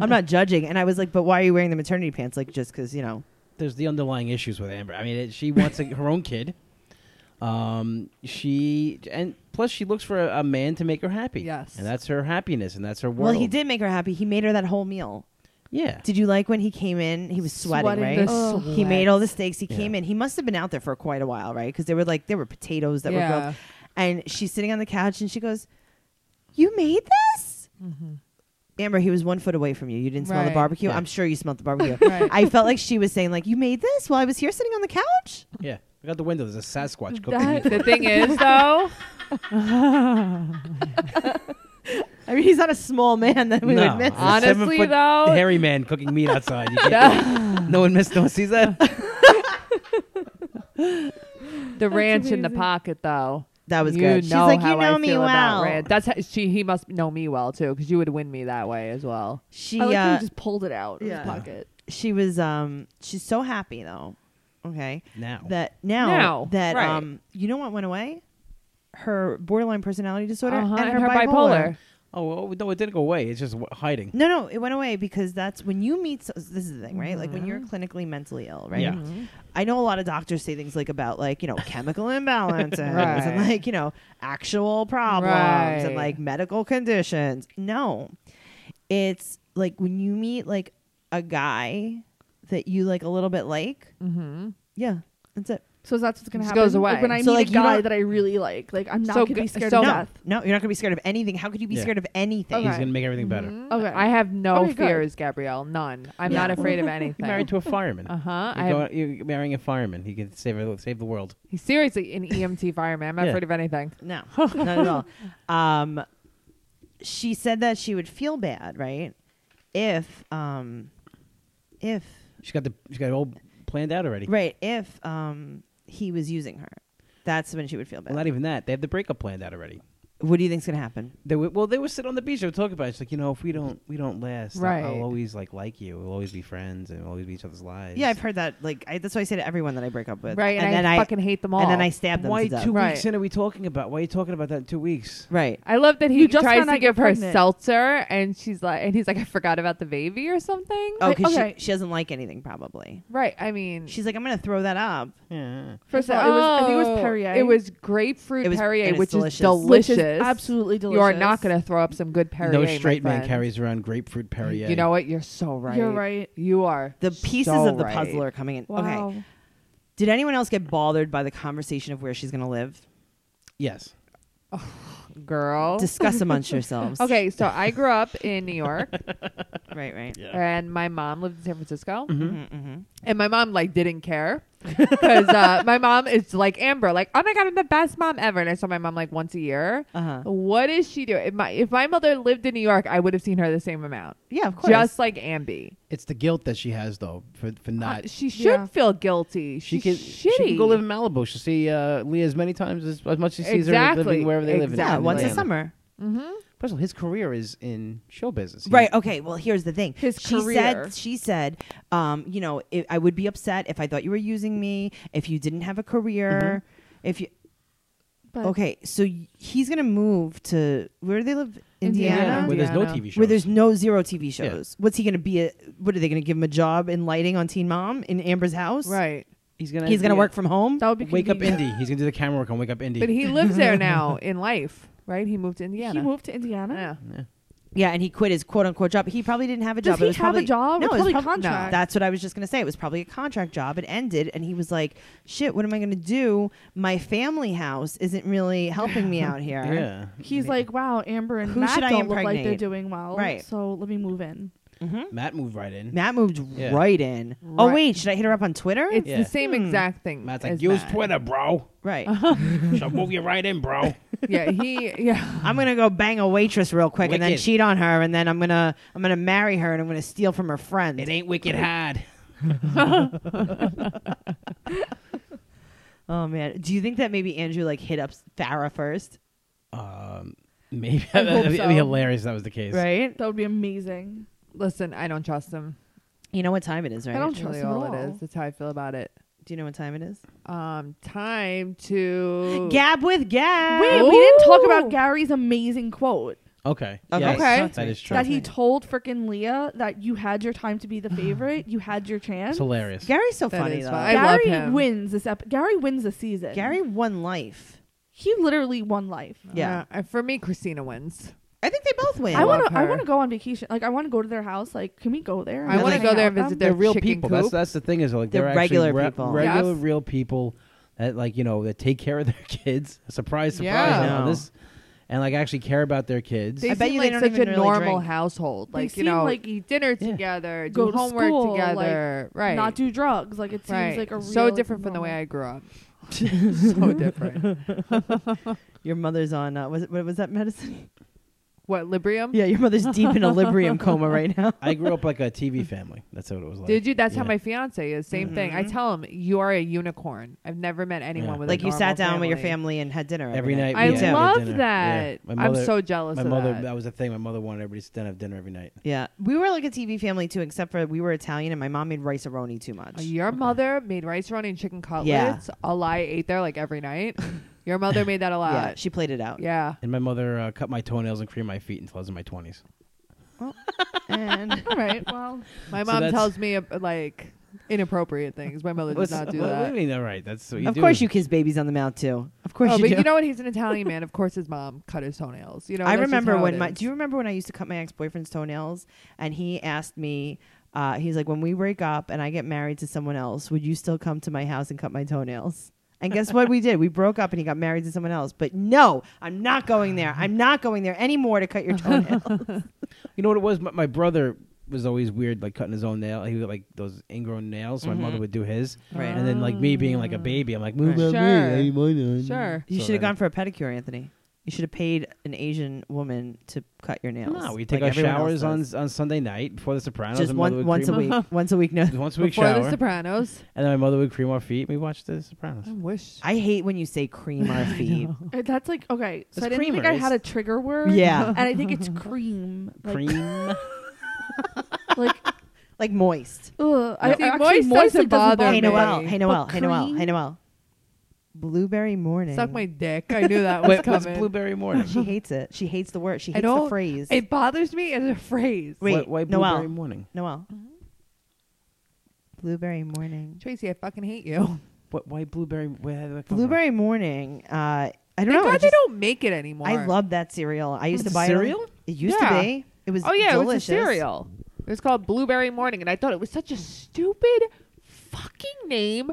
Speaker 4: I'm not judging. And I was like, but why are you wearing the maternity pants? Like just because you know.
Speaker 3: There's the underlying issues with Amber. I mean, it, she wants a, her own kid. Um, she and plus she looks for a, a man to make her happy.
Speaker 5: Yes.
Speaker 3: and that's her happiness, and that's her
Speaker 4: Well,
Speaker 3: world.
Speaker 4: he did make her happy. He made her that whole meal.
Speaker 3: Yeah.
Speaker 4: Did you like when he came in? He was sweating,
Speaker 6: Sweating
Speaker 4: right?
Speaker 6: the Oh.
Speaker 4: He made all the steaks. He came
Speaker 3: Yeah.
Speaker 4: in. He must have been out there for quite a while, right? Because there were like there were potatoes that were
Speaker 5: Yeah.
Speaker 4: grilled, and she's sitting on the couch and she goes, "You made this." Amber, he was one foot away from you. You didn't smell the
Speaker 5: Mm-hmm. Right.
Speaker 4: barbecue.
Speaker 3: Yeah.
Speaker 4: I'm sure you smelled the barbecue.
Speaker 5: [LAUGHS] Right.
Speaker 4: I felt like she was saying, like, you made this while I was here sitting on the couch.
Speaker 3: Yeah, I got the window. There's a Sasquatch cooking.
Speaker 6: That-
Speaker 3: meat.
Speaker 5: The thing is, though,
Speaker 4: I mean, he's not a small man that we
Speaker 3: [LAUGHS] no,
Speaker 4: would miss.
Speaker 3: there's a
Speaker 5: Honestly,
Speaker 3: seven-foot
Speaker 5: though-
Speaker 3: hairy man cooking meat outside. You can't- no one missed. No one sees that.
Speaker 5: the ranch in the
Speaker 6: amazing.
Speaker 5: pocket, though.
Speaker 4: That was
Speaker 5: you
Speaker 4: good. She's
Speaker 5: Know
Speaker 4: like,
Speaker 5: how
Speaker 4: you know
Speaker 5: I
Speaker 4: me
Speaker 5: feel about
Speaker 4: well.
Speaker 5: ranch. That's how, she. He must know me well too, because you would win me that way as well.
Speaker 4: She
Speaker 6: I like how
Speaker 4: uh,
Speaker 6: he just pulled it out of
Speaker 4: yeah.
Speaker 6: his pocket.
Speaker 4: she was um she's so happy though. Okay.
Speaker 3: Now.
Speaker 4: that now,
Speaker 5: Now,
Speaker 4: that
Speaker 5: right.
Speaker 4: um you know what went away? Her borderline personality disorder
Speaker 5: Uh-huh,
Speaker 4: and, her, bipolar.
Speaker 3: Oh well, no, it didn't go away. It's just w- hiding.
Speaker 4: No, no, it went away because that's when you meet. So, this is the thing, right? Like when
Speaker 5: Mm-hmm.
Speaker 4: you're clinically mentally ill, right?
Speaker 3: Yeah.
Speaker 4: I know a lot of doctors say things like about like you know chemical
Speaker 5: [LAUGHS]
Speaker 4: imbalances
Speaker 5: Right.
Speaker 4: and like you know actual problems
Speaker 5: Right.
Speaker 4: and like medical conditions. No, it's like when you meet like a guy that you like a little bit like.
Speaker 5: Mm-hmm.
Speaker 4: Yeah, that's it.
Speaker 6: So that's what's gonna
Speaker 5: Just
Speaker 6: happen.
Speaker 5: goes away.
Speaker 6: Like, when I
Speaker 4: So,
Speaker 6: meet
Speaker 4: like,
Speaker 6: a
Speaker 4: you
Speaker 6: guy
Speaker 4: don't-
Speaker 6: that I really like, like I'm not
Speaker 5: So
Speaker 6: gonna
Speaker 5: g-
Speaker 6: be scared
Speaker 5: so-
Speaker 6: of
Speaker 4: no,
Speaker 6: death.
Speaker 4: no, you're not gonna be scared of anything. How could you be
Speaker 3: Yeah.
Speaker 4: scared of anything?
Speaker 3: He's
Speaker 6: Okay.
Speaker 3: gonna make everything better.
Speaker 6: Okay.
Speaker 5: I have no
Speaker 6: Okay, good.
Speaker 5: fears, Gabrielle. None. I'm
Speaker 4: Yeah.
Speaker 5: not afraid of anything.
Speaker 3: You're married to a fireman.
Speaker 5: Uh huh.
Speaker 3: You're, going- you're marrying a fireman. He can save the- save the world.
Speaker 5: He's seriously
Speaker 4: [LAUGHS]
Speaker 5: an EMT fireman. I'm not
Speaker 3: Yeah.
Speaker 5: afraid of anything.
Speaker 4: No, not at all. Um, she said that she would feel bad, right? If, um, if,
Speaker 3: She's got the she's got it all planned out already.
Speaker 4: right, if um, he was using her, that's when she would feel bad.
Speaker 3: Well, not even that. They have the breakup planned out already.
Speaker 4: what do you think's gonna happen?
Speaker 3: They were, well, they were sitting on the beach. They were talking about. It. It's like you know, if we don't we don't last, I'll- I'll,
Speaker 5: Right.
Speaker 3: always like like you. We'll always be friends and we'll always be each other's lives.
Speaker 4: Yeah, I've heard that. Like, I, that's why I say to everyone that I break up with,
Speaker 5: Right. And, I, fucking hate them all.
Speaker 4: and then I stab them
Speaker 3: Why
Speaker 4: to death.
Speaker 3: two
Speaker 5: Right.
Speaker 3: weeks in are we talking about? Why are you talking about that in two weeks?
Speaker 4: Right.
Speaker 5: I love that he
Speaker 6: You just
Speaker 5: tries
Speaker 6: found out
Speaker 5: to
Speaker 6: you're
Speaker 5: give her
Speaker 6: pregnant.
Speaker 5: seltzer, and she's like, and he's like, I forgot about the baby or something.
Speaker 4: Oh, because
Speaker 6: okay.
Speaker 4: she, she doesn't like anything. Probably.
Speaker 5: Right. I mean,
Speaker 4: She's like, I'm gonna throw that up.
Speaker 3: Yeah.
Speaker 6: First of all, it was I think it was
Speaker 5: Oh,
Speaker 6: Perrier.
Speaker 5: It was grapefruit
Speaker 4: It was-
Speaker 5: Perrier,
Speaker 4: and it's
Speaker 5: which
Speaker 4: delicious.
Speaker 5: is delicious.
Speaker 6: which is absolutely delicious.
Speaker 5: You are not going to throw up some good Perrier.
Speaker 3: no
Speaker 5: my
Speaker 3: straight man
Speaker 5: friend.
Speaker 3: carries around grapefruit Perrier.
Speaker 5: You know what? You're so right.
Speaker 6: You're right.
Speaker 5: You are.
Speaker 4: The pieces
Speaker 5: so
Speaker 4: of the
Speaker 5: right.
Speaker 4: puzzle are coming in.
Speaker 6: Wow.
Speaker 4: Okay. Did anyone else get bothered by the conversation of where she's going to live?
Speaker 3: Yes.
Speaker 5: girl.
Speaker 4: Discuss
Speaker 5: [LAUGHS]
Speaker 4: amongst yourselves.
Speaker 5: Oh. okay, so I grew up in New York,
Speaker 4: Right, right.
Speaker 3: [LAUGHS] Yeah.
Speaker 5: and my mom lived in San Francisco,
Speaker 4: Mm-hmm.
Speaker 5: and my mom like didn't care.
Speaker 4: [LAUGHS]
Speaker 5: because uh, my mom is like Amber, like, oh my god, I'm the best mom ever, and I saw my mom like once a year.
Speaker 4: Uh-huh.
Speaker 5: What is she doing? If my if my mother lived in New York, I would have seen her the same amount,
Speaker 4: Yeah, of course.
Speaker 5: just like Ambi.
Speaker 3: It's the guilt that she has though for for not.
Speaker 5: Uh, she should
Speaker 6: yeah.
Speaker 5: feel guilty. She's
Speaker 3: she
Speaker 5: shitty.
Speaker 3: can go live in Malibu. She'll see uh, Leah as many times as, as much as she sees
Speaker 5: Exactly.
Speaker 3: her living wherever they live. in
Speaker 5: Exactly.
Speaker 4: yeah, once a
Speaker 3: Atlanta.
Speaker 4: summer.
Speaker 3: First of all, his career is in show business. He-
Speaker 4: Right. Okay. Well, here's the thing.
Speaker 5: His
Speaker 4: she
Speaker 5: career.
Speaker 4: said she said, um, you know, i I would be upset if I thought you were using me, if you didn't have a career,
Speaker 5: Mm-hmm.
Speaker 4: if you.
Speaker 6: But-
Speaker 4: okay, so y- he's gonna move to where do they live? Indiana.
Speaker 5: Indiana.
Speaker 3: Oh, Where there's no
Speaker 5: Indiana.
Speaker 3: TV shows.
Speaker 4: Where there's no zero TV
Speaker 3: Yeah.
Speaker 4: shows. What's he gonna be? A, what are they gonna give him a job in lighting on Teen Mom in Amber's house?
Speaker 5: right?
Speaker 3: he's gonna
Speaker 4: He's gonna
Speaker 3: yeah.
Speaker 4: work from home.
Speaker 6: That would be
Speaker 3: Wake Up
Speaker 6: convenient.
Speaker 3: Indy. He's gonna do the camera work on Wake Up Indy.
Speaker 5: But he lives there now in life, right? He moved to Indiana.
Speaker 6: He moved to Indiana.
Speaker 5: Yeah.
Speaker 4: Yeah, and he quit his quote unquote job. He probably didn't have a
Speaker 6: Does
Speaker 4: job.
Speaker 6: he
Speaker 4: it was
Speaker 6: have a
Speaker 4: probably,
Speaker 6: job?
Speaker 4: No, it
Speaker 6: It's
Speaker 4: was
Speaker 6: probably
Speaker 4: probably
Speaker 6: contract.
Speaker 4: That's what I was just gonna say. It was probably a contract job. It ended, and he was like, "Shit, what am I gonna do? My family house isn't really helping me
Speaker 3: [LAUGHS]
Speaker 4: out here."
Speaker 3: yeah.
Speaker 6: He's like, wow, Amber and
Speaker 4: Who
Speaker 6: Matt
Speaker 4: should I
Speaker 6: don't look like they're
Speaker 4: impregnate?
Speaker 6: doing well.
Speaker 4: Right.
Speaker 6: So let me move in.
Speaker 3: Matt moved right in.
Speaker 4: Matt moved
Speaker 3: Yeah.
Speaker 4: right in. Oh
Speaker 5: Right.
Speaker 4: wait, should I hit her up on Twitter?
Speaker 5: It's
Speaker 3: Yeah.
Speaker 5: the same exact thing.
Speaker 3: Matt's
Speaker 5: as
Speaker 3: like, use
Speaker 5: Matt.
Speaker 3: Twitter, bro. [LAUGHS]
Speaker 4: right.
Speaker 6: [LAUGHS]
Speaker 3: She'll move you right in, [LAUGHS] bro.
Speaker 5: [LAUGHS] Yeah, he. Yeah,
Speaker 4: I'm gonna go bang a waitress real quick and then
Speaker 3: Wicked.
Speaker 4: cheat on her, and then I'm gonna I'm gonna marry her and I'm gonna steal from her friend.
Speaker 3: it ain't wicked hard.
Speaker 4: Oh man, do you think that maybe Andrew like hit up Farah first?
Speaker 3: Um, maybe
Speaker 6: I hope
Speaker 3: that'd be, that'd be
Speaker 6: so.
Speaker 3: hilarious. if That was the case.
Speaker 4: Right.
Speaker 6: That would be amazing.
Speaker 5: listen, I don't trust him.
Speaker 4: You know what time it is, right?
Speaker 6: I don't
Speaker 5: That's
Speaker 6: trust
Speaker 5: really
Speaker 6: him at
Speaker 5: all it
Speaker 6: all.
Speaker 5: is. That's how I feel about it.
Speaker 4: do you know what time it is?
Speaker 5: Um, time
Speaker 4: [GASPS]
Speaker 5: to
Speaker 4: Gab with Gab.
Speaker 6: Wait, we didn't talk
Speaker 5: Ooh.
Speaker 6: about Gary's amazing quote
Speaker 3: Okay.
Speaker 4: Okay.
Speaker 3: Yes,
Speaker 5: Okay.
Speaker 3: That is true.
Speaker 6: that he told frickin' Leah that you had your time to be
Speaker 4: [SIGHS]
Speaker 6: the favorite, you had your chance.
Speaker 3: it's hilarious.
Speaker 4: Gary's so
Speaker 5: That
Speaker 4: funny
Speaker 5: is
Speaker 4: though.
Speaker 5: fine. I love
Speaker 6: Gary
Speaker 5: him.
Speaker 6: wins this ep- Gary wins the season.
Speaker 4: Gary won life.
Speaker 6: he literally won life.
Speaker 4: Yeah.
Speaker 5: Uh, for me, Christina wins.
Speaker 4: I think they both win.
Speaker 6: I
Speaker 5: love
Speaker 6: want to. I
Speaker 5: her.
Speaker 6: want to go on vacation. Like I want to go to their house. Like, can we go there?
Speaker 5: I
Speaker 6: and
Speaker 5: want to
Speaker 6: hang
Speaker 5: go
Speaker 6: out
Speaker 5: there and
Speaker 6: with
Speaker 5: visit
Speaker 6: them?
Speaker 5: their
Speaker 3: they're real
Speaker 5: chicken
Speaker 3: people.
Speaker 5: Coop.
Speaker 3: That's that's the thing is like
Speaker 4: They're
Speaker 3: they're, actually
Speaker 4: regular
Speaker 3: re-
Speaker 4: people.
Speaker 3: regular
Speaker 5: Yes.
Speaker 3: real people that like you know that take care of their [LAUGHS] kids. Surprise, surprise.
Speaker 5: Yeah.
Speaker 3: you know,
Speaker 4: No.
Speaker 3: this and like actually care about their kids.
Speaker 5: They
Speaker 4: I bet
Speaker 5: seem
Speaker 4: you they
Speaker 5: like
Speaker 4: don't
Speaker 5: such a
Speaker 4: even really
Speaker 5: normal
Speaker 4: drink.
Speaker 5: household.
Speaker 6: They
Speaker 5: Like you
Speaker 6: seem
Speaker 5: know,
Speaker 6: like
Speaker 5: eat dinner
Speaker 3: Yeah.
Speaker 5: together,
Speaker 6: Go
Speaker 5: do
Speaker 6: to
Speaker 5: homework
Speaker 6: school, like,
Speaker 5: together, right?
Speaker 6: Not do drugs. Like it seems
Speaker 5: right.
Speaker 6: like a
Speaker 5: so
Speaker 6: real
Speaker 5: different from the way
Speaker 6: normal-
Speaker 5: I grew
Speaker 3: [LAUGHS]
Speaker 5: up. [LAUGHS] so different.
Speaker 4: your mother's on. Uh, was it what was that medicine?
Speaker 5: What Librium?
Speaker 4: [LAUGHS] yeah, your mother's deep in a [LAUGHS] Librium coma right now.
Speaker 3: I grew up like a TV family. That's what it was like.
Speaker 5: Did you? That's how
Speaker 3: Yeah.
Speaker 5: my fiance is. Same thing. I tell him you are a unicorn. I've never met anyone
Speaker 3: Yeah.
Speaker 5: with a
Speaker 4: Mm-hmm. Like you sat
Speaker 5: normal
Speaker 4: down with your family and had dinner
Speaker 3: Every night
Speaker 5: I
Speaker 3: we had
Speaker 5: love
Speaker 3: dinner. Yeah.
Speaker 5: that.
Speaker 3: My
Speaker 5: I'm
Speaker 3: mother-
Speaker 5: so jealous.
Speaker 3: My
Speaker 5: of
Speaker 3: mother. That.
Speaker 5: that.
Speaker 3: was the thing. My mother wanted everybody to sit down and have dinner every night.
Speaker 4: Yeah, we were like a TV family too, except for we were Italian and my mom made rice aroni too much.
Speaker 5: Your mother made rice running chicken cutlets.
Speaker 4: Yeah.
Speaker 5: A lie ate there like every
Speaker 3: [LAUGHS]
Speaker 5: night. Your mother made that a
Speaker 4: yeah,
Speaker 5: lot.
Speaker 4: she [LAUGHS] played it out.
Speaker 5: Yeah.
Speaker 3: And my mother uh, cut my toenails and creamed my feet until I was in my twenties.
Speaker 4: and
Speaker 6: All right. Well,
Speaker 5: My
Speaker 3: So
Speaker 5: mom
Speaker 3: that's-
Speaker 5: tells me uh, like inappropriate things. My mother does not do
Speaker 3: what, what
Speaker 5: that.
Speaker 3: do you mean? All right, that's what you
Speaker 4: of
Speaker 3: do.
Speaker 4: course you kiss babies on the mouth too. Of course
Speaker 5: Oh,
Speaker 4: you
Speaker 5: but
Speaker 4: do.
Speaker 5: you know what? He's an Italian man. Of course, his mom cut his toenails. You know,
Speaker 4: I
Speaker 5: that's just
Speaker 4: remember
Speaker 5: how
Speaker 4: when
Speaker 5: it
Speaker 4: my.
Speaker 5: is.
Speaker 4: Do you remember when I used to cut my ex boyfriend's toenails? And he asked me, uh, he's like, when we break up and I get married to someone else, would you still come to my house and cut my toenails? And guess what we did? We broke up and he got married to someone else. But no, I'm not going there. I'm not going there anymore to cut
Speaker 3: [LAUGHS]
Speaker 4: your toenails.
Speaker 3: You know what it was? My, my brother was always weird, like cutting his own nail. He would like those ingrown nails. So my mother would do his,
Speaker 4: Right.
Speaker 3: and then like me being like a baby, I'm like,
Speaker 4: Mm-hmm. Ah. Right.
Speaker 3: "Move that way,
Speaker 5: Sure.
Speaker 3: I wanna."
Speaker 5: Sure.
Speaker 4: you
Speaker 3: So
Speaker 4: should have
Speaker 3: then-
Speaker 4: gone for a pedicure, Anthony. You should have paid an Asian woman to cut your nails.
Speaker 3: No, we
Speaker 4: like
Speaker 3: take our
Speaker 4: everyone else
Speaker 3: showers on
Speaker 4: does.
Speaker 3: on Sunday night before the Sopranos.
Speaker 4: just
Speaker 3: and
Speaker 4: one,
Speaker 3: mother would
Speaker 4: once a
Speaker 3: cream-
Speaker 4: week. once a week.
Speaker 3: [LAUGHS]
Speaker 4: No,
Speaker 3: Once a week
Speaker 5: Before
Speaker 3: shower,
Speaker 5: The Sopranos,
Speaker 3: and then my mother would cream our feet. and We watched the Sopranos.
Speaker 5: I wish.
Speaker 4: [LAUGHS] I hate when you say cream
Speaker 3: [LAUGHS]
Speaker 4: our feet.
Speaker 6: uh, that's like okay. So
Speaker 3: It's
Speaker 6: I didn't think
Speaker 3: creamer,
Speaker 6: I had a
Speaker 3: it's-
Speaker 6: trigger word.
Speaker 4: Yeah.
Speaker 6: And I think
Speaker 5: [LAUGHS]
Speaker 6: it's cream.
Speaker 4: [LAUGHS]
Speaker 6: Like,
Speaker 3: [LAUGHS] Cream.
Speaker 6: Like
Speaker 4: like moist.
Speaker 5: [LAUGHS]
Speaker 6: ugh. I,
Speaker 5: See,
Speaker 6: actually,
Speaker 5: moist
Speaker 6: moist
Speaker 5: doesn't
Speaker 6: like, doesn't
Speaker 5: bother
Speaker 6: bother
Speaker 4: Hey
Speaker 5: me.
Speaker 6: me.
Speaker 4: Noel,
Speaker 5: But
Speaker 4: hey Noel, hey Noel, hey
Speaker 6: cream?
Speaker 4: Noel. Blueberry morning.
Speaker 5: Suck my dick. I knew that was
Speaker 3: Wait, what's
Speaker 5: coming.
Speaker 3: blueberry
Speaker 4: [LAUGHS]
Speaker 3: morning?
Speaker 4: She hates it. She hates the word. She
Speaker 5: I
Speaker 4: hates the
Speaker 5: don't-
Speaker 4: phrase.
Speaker 5: It bothers me as a phrase.
Speaker 4: [LAUGHS] Wait,
Speaker 3: Why- why
Speaker 4: Noel.
Speaker 3: blueberry morning?
Speaker 4: Noel. Blueberry morning.
Speaker 5: Tracy, I fucking hate you.
Speaker 3: What? Why blueberry? Where did that come from?
Speaker 4: Blueberry morning. Uh, I don't
Speaker 5: Thank
Speaker 4: know. I
Speaker 5: God they
Speaker 4: just-
Speaker 5: don't make it anymore.
Speaker 4: I love that cereal. I used
Speaker 3: It's
Speaker 4: to
Speaker 3: a
Speaker 4: buy
Speaker 3: cereal?
Speaker 4: It, it used
Speaker 5: Yeah.
Speaker 4: to be. It was
Speaker 5: Oh yeah, it was
Speaker 4: delicious.
Speaker 5: a cereal. It was called Blueberry Morning, and I thought it was such a stupid fucking name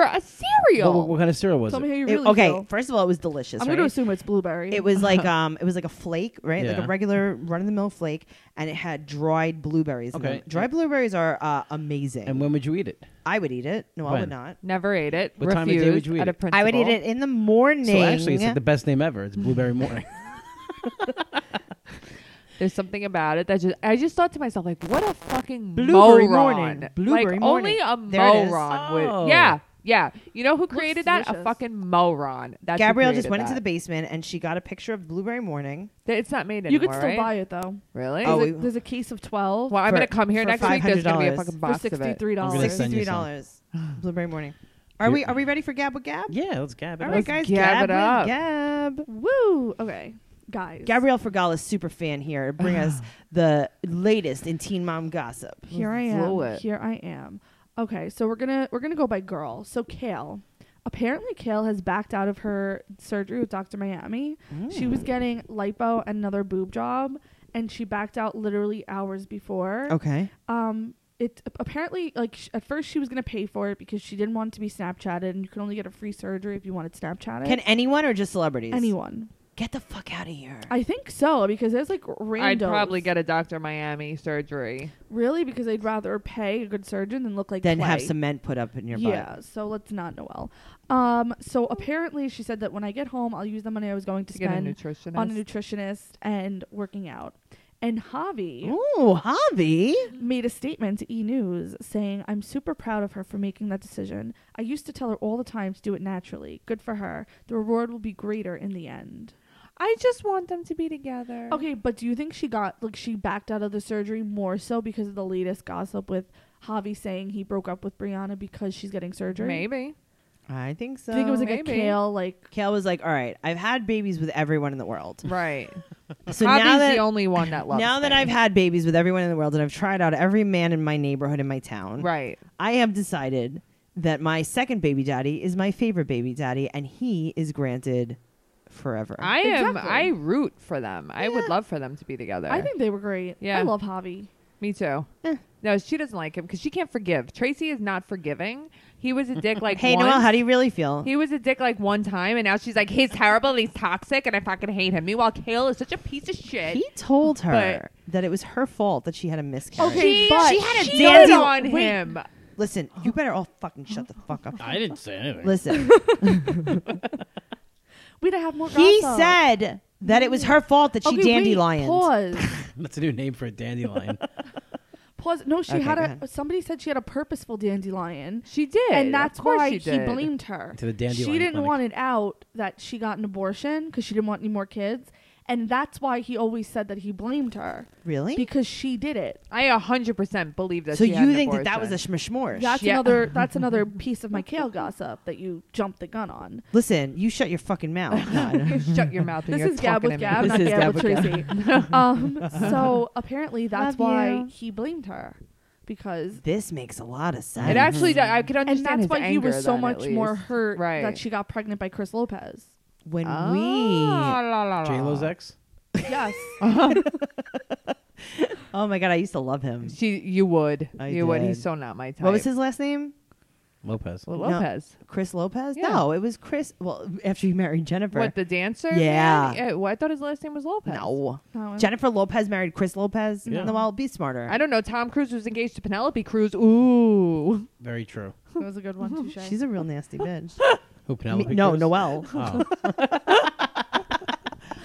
Speaker 4: [LAUGHS]
Speaker 5: a cereal.
Speaker 3: What, what kind of cereal was
Speaker 6: Tell me how
Speaker 3: it?
Speaker 6: you
Speaker 4: It-
Speaker 6: really
Speaker 4: okay,
Speaker 6: feel.
Speaker 4: first of all, it was delicious.
Speaker 6: I'm going to
Speaker 4: right?
Speaker 6: assume it's blueberry.
Speaker 4: It
Speaker 5: [LAUGHS]
Speaker 4: was like um, it was like a flake, right? Like
Speaker 3: Yeah.
Speaker 4: a regular run of the mill flake, and it had dried blueberries. in
Speaker 3: Okay.
Speaker 4: them. dried blueberries are uh, amazing.
Speaker 3: And when would you eat it?
Speaker 4: I would eat it. No, I
Speaker 3: When?
Speaker 4: would not.
Speaker 5: Never ate it.
Speaker 3: What
Speaker 5: refused
Speaker 3: time of day would you eat
Speaker 5: out of
Speaker 3: it?
Speaker 5: principle.
Speaker 4: I would eat it in the morning.
Speaker 3: So actually, it's like the best name ever. It's blueberry morning.
Speaker 5: There's something about it that just I just thought to myself like, what a fucking
Speaker 4: Blueberry
Speaker 5: moron.
Speaker 4: morning.
Speaker 5: Like,
Speaker 4: Blueberry morning.
Speaker 5: only a
Speaker 4: There it is.
Speaker 5: moron would.
Speaker 3: Oh.
Speaker 5: Yeah, yeah. You know who created that? A
Speaker 6: delicious.
Speaker 5: fucking moron. That's who
Speaker 4: Gabrielle just
Speaker 5: created
Speaker 4: went into
Speaker 5: that.
Speaker 4: the basement and she got a picture of blueberry morning.
Speaker 5: Th- It's not made anymore.
Speaker 6: you could still
Speaker 5: right?
Speaker 6: buy it though.
Speaker 5: Really?
Speaker 4: Oh,
Speaker 6: There's,
Speaker 4: we-
Speaker 6: a, there's a case of 12
Speaker 5: well, I'm
Speaker 4: for-
Speaker 5: gonna come here
Speaker 4: for
Speaker 5: next week. There's gonna be a
Speaker 4: $500
Speaker 5: fucking
Speaker 6: for
Speaker 5: box of it.
Speaker 6: $63.
Speaker 3: I'm gonna send you
Speaker 4: Sixty-three
Speaker 3: some.
Speaker 4: dollars. blueberry morning. Are we are we ready for Gab with Gab?
Speaker 3: yeah, let's gab it.
Speaker 4: All
Speaker 3: up.
Speaker 4: right, guys.
Speaker 5: gab
Speaker 4: with
Speaker 5: it up.
Speaker 4: Gab.
Speaker 6: Woo. Okay. Guys.
Speaker 4: Gabrielle Fergala's super fan here. Bring us the latest in Teen Mom gossip.
Speaker 6: Here I
Speaker 5: Roll
Speaker 6: am.
Speaker 5: it.
Speaker 6: Here I am. Okay, so we're gonna we're gonna go by girl. So Kale. Apparently Kale has backed out of her surgery with Dr. Miami. She
Speaker 5: Mm.
Speaker 6: was getting lipo and another boob job and she backed out literally hours before.
Speaker 4: Okay.
Speaker 6: Um it apparently like sh- at first she was gonna pay for it because she didn't want it to be Snapchatted and you could only get a free surgery if you wanted Snapchatted.
Speaker 4: Can anyone or just celebrities?
Speaker 6: anyone?
Speaker 4: Get the fuck out of here.
Speaker 6: I think so because there's like random.
Speaker 5: I'd probably get a Dr. Miami surgery.
Speaker 6: really because I'd rather pay a good surgeon than look like
Speaker 4: then have
Speaker 6: clay.
Speaker 4: cement put up in your
Speaker 6: Yeah, so let's not Noel. Um, so apparently she said that when I get home, I'll use the money I was going to
Speaker 5: To get a
Speaker 6: spend
Speaker 5: nutritionist.
Speaker 6: on a nutritionist and working out. And Javi
Speaker 4: butt. Ooh, hobby.
Speaker 6: made a statement to E News saying, I'm super proud of her for making that decision. I used to tell her all the time to do it naturally. Good for her. The reward will be greater in the end.
Speaker 5: I just want them to be together.
Speaker 6: Okay, but do you think she got, like, she backed out of the surgery more so because of the latest gossip with Javi saying he broke up with Brianna because she's getting surgery?
Speaker 5: Maybe.
Speaker 4: I think so.
Speaker 6: Do you think it was like a
Speaker 5: Maybe.
Speaker 6: kale, like,
Speaker 4: Kale was like, "All right, I've had babies with everyone in the world.
Speaker 5: Right.
Speaker 4: So
Speaker 5: Javi's
Speaker 4: now that
Speaker 5: the only one that
Speaker 4: [LAUGHS]
Speaker 5: loves
Speaker 4: now that
Speaker 5: me.
Speaker 4: I've had babies with everyone in the world and I've tried out every man in my neighborhood in my town,
Speaker 5: Right.
Speaker 4: I have decided that my second baby daddy is my favorite baby daddy, and he is granted forever.
Speaker 5: I am.
Speaker 6: Exactly.
Speaker 5: I root for them. I would love for them to be together.
Speaker 6: I think Eh. they were great.
Speaker 5: Yeah.
Speaker 6: I love Javi.
Speaker 5: me too. No, she doesn't like him because she can't forgive. Tracy is not forgiving. He was a
Speaker 6: [LAUGHS]
Speaker 5: dick like
Speaker 4: hey,
Speaker 5: once.
Speaker 4: Noel, how do you really feel?
Speaker 5: he was a dick like one time, and now she's like, he's terrible, and he's toxic, and I fucking hate him. Meanwhile, Kale is such a piece of shit.
Speaker 4: He told her that it was her fault that she had a miscarriage.
Speaker 5: she,
Speaker 6: but-
Speaker 5: she had a
Speaker 4: She
Speaker 5: dance
Speaker 4: was-
Speaker 5: on
Speaker 4: wait.
Speaker 5: him.
Speaker 4: Listen, you better all fucking shut the fuck up.
Speaker 3: I didn't say anything.
Speaker 4: Listen,
Speaker 6: We'd have more.
Speaker 4: he
Speaker 6: gossip.
Speaker 4: said that it was her fault that she
Speaker 6: Okay, wait,
Speaker 4: dandelions.
Speaker 6: Pause.
Speaker 4: [LAUGHS]
Speaker 3: That's a new name for a dandelion.
Speaker 6: Pause. No, she
Speaker 4: Okay,
Speaker 6: had
Speaker 4: go
Speaker 6: a.
Speaker 4: ahead.
Speaker 6: Somebody said she had a purposeful dandelion,
Speaker 5: She did,
Speaker 6: and that's
Speaker 5: Of course
Speaker 6: why
Speaker 5: she
Speaker 6: he
Speaker 5: did.
Speaker 6: blamed her.
Speaker 3: To the dandelion
Speaker 6: She didn't
Speaker 3: clinic.
Speaker 6: want it out that she got an abortion because she didn't want any more kids, and that's why he always said that he blamed her
Speaker 4: Really?
Speaker 6: because she did it.
Speaker 5: I a hundred percent believe that.
Speaker 4: so
Speaker 5: she had
Speaker 4: you
Speaker 5: an
Speaker 4: think that that was a
Speaker 5: abortion.
Speaker 4: schmishmorsh?
Speaker 6: That's
Speaker 5: Yeah.
Speaker 6: another.
Speaker 5: [LAUGHS]
Speaker 6: That's another piece of my kale gossip that you jumped the gun on.
Speaker 4: Listen, you shut your fucking
Speaker 5: [LAUGHS]
Speaker 4: mouth. No, I don't-
Speaker 5: Shut your mouth. when
Speaker 6: This
Speaker 5: you're
Speaker 6: is Gab
Speaker 5: talking
Speaker 6: with
Speaker 5: to me.
Speaker 6: Gab, [LAUGHS] not
Speaker 3: This is
Speaker 6: Gab,
Speaker 3: Gab
Speaker 6: with
Speaker 3: with
Speaker 6: Tracy. um, so apparently
Speaker 4: Love
Speaker 6: that's why
Speaker 4: you.
Speaker 6: he blamed her because,
Speaker 4: this makes a lot of sense.
Speaker 5: It actually, I could
Speaker 6: and
Speaker 5: understand
Speaker 6: that's
Speaker 5: his
Speaker 6: why he
Speaker 5: anger
Speaker 6: was so
Speaker 5: then, at
Speaker 6: much more
Speaker 5: least.
Speaker 6: hurt
Speaker 5: Right.
Speaker 6: that she got pregnant by Chris Lopez.
Speaker 4: when
Speaker 5: Ah,
Speaker 4: we,
Speaker 5: la, la, la.
Speaker 3: J Lo's ex.
Speaker 6: Yes,
Speaker 4: oh my god, I used to love him.
Speaker 5: She, you would,
Speaker 4: I
Speaker 5: you would. He's
Speaker 4: did.
Speaker 5: so not my type.
Speaker 4: What was his last name?
Speaker 3: Lopez.
Speaker 5: Well,
Speaker 4: No.
Speaker 5: Lopez.
Speaker 4: Chris Lopez?
Speaker 5: Yeah.
Speaker 4: No, it was Chris. Well, [LAUGHS] after he married Jennifer.
Speaker 5: What the dancer?
Speaker 4: Yeah.
Speaker 5: man? Eh, well, I thought his last name was Lopez.
Speaker 4: no.
Speaker 6: No.
Speaker 4: Jennifer Lopez married Chris Lopez.
Speaker 3: Yeah.
Speaker 4: No, I'll be smarter.
Speaker 5: I don't know. Tom Cruise was engaged to Penelope
Speaker 4: [LAUGHS]
Speaker 5: Cruz. Ooh,
Speaker 3: Very true.
Speaker 6: that was a good one. Touche.
Speaker 4: She's a real nasty bitch.
Speaker 3: Who
Speaker 4: Me-
Speaker 3: Penelope?
Speaker 4: no,
Speaker 3: Cruz?
Speaker 4: Noel.
Speaker 3: Oh.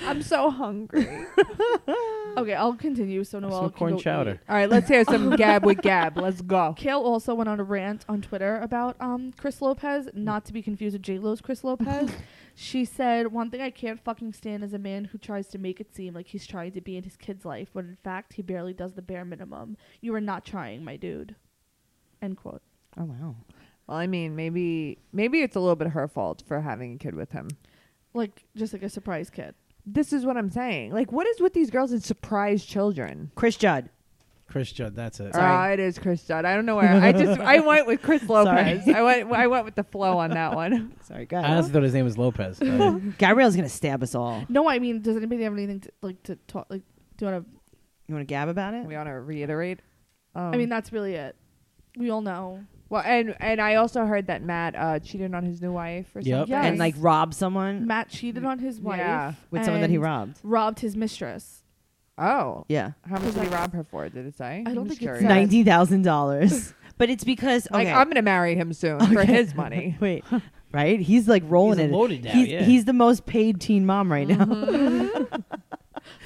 Speaker 5: I'm so hungry.
Speaker 6: okay, I'll continue. So Noel,
Speaker 3: Some
Speaker 6: can
Speaker 3: corn
Speaker 6: go
Speaker 3: chowder.
Speaker 6: eat.
Speaker 5: All right, let's
Speaker 4: [LAUGHS]
Speaker 5: hear some gab with gab. Let's go.
Speaker 6: Kale also went on a rant on Twitter about um, Chris Lopez, not to be confused with J Lo's
Speaker 4: [LAUGHS]
Speaker 6: Chris Lopez. she said, "One thing I can't fucking stand is a man who tries to make it seem like he's trying to be in his kid's life when in fact he barely does the bare minimum. You are not trying, my dude." End quote.
Speaker 4: Oh wow.
Speaker 5: Well, I mean, maybe, maybe it's a little bit her fault for having a kid with him.
Speaker 6: Like just like a surprise kid.
Speaker 5: This is what I'm saying. Like, what is with these girls and surprise children?
Speaker 4: Chris Judd.
Speaker 3: Chris Judd. That's it.
Speaker 5: Ah, it is Chris Judd. I don't know where. I
Speaker 4: [LAUGHS]
Speaker 5: just I went with Chris Lopez. I went I went with the flow on that
Speaker 4: [LAUGHS]
Speaker 5: one.
Speaker 4: Sorry,
Speaker 3: I
Speaker 4: guys.
Speaker 3: honestly thought his name was Lopez. Uh,
Speaker 4: Gabrielle's gonna stab us all.
Speaker 6: No, I mean, does anybody have anything to like to talk? Like, do you want to?
Speaker 4: You want to gab about it?
Speaker 5: We want to reiterate. Um,
Speaker 6: I mean, that's really it. We all know.
Speaker 5: Well, and and I also heard that Matt uh, cheated on his new wife or
Speaker 3: Yep.
Speaker 5: something.
Speaker 6: Yes.
Speaker 4: and like rob someone
Speaker 6: Matt cheated on his wife
Speaker 5: Yeah.
Speaker 4: with someone that he
Speaker 6: and
Speaker 4: robbed.
Speaker 6: robbed his mistress.
Speaker 5: Oh,
Speaker 4: Yeah,
Speaker 5: how much
Speaker 6: Cause,
Speaker 5: did he
Speaker 6: like,
Speaker 5: rob her for? Did it say?
Speaker 6: I don't
Speaker 5: I'm
Speaker 6: think
Speaker 5: just
Speaker 6: it
Speaker 5: curious.
Speaker 6: said. Nine-
Speaker 4: ninety thousand dollars. But it's because okay,
Speaker 5: Like I'm gonna marry him soon for
Speaker 4: Okay. [LAUGHS]
Speaker 5: his money.
Speaker 4: Wait, right? He's like rolling
Speaker 3: He's
Speaker 4: in it.
Speaker 3: loaded now,
Speaker 4: he's,
Speaker 3: yeah.
Speaker 4: he's the most paid teen mom right now.
Speaker 5: Mm-hmm.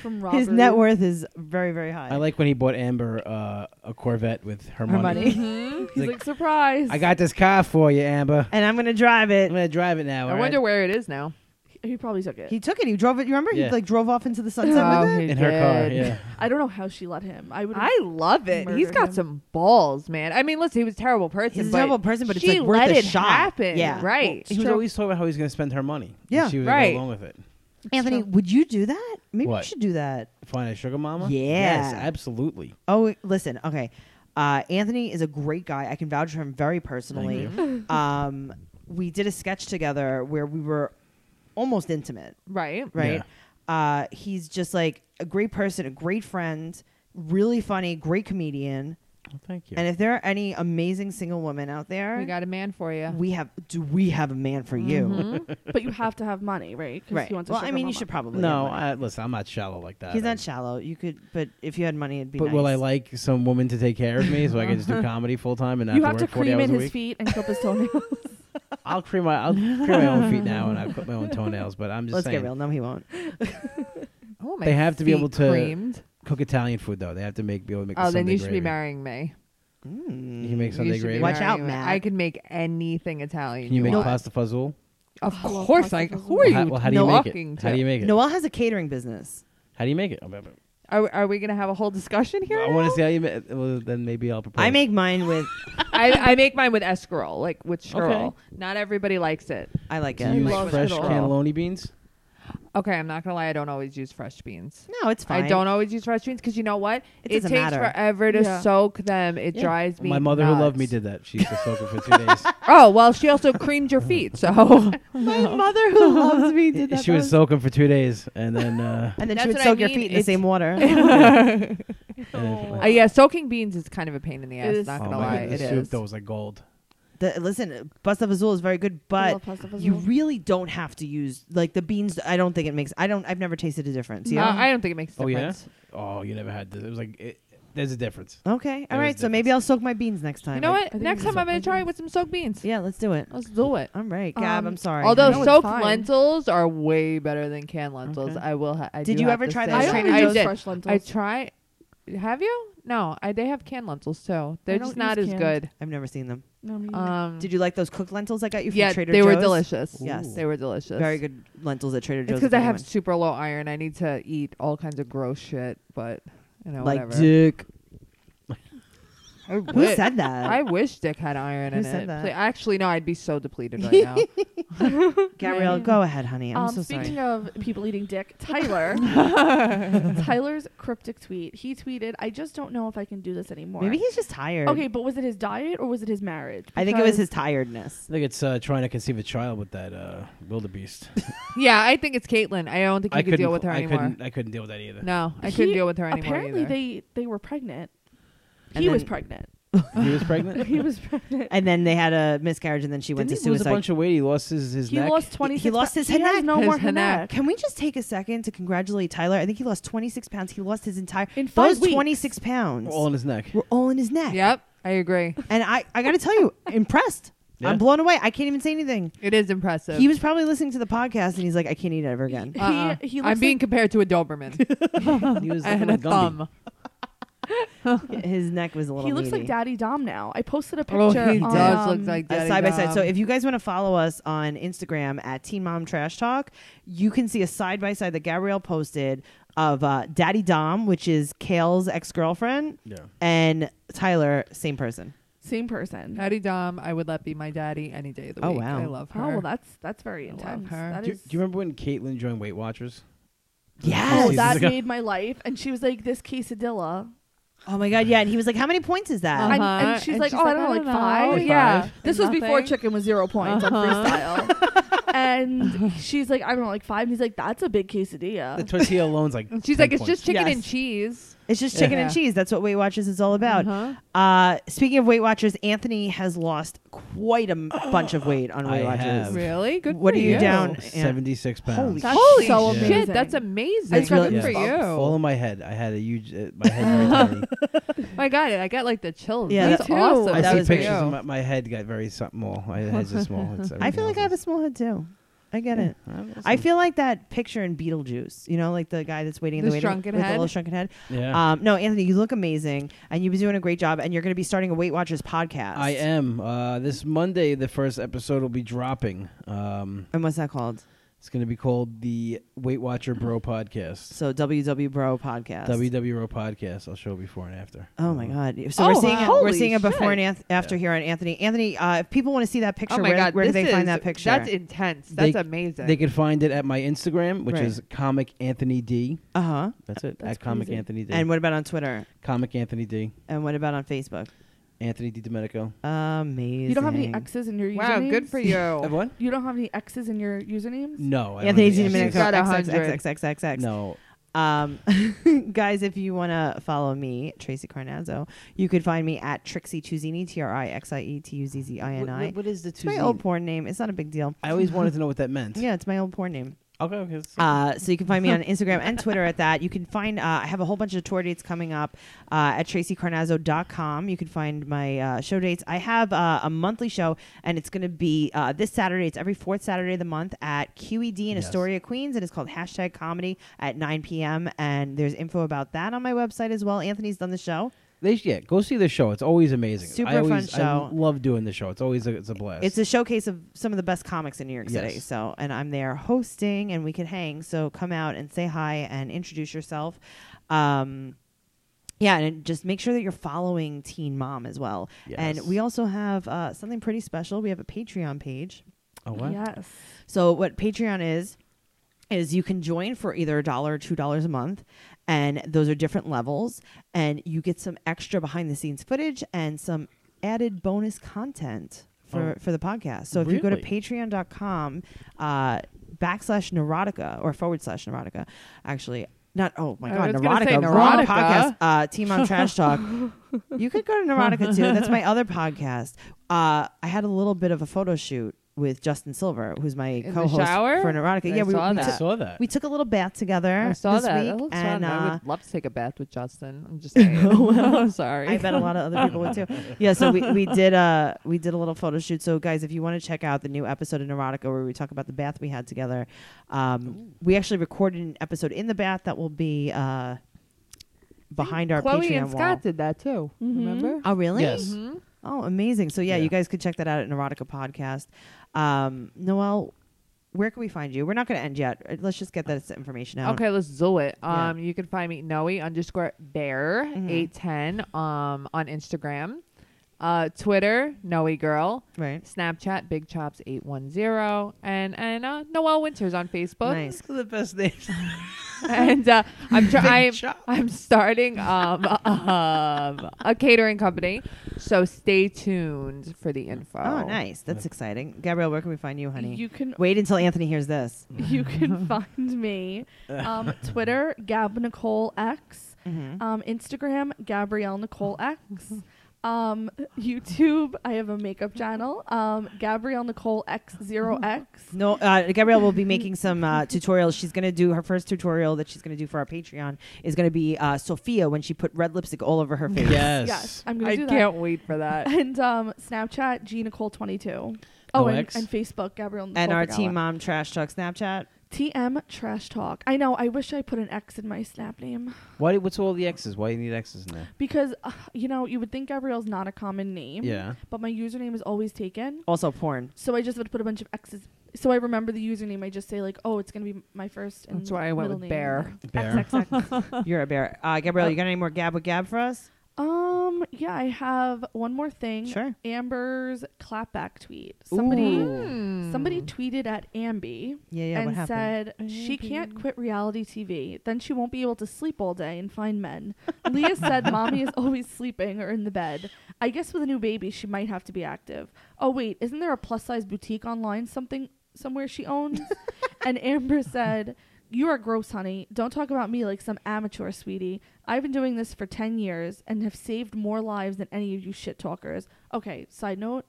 Speaker 6: From
Speaker 4: [LAUGHS]
Speaker 6: robbery.
Speaker 4: His net worth is very, very high.
Speaker 3: I like when he bought Amber uh, a Corvette with her,
Speaker 4: her money,
Speaker 5: Mm-hmm.
Speaker 6: He's
Speaker 3: Like,
Speaker 5: [LAUGHS]
Speaker 6: like, surprise.
Speaker 3: I got this car for you, Amber.
Speaker 4: [LAUGHS] and I'm gonna drive
Speaker 3: I'm
Speaker 4: it.
Speaker 3: gonna drive it now.
Speaker 5: I
Speaker 3: all
Speaker 5: wonder
Speaker 3: right?
Speaker 5: where it is now.
Speaker 6: He probably took it.
Speaker 4: He took it. He drove it. You remember?
Speaker 3: Yeah.
Speaker 4: He like drove off into the sunset
Speaker 5: Oh,
Speaker 4: with it.
Speaker 5: he
Speaker 3: in her car.
Speaker 5: did.
Speaker 3: Yeah,
Speaker 6: I don't know how she let him. I would.
Speaker 5: I love it. He's
Speaker 6: Murdered
Speaker 5: got
Speaker 6: him.
Speaker 5: some balls, man. I mean, listen, he was a terrible person.
Speaker 4: He's a
Speaker 5: but
Speaker 4: terrible person, but it's,
Speaker 5: she
Speaker 4: like, worth
Speaker 5: let
Speaker 4: a
Speaker 5: it
Speaker 4: shot.
Speaker 5: happen.
Speaker 4: Yeah.
Speaker 5: right.
Speaker 3: he was always talking about how he's gonna spend her money. and
Speaker 4: Yeah.
Speaker 3: she would
Speaker 5: Right.
Speaker 3: go along with it.
Speaker 4: Anthony, would you do that? Maybe
Speaker 3: What?
Speaker 4: you should do that.
Speaker 3: Find a sugar mama.
Speaker 4: Yeah.
Speaker 3: Yes, absolutely.
Speaker 4: Oh, listen. Okay. Uh, Anthony is a great guy. I can vouch for him very personally. Um, we did a sketch together where we were almost intimate,
Speaker 5: right.
Speaker 4: right? Uh, he's just like a great person, a great friend, really funny, great comedian.
Speaker 3: Well, thank you.
Speaker 4: And if there are any amazing single women out there,
Speaker 5: We got Mm-hmm. a man for you.
Speaker 4: we have do we have a man for you?
Speaker 6: [LAUGHS]
Speaker 3: [LAUGHS]
Speaker 6: but you have to have money, right? 'Cause
Speaker 4: Right.
Speaker 6: He wants a
Speaker 4: Well, I
Speaker 6: sugar
Speaker 4: mean, you
Speaker 6: mama.
Speaker 4: should probably.
Speaker 3: no,
Speaker 4: have money.
Speaker 3: I, listen, I'm not shallow like that.
Speaker 4: he's
Speaker 3: I-
Speaker 4: not shallow. You could, but if you had money, it'd be.
Speaker 3: But will I
Speaker 4: nice.
Speaker 3: like some woman to take care of me so I can just do comedy full time and not
Speaker 6: You have
Speaker 3: have
Speaker 6: to
Speaker 3: work 40
Speaker 6: cream
Speaker 3: hours
Speaker 6: in
Speaker 3: a
Speaker 6: his
Speaker 3: week?
Speaker 6: feet and clip
Speaker 4: [LAUGHS]
Speaker 6: his toenails.
Speaker 3: I'll cream my I'll cream my own feet now and I'll clip my own toenails. But I'm just
Speaker 4: Let's
Speaker 3: saying,
Speaker 4: get real. No, he won't.
Speaker 5: Oh, my
Speaker 3: They have to be
Speaker 5: feet
Speaker 3: able to-
Speaker 5: creamed.
Speaker 3: cook Italian food though. They have to make be able to make.
Speaker 5: Oh,
Speaker 3: the
Speaker 5: then
Speaker 3: Sunday
Speaker 5: you should be
Speaker 3: gravy.
Speaker 5: marrying me.
Speaker 3: You can make
Speaker 5: You should
Speaker 3: Sunday
Speaker 5: be
Speaker 3: gravy.
Speaker 4: Watch out,
Speaker 5: marrying me.
Speaker 4: Matt.
Speaker 5: I can make anything Italian.
Speaker 3: Can you make
Speaker 5: want.
Speaker 3: pasta fazool?
Speaker 5: Of
Speaker 6: I love
Speaker 5: course,
Speaker 6: pasta
Speaker 5: I.
Speaker 6: fazool.
Speaker 5: Who are
Speaker 3: Well,
Speaker 5: you
Speaker 3: how, well, how do you make
Speaker 5: talking
Speaker 3: it?
Speaker 5: to?
Speaker 3: How do you make it?
Speaker 4: Noel has a catering business.
Speaker 3: How do you make it? I
Speaker 5: Are, are we gonna have a whole discussion here?
Speaker 3: want to
Speaker 5: now?
Speaker 3: see how you make. Well, then maybe I'll propose.
Speaker 4: I make mine with.
Speaker 5: [LAUGHS] I, I make mine with escarole, like with scroll.
Speaker 3: Okay.
Speaker 5: Not everybody likes it.
Speaker 4: I like
Speaker 3: Do
Speaker 4: it.
Speaker 3: you use
Speaker 5: love
Speaker 3: fresh
Speaker 5: it all.
Speaker 3: cannelloni beans.
Speaker 5: Okay, I'm not gonna lie. I don't always use fresh beans.
Speaker 4: no, it's fine.
Speaker 5: I don't always use fresh beans because you know what?
Speaker 4: It
Speaker 5: takes
Speaker 4: doesn't matter.
Speaker 5: forever to
Speaker 6: Yeah.
Speaker 5: soak them. It drives me.
Speaker 3: My mother who loved me
Speaker 5: nuts.
Speaker 3: did that. She used to soak it for two days.
Speaker 5: Oh well, she also creamed your feet,
Speaker 3: [LAUGHS]
Speaker 5: so [LAUGHS]
Speaker 4: My mother who loves me did that.
Speaker 3: she would soak them for two days
Speaker 5: [LAUGHS]
Speaker 3: and then. Uh,
Speaker 4: and then
Speaker 5: That's
Speaker 4: she would
Speaker 5: what I
Speaker 4: soak your
Speaker 5: mean.
Speaker 4: feet in the
Speaker 5: It's-
Speaker 4: same water.
Speaker 5: [LAUGHS]
Speaker 4: Oh.
Speaker 3: and
Speaker 5: Uh, yeah, soaking beans is kind of a pain in the ass.
Speaker 6: is.
Speaker 5: Not
Speaker 3: oh
Speaker 5: gonna
Speaker 3: my
Speaker 5: lie,
Speaker 3: God,
Speaker 5: it
Speaker 3: the soup
Speaker 5: is. Uh,
Speaker 3: though was like gold.
Speaker 4: the, listen, pasta fazool is very good,
Speaker 6: I
Speaker 4: but
Speaker 6: love pasta
Speaker 4: you
Speaker 5: Mm-hmm.
Speaker 6: fazool.
Speaker 4: really don't have to use like the beans. I don't think it makes. I don't. I've never tasted a difference.
Speaker 5: No,
Speaker 4: Yeah.
Speaker 5: I don't think it makes a
Speaker 3: Oh, yeah?
Speaker 5: difference.
Speaker 3: Oh, you never had this. It was like it, there's a difference.
Speaker 4: okay. All
Speaker 3: There
Speaker 4: right.
Speaker 3: is
Speaker 4: So maybe I'll soak my beans next time.
Speaker 5: You know
Speaker 4: Like-
Speaker 5: what?
Speaker 6: think
Speaker 5: Next
Speaker 6: it's
Speaker 5: time I'm gonna
Speaker 6: soaked
Speaker 5: try it with some soaked beans.
Speaker 4: Yeah, let's do it.
Speaker 5: Let's do it.
Speaker 4: All right, Gab.
Speaker 6: Um,
Speaker 4: I'm sorry.
Speaker 5: Although
Speaker 6: know it's
Speaker 5: soaked
Speaker 6: fine.
Speaker 5: lentils are way better than canned lentils,
Speaker 4: Okay.
Speaker 5: I will. Ha- I
Speaker 4: Did
Speaker 5: do
Speaker 4: you
Speaker 5: have
Speaker 4: ever
Speaker 5: to
Speaker 4: try
Speaker 5: say
Speaker 4: those
Speaker 6: I
Speaker 5: that.
Speaker 4: Trader
Speaker 6: only
Speaker 5: I
Speaker 6: use
Speaker 5: did.
Speaker 6: fresh lentils.
Speaker 5: I try. Have you? No, I they have canned lentils too. They're
Speaker 6: don't
Speaker 5: just not as
Speaker 6: use
Speaker 5: good.
Speaker 6: canned.
Speaker 4: I've never seen them.
Speaker 6: no, me neither.
Speaker 5: Um,
Speaker 4: Did you like those cooked lentils I got you from
Speaker 5: yeah,
Speaker 4: Trader
Speaker 5: they
Speaker 4: Joe's?
Speaker 5: were delicious.
Speaker 4: Yes.
Speaker 5: they were delicious.
Speaker 4: Very good lentils at Trader
Speaker 5: It's
Speaker 4: Joe's.
Speaker 5: because
Speaker 4: if
Speaker 5: I have
Speaker 4: anyone-
Speaker 5: super low iron. I need to eat all kinds of gross shit, but you know,
Speaker 4: like
Speaker 5: whatever.
Speaker 4: dick.
Speaker 5: [LAUGHS] I
Speaker 4: [LAUGHS] Who
Speaker 5: [LAUGHS] wi-
Speaker 4: said that?
Speaker 5: I wish Dick had iron
Speaker 4: Who
Speaker 5: in
Speaker 4: said
Speaker 5: it.
Speaker 4: that?
Speaker 5: Pla- Actually, no, I'd be so depleted right now.
Speaker 4: Gabrielle, go ahead, honey. I'm
Speaker 6: um,
Speaker 4: so sorry.
Speaker 6: speaking of people eating [LAUGHS] dick, Tyler. Tyler's cryptic tweet. He tweeted, "I just don't know if I can do this anymore."
Speaker 4: Maybe he's just tired.
Speaker 6: Okay, but was it his diet or was it his marriage?
Speaker 4: I think it was
Speaker 6: Because
Speaker 4: his tiredness.
Speaker 3: I think it's uh, trying to conceive a child with that uh,
Speaker 5: [LAUGHS]
Speaker 3: wildebeest.
Speaker 5: [LAUGHS] yeah, I think it's Caitlyn. I don't think you
Speaker 3: I
Speaker 5: could
Speaker 3: couldn't
Speaker 5: deal with her
Speaker 3: I
Speaker 5: anymore.
Speaker 3: couldn't. uh, I couldn't deal with that either.
Speaker 5: No, I
Speaker 6: he-
Speaker 5: couldn't deal with her anymore.
Speaker 6: Apparently,
Speaker 5: either.
Speaker 6: they they were pregnant.
Speaker 4: And
Speaker 6: he was
Speaker 4: then- [LAUGHS]
Speaker 6: pregnant.
Speaker 3: He
Speaker 5: [LAUGHS]
Speaker 3: was pregnant.
Speaker 6: He was pregnant.
Speaker 4: And then they had a miscarriage, and then she went
Speaker 3: Didn't he
Speaker 4: to
Speaker 3: lose
Speaker 4: suicide.
Speaker 3: a bunch of weight? He lost his, his
Speaker 6: He
Speaker 3: neck.
Speaker 6: lost twenty.
Speaker 4: He lost his
Speaker 6: he has
Speaker 4: heneck.
Speaker 6: no
Speaker 5: His
Speaker 6: more heneck.
Speaker 5: heneck.
Speaker 4: Can we just take a second to congratulate Tyler? I think he lost 26 pounds. He lost his entire
Speaker 6: In five
Speaker 4: those
Speaker 6: weeks.
Speaker 4: 26 pounds
Speaker 3: all in
Speaker 5: [LAUGHS]
Speaker 3: his neck.
Speaker 4: were all in his neck.
Speaker 5: Yep, I agree.
Speaker 4: And I, I got to tell
Speaker 6: [LAUGHS]
Speaker 4: you, impressed.
Speaker 3: Yeah.
Speaker 4: I'm blown away. I can't even say anything.
Speaker 5: It is impressive.
Speaker 4: He was probably listening to the podcast, and he's like, I can't eat it ever again.
Speaker 5: Uh-uh.
Speaker 6: He, he looks
Speaker 5: I'm being
Speaker 6: like-
Speaker 5: compared to a Doberman
Speaker 3: He was
Speaker 5: and a
Speaker 3: looking like Gumby.
Speaker 5: thumb.
Speaker 4: His neck was a little.
Speaker 6: he looks like
Speaker 4: meaty.
Speaker 6: Daddy Dom now. I posted a picture.
Speaker 5: Oh, he
Speaker 6: on,
Speaker 5: does
Speaker 6: um,
Speaker 5: look like
Speaker 4: Uh,
Speaker 5: Daddy
Speaker 4: side by side.
Speaker 5: Dom.
Speaker 4: So if you guys want to follow us on Instagram at Teen Mom Trash Talk, you can see a side by side that Gabrielle posted of uh, Daddy Dom, which is Kale's ex girlfriend,
Speaker 3: Yeah.
Speaker 4: and Tyler, same person.
Speaker 6: same person.
Speaker 5: Daddy Dom, I would let be my daddy any day of the
Speaker 4: Oh,
Speaker 5: week.
Speaker 4: wow.
Speaker 5: I love her.
Speaker 6: Oh well, that's that's very
Speaker 5: I love
Speaker 6: intense.
Speaker 5: her.
Speaker 6: That
Speaker 3: Do, you-
Speaker 6: is-
Speaker 3: do you remember when Caitlyn joined
Speaker 5: [LAUGHS]
Speaker 3: Weight Watchers?
Speaker 4: Yes.
Speaker 6: Oh,
Speaker 3: Seasons
Speaker 6: that
Speaker 3: ago.
Speaker 6: made my life. And she was like, "This quesadilla,"
Speaker 4: Oh my God. Yeah. And he was like, "How many points is that?"
Speaker 6: and,
Speaker 5: Uh-huh.
Speaker 6: and she's
Speaker 5: And
Speaker 6: like,
Speaker 5: she's
Speaker 6: "Oh,
Speaker 5: like,
Speaker 6: I don't know,
Speaker 5: I
Speaker 6: like
Speaker 5: don't know.
Speaker 6: five.
Speaker 5: Yeah.
Speaker 6: This was before
Speaker 5: Nothing.
Speaker 6: chicken was zero points
Speaker 5: Uh-huh. [LAUGHS]
Speaker 6: on freestyle. And she's like, I don't know, like five. And he's like, that's a big quesadilla.
Speaker 3: The tortilla alone's like.
Speaker 5: She's
Speaker 3: 10
Speaker 5: like, it's
Speaker 3: points.
Speaker 5: just chicken
Speaker 6: Yes.
Speaker 5: and cheese.
Speaker 4: It's just chicken
Speaker 5: Yeah.
Speaker 4: and cheese. That's what Weight Watchers is all about.
Speaker 5: Uh-huh.
Speaker 4: Uh, speaking of Weight Watchers, Anthony has lost quite a
Speaker 3: [GASPS]
Speaker 4: m- bunch of weight on
Speaker 3: I
Speaker 4: Weight Watchers.
Speaker 3: have.
Speaker 5: Really? Good.
Speaker 4: What
Speaker 5: for
Speaker 4: are you down?
Speaker 3: seventy six pounds.
Speaker 4: Holy
Speaker 6: That's
Speaker 5: Holy
Speaker 6: so
Speaker 5: shit,
Speaker 6: amazing.
Speaker 5: that's amazing.
Speaker 4: It's really
Speaker 5: good for
Speaker 4: good.
Speaker 3: All
Speaker 5: you.
Speaker 3: in my head. I had a huge. Uh,
Speaker 5: [LAUGHS]
Speaker 3: my head very tiny.
Speaker 5: My God, Oh, I got like the chills.
Speaker 4: Yeah,
Speaker 5: Me
Speaker 4: that's
Speaker 5: too.
Speaker 4: awesome.
Speaker 3: I
Speaker 4: That
Speaker 3: see
Speaker 4: was
Speaker 3: pictures.
Speaker 4: you.
Speaker 5: Oh
Speaker 3: And my, my head got very small.
Speaker 4: [LAUGHS]
Speaker 3: My head's a small. It's
Speaker 4: I feel like I have a small head too. I get it. I feel like that picture in Beetlejuice. You know, like the guy that's waiting in
Speaker 5: The
Speaker 4: the waiting room
Speaker 5: shrunken
Speaker 4: with the
Speaker 5: head?
Speaker 4: little shrunken head.
Speaker 3: Yeah.
Speaker 4: Um, no, Anthony, you look amazing, and you've been doing a great job, and you're going to be starting a Weight Watchers podcast.
Speaker 3: I am. Uh, this Monday, the first episode will be dropping. Um,
Speaker 4: And what's that called?
Speaker 3: it's going to be called the Weight Watcher Bro Podcast.
Speaker 4: Oh. So WW Bro podcast.
Speaker 3: WWRO Podcast. I'll show before and after.
Speaker 4: Oh my
Speaker 3: Um,
Speaker 4: God! So
Speaker 5: Oh,
Speaker 4: we're seeing
Speaker 5: wow.
Speaker 4: a, we're
Speaker 5: Holy
Speaker 4: seeing a before
Speaker 5: shit.
Speaker 4: and anth- after here on Anthony. Anthony, uh, if people want to see that picture,
Speaker 5: Oh my
Speaker 4: where,
Speaker 5: God,
Speaker 4: where do
Speaker 5: this
Speaker 4: they find
Speaker 5: is-
Speaker 4: that picture?
Speaker 5: That's intense.
Speaker 3: They-
Speaker 5: That's amazing.
Speaker 3: They can find it at my Instagram, which
Speaker 4: Right.
Speaker 3: is Comic Anthony D.
Speaker 4: uh huh.
Speaker 3: That's it.
Speaker 6: That's
Speaker 3: at Comic
Speaker 6: crazy.
Speaker 3: Anthony D.
Speaker 4: And what about on Twitter?
Speaker 3: Comic Anthony D.
Speaker 4: And what about on Facebook?
Speaker 3: Anthony D. Domenico.
Speaker 4: Amazing.
Speaker 6: you don't have any X's in your usernames?
Speaker 5: wow, good for
Speaker 3: Uh,
Speaker 5: you.
Speaker 3: what?
Speaker 6: You don't have any X's in your usernames?
Speaker 3: No. I don't
Speaker 4: Anthony
Speaker 3: have any
Speaker 4: Domenico.
Speaker 3: access.
Speaker 5: got a hundred.
Speaker 4: XXXXXXX.
Speaker 3: No.
Speaker 4: Um, [LAUGHS] guys, if you want to follow me, Tracy Carnazzo, you could find me at Trixie Tuzini, T R I X I E T U Z Z I N I.
Speaker 3: what is the
Speaker 4: It's my old porn name. It's not a big deal.
Speaker 3: I always wanted to know what that meant.
Speaker 4: Yeah, it's my old porn name.
Speaker 3: Okay. okay that's-
Speaker 4: Uh, so you can find me on Instagram and Twitter at that. You can find, uh, I have a whole bunch of tour dates coming up uh, at tracycarnazzo.com. You can find my uh, show dates. I have uh, a monthly show, and it's going to be uh, this Saturday. It's every fourth Saturday of the month at QED in
Speaker 3: Yes.
Speaker 4: Astoria, Queens. It is called hashtag comedy at 9 p.m. And there's info about that on my website as well. Anthony's done the show.
Speaker 3: They sh- yeah, go see the show. It's always amazing.
Speaker 4: Super
Speaker 3: I
Speaker 4: fun
Speaker 3: always,
Speaker 4: show.
Speaker 3: I love doing the show. It's always a, it's a blast.
Speaker 4: It's a showcase of some of the best comics in New York City.
Speaker 3: Yes.
Speaker 4: So, and I'm there hosting, and we could hang. So, come out and say hi and introduce yourself. Um, yeah, and just make sure that you're following Teen Mom as well. And
Speaker 3: Yes.
Speaker 4: we also have uh, something pretty special. We have a Patreon page.
Speaker 3: oh, what?
Speaker 6: Yes.
Speaker 4: So, what Patreon is is you can join for either a dollar or two dollars a month and those are different levels and you get some extra behind the scenes footage and some added bonus content for,
Speaker 3: Oh.
Speaker 4: for the podcast so if you go to
Speaker 3: Really?
Speaker 4: patreon.com uh, backslash neurotica or forward slash neurotica actually not oh my
Speaker 5: Uh, I
Speaker 4: god
Speaker 5: was gonna
Speaker 4: neurotica,
Speaker 5: say
Speaker 4: wrong
Speaker 5: Neurotica.
Speaker 4: podcast uh, team on trash
Speaker 5: [LAUGHS]
Speaker 4: talk you could go to neurotica too that's my other podcast uh, i had a little bit of a photo shoot with Justin Silver, who's my
Speaker 5: the
Speaker 4: co-host
Speaker 5: shower?
Speaker 4: for Neurotica,
Speaker 5: I
Speaker 4: yeah, we,
Speaker 5: saw
Speaker 4: we
Speaker 5: that.
Speaker 3: I
Speaker 4: took-
Speaker 3: saw that.
Speaker 4: we took a little bath together.
Speaker 5: I saw
Speaker 4: this
Speaker 5: that.
Speaker 4: Week,
Speaker 5: It looks
Speaker 4: and,
Speaker 5: fun. I
Speaker 4: uh, Oh,
Speaker 5: would love to take a bath with Justin.
Speaker 4: [LAUGHS]
Speaker 5: I'm just saying. [LAUGHS] I'm sorry.
Speaker 4: I bet a lot of other people would too. Yeah, so we, we did uh we did a little photo shoot. So guys, if you want to check out the new episode of Neurotica where we talk about the bath we had together, um, we actually recorded an episode in the bath that will be uh behind our
Speaker 5: Chloe
Speaker 4: Patreon
Speaker 5: and Scott
Speaker 4: wall.
Speaker 5: did that too. Remember?
Speaker 4: Oh really?
Speaker 3: Yes.
Speaker 4: Oh, amazing. So yeah,
Speaker 3: Yeah.
Speaker 4: you guys could check that out at Neurotica Podcast. Um, Noel, where can we find you? We're not going to end yet. Uh, Let's just get that information out.
Speaker 5: Okay, let's do it.
Speaker 4: Yeah. Mm-hmm.
Speaker 5: Um, you can find me Noe underscore bear eight ten um on Instagram, uh, Twitter Noe girl,
Speaker 4: Right.
Speaker 5: Snapchat Big Chops eight one zero, and and uh, Noelle Winters on Facebook.
Speaker 4: Nice.
Speaker 3: Those are the best names.
Speaker 5: and uh, I'm try- I'm,
Speaker 3: Chops.
Speaker 5: I'm starting um, um a catering company, so stay tuned for the info.
Speaker 4: Oh, nice. That's exciting. Gabrielle, where can we find you, honey?
Speaker 6: You can
Speaker 4: Wait until Anthony hears this. [LAUGHS]
Speaker 6: you can find me um, Twitter Gab Nicole X,
Speaker 4: Mm-hmm.
Speaker 6: um, Instagram Gabrielle Nicole X,
Speaker 4: [LAUGHS]
Speaker 6: um, YouTube I have a makeup channel um, Gabrielle Nicole X
Speaker 4: [LAUGHS]
Speaker 6: zero X.
Speaker 4: No, uh, Gabrielle will be making some uh, tutorials. She's going to do her first tutorial that she's going to do for our Patreon is going to be uh, Sophia when she put red lipstick all over her face.
Speaker 3: Yes.
Speaker 6: Yes, I'm gonna
Speaker 5: I
Speaker 6: do that.
Speaker 5: can't wait for that.
Speaker 6: [LAUGHS] And um, Snapchat G Nicole twenty two. Oh, and,
Speaker 3: X.
Speaker 6: and Facebook Gabrielle Nicole
Speaker 4: And our
Speaker 6: Fregala.
Speaker 4: Team uh, Mom Trash Talk Snapchat.
Speaker 6: TM Trash Talk. I know. I wish I put an X in my snap name
Speaker 3: Why? What's all the X's? Why do you need X's in there?
Speaker 6: because uh, you know you would think Gabrielle's not a common name.
Speaker 3: Yeah.
Speaker 6: But my username is always taken.
Speaker 4: Also porn.
Speaker 6: So I just would put a bunch of X's. So I remember the username. I just say like, oh, it's gonna be my first. And
Speaker 5: That's why I went
Speaker 6: middle
Speaker 5: with
Speaker 6: name.
Speaker 5: Bear.
Speaker 3: Bear.
Speaker 6: XXX.
Speaker 4: You're a bear. Uh, Gabrielle, you got any more Gab with Gab for us?
Speaker 6: um. Yeah, I have one more thing.
Speaker 4: Sure.
Speaker 6: Amber's clapback tweet. Mm. Somebody.
Speaker 5: Hmm.
Speaker 6: Somebody tweeted at Ambi
Speaker 4: Yeah, yeah. what
Speaker 6: and
Speaker 4: happened?
Speaker 6: said she can't quit reality TV. Then she won't be able to sleep all day and find men.
Speaker 4: [LAUGHS]
Speaker 6: Leah said mommy is always sleeping or in the bed. I guess with a new baby she might have to be active. Oh wait, isn't there a plus size boutique online something somewhere
Speaker 4: [LAUGHS]
Speaker 6: she owns. and Amber said, You are gross, honey. Don't talk about me like some amateur, sweetie. I've been doing this for 10 years and have saved more lives than any of you shit talkers. Okay, side note.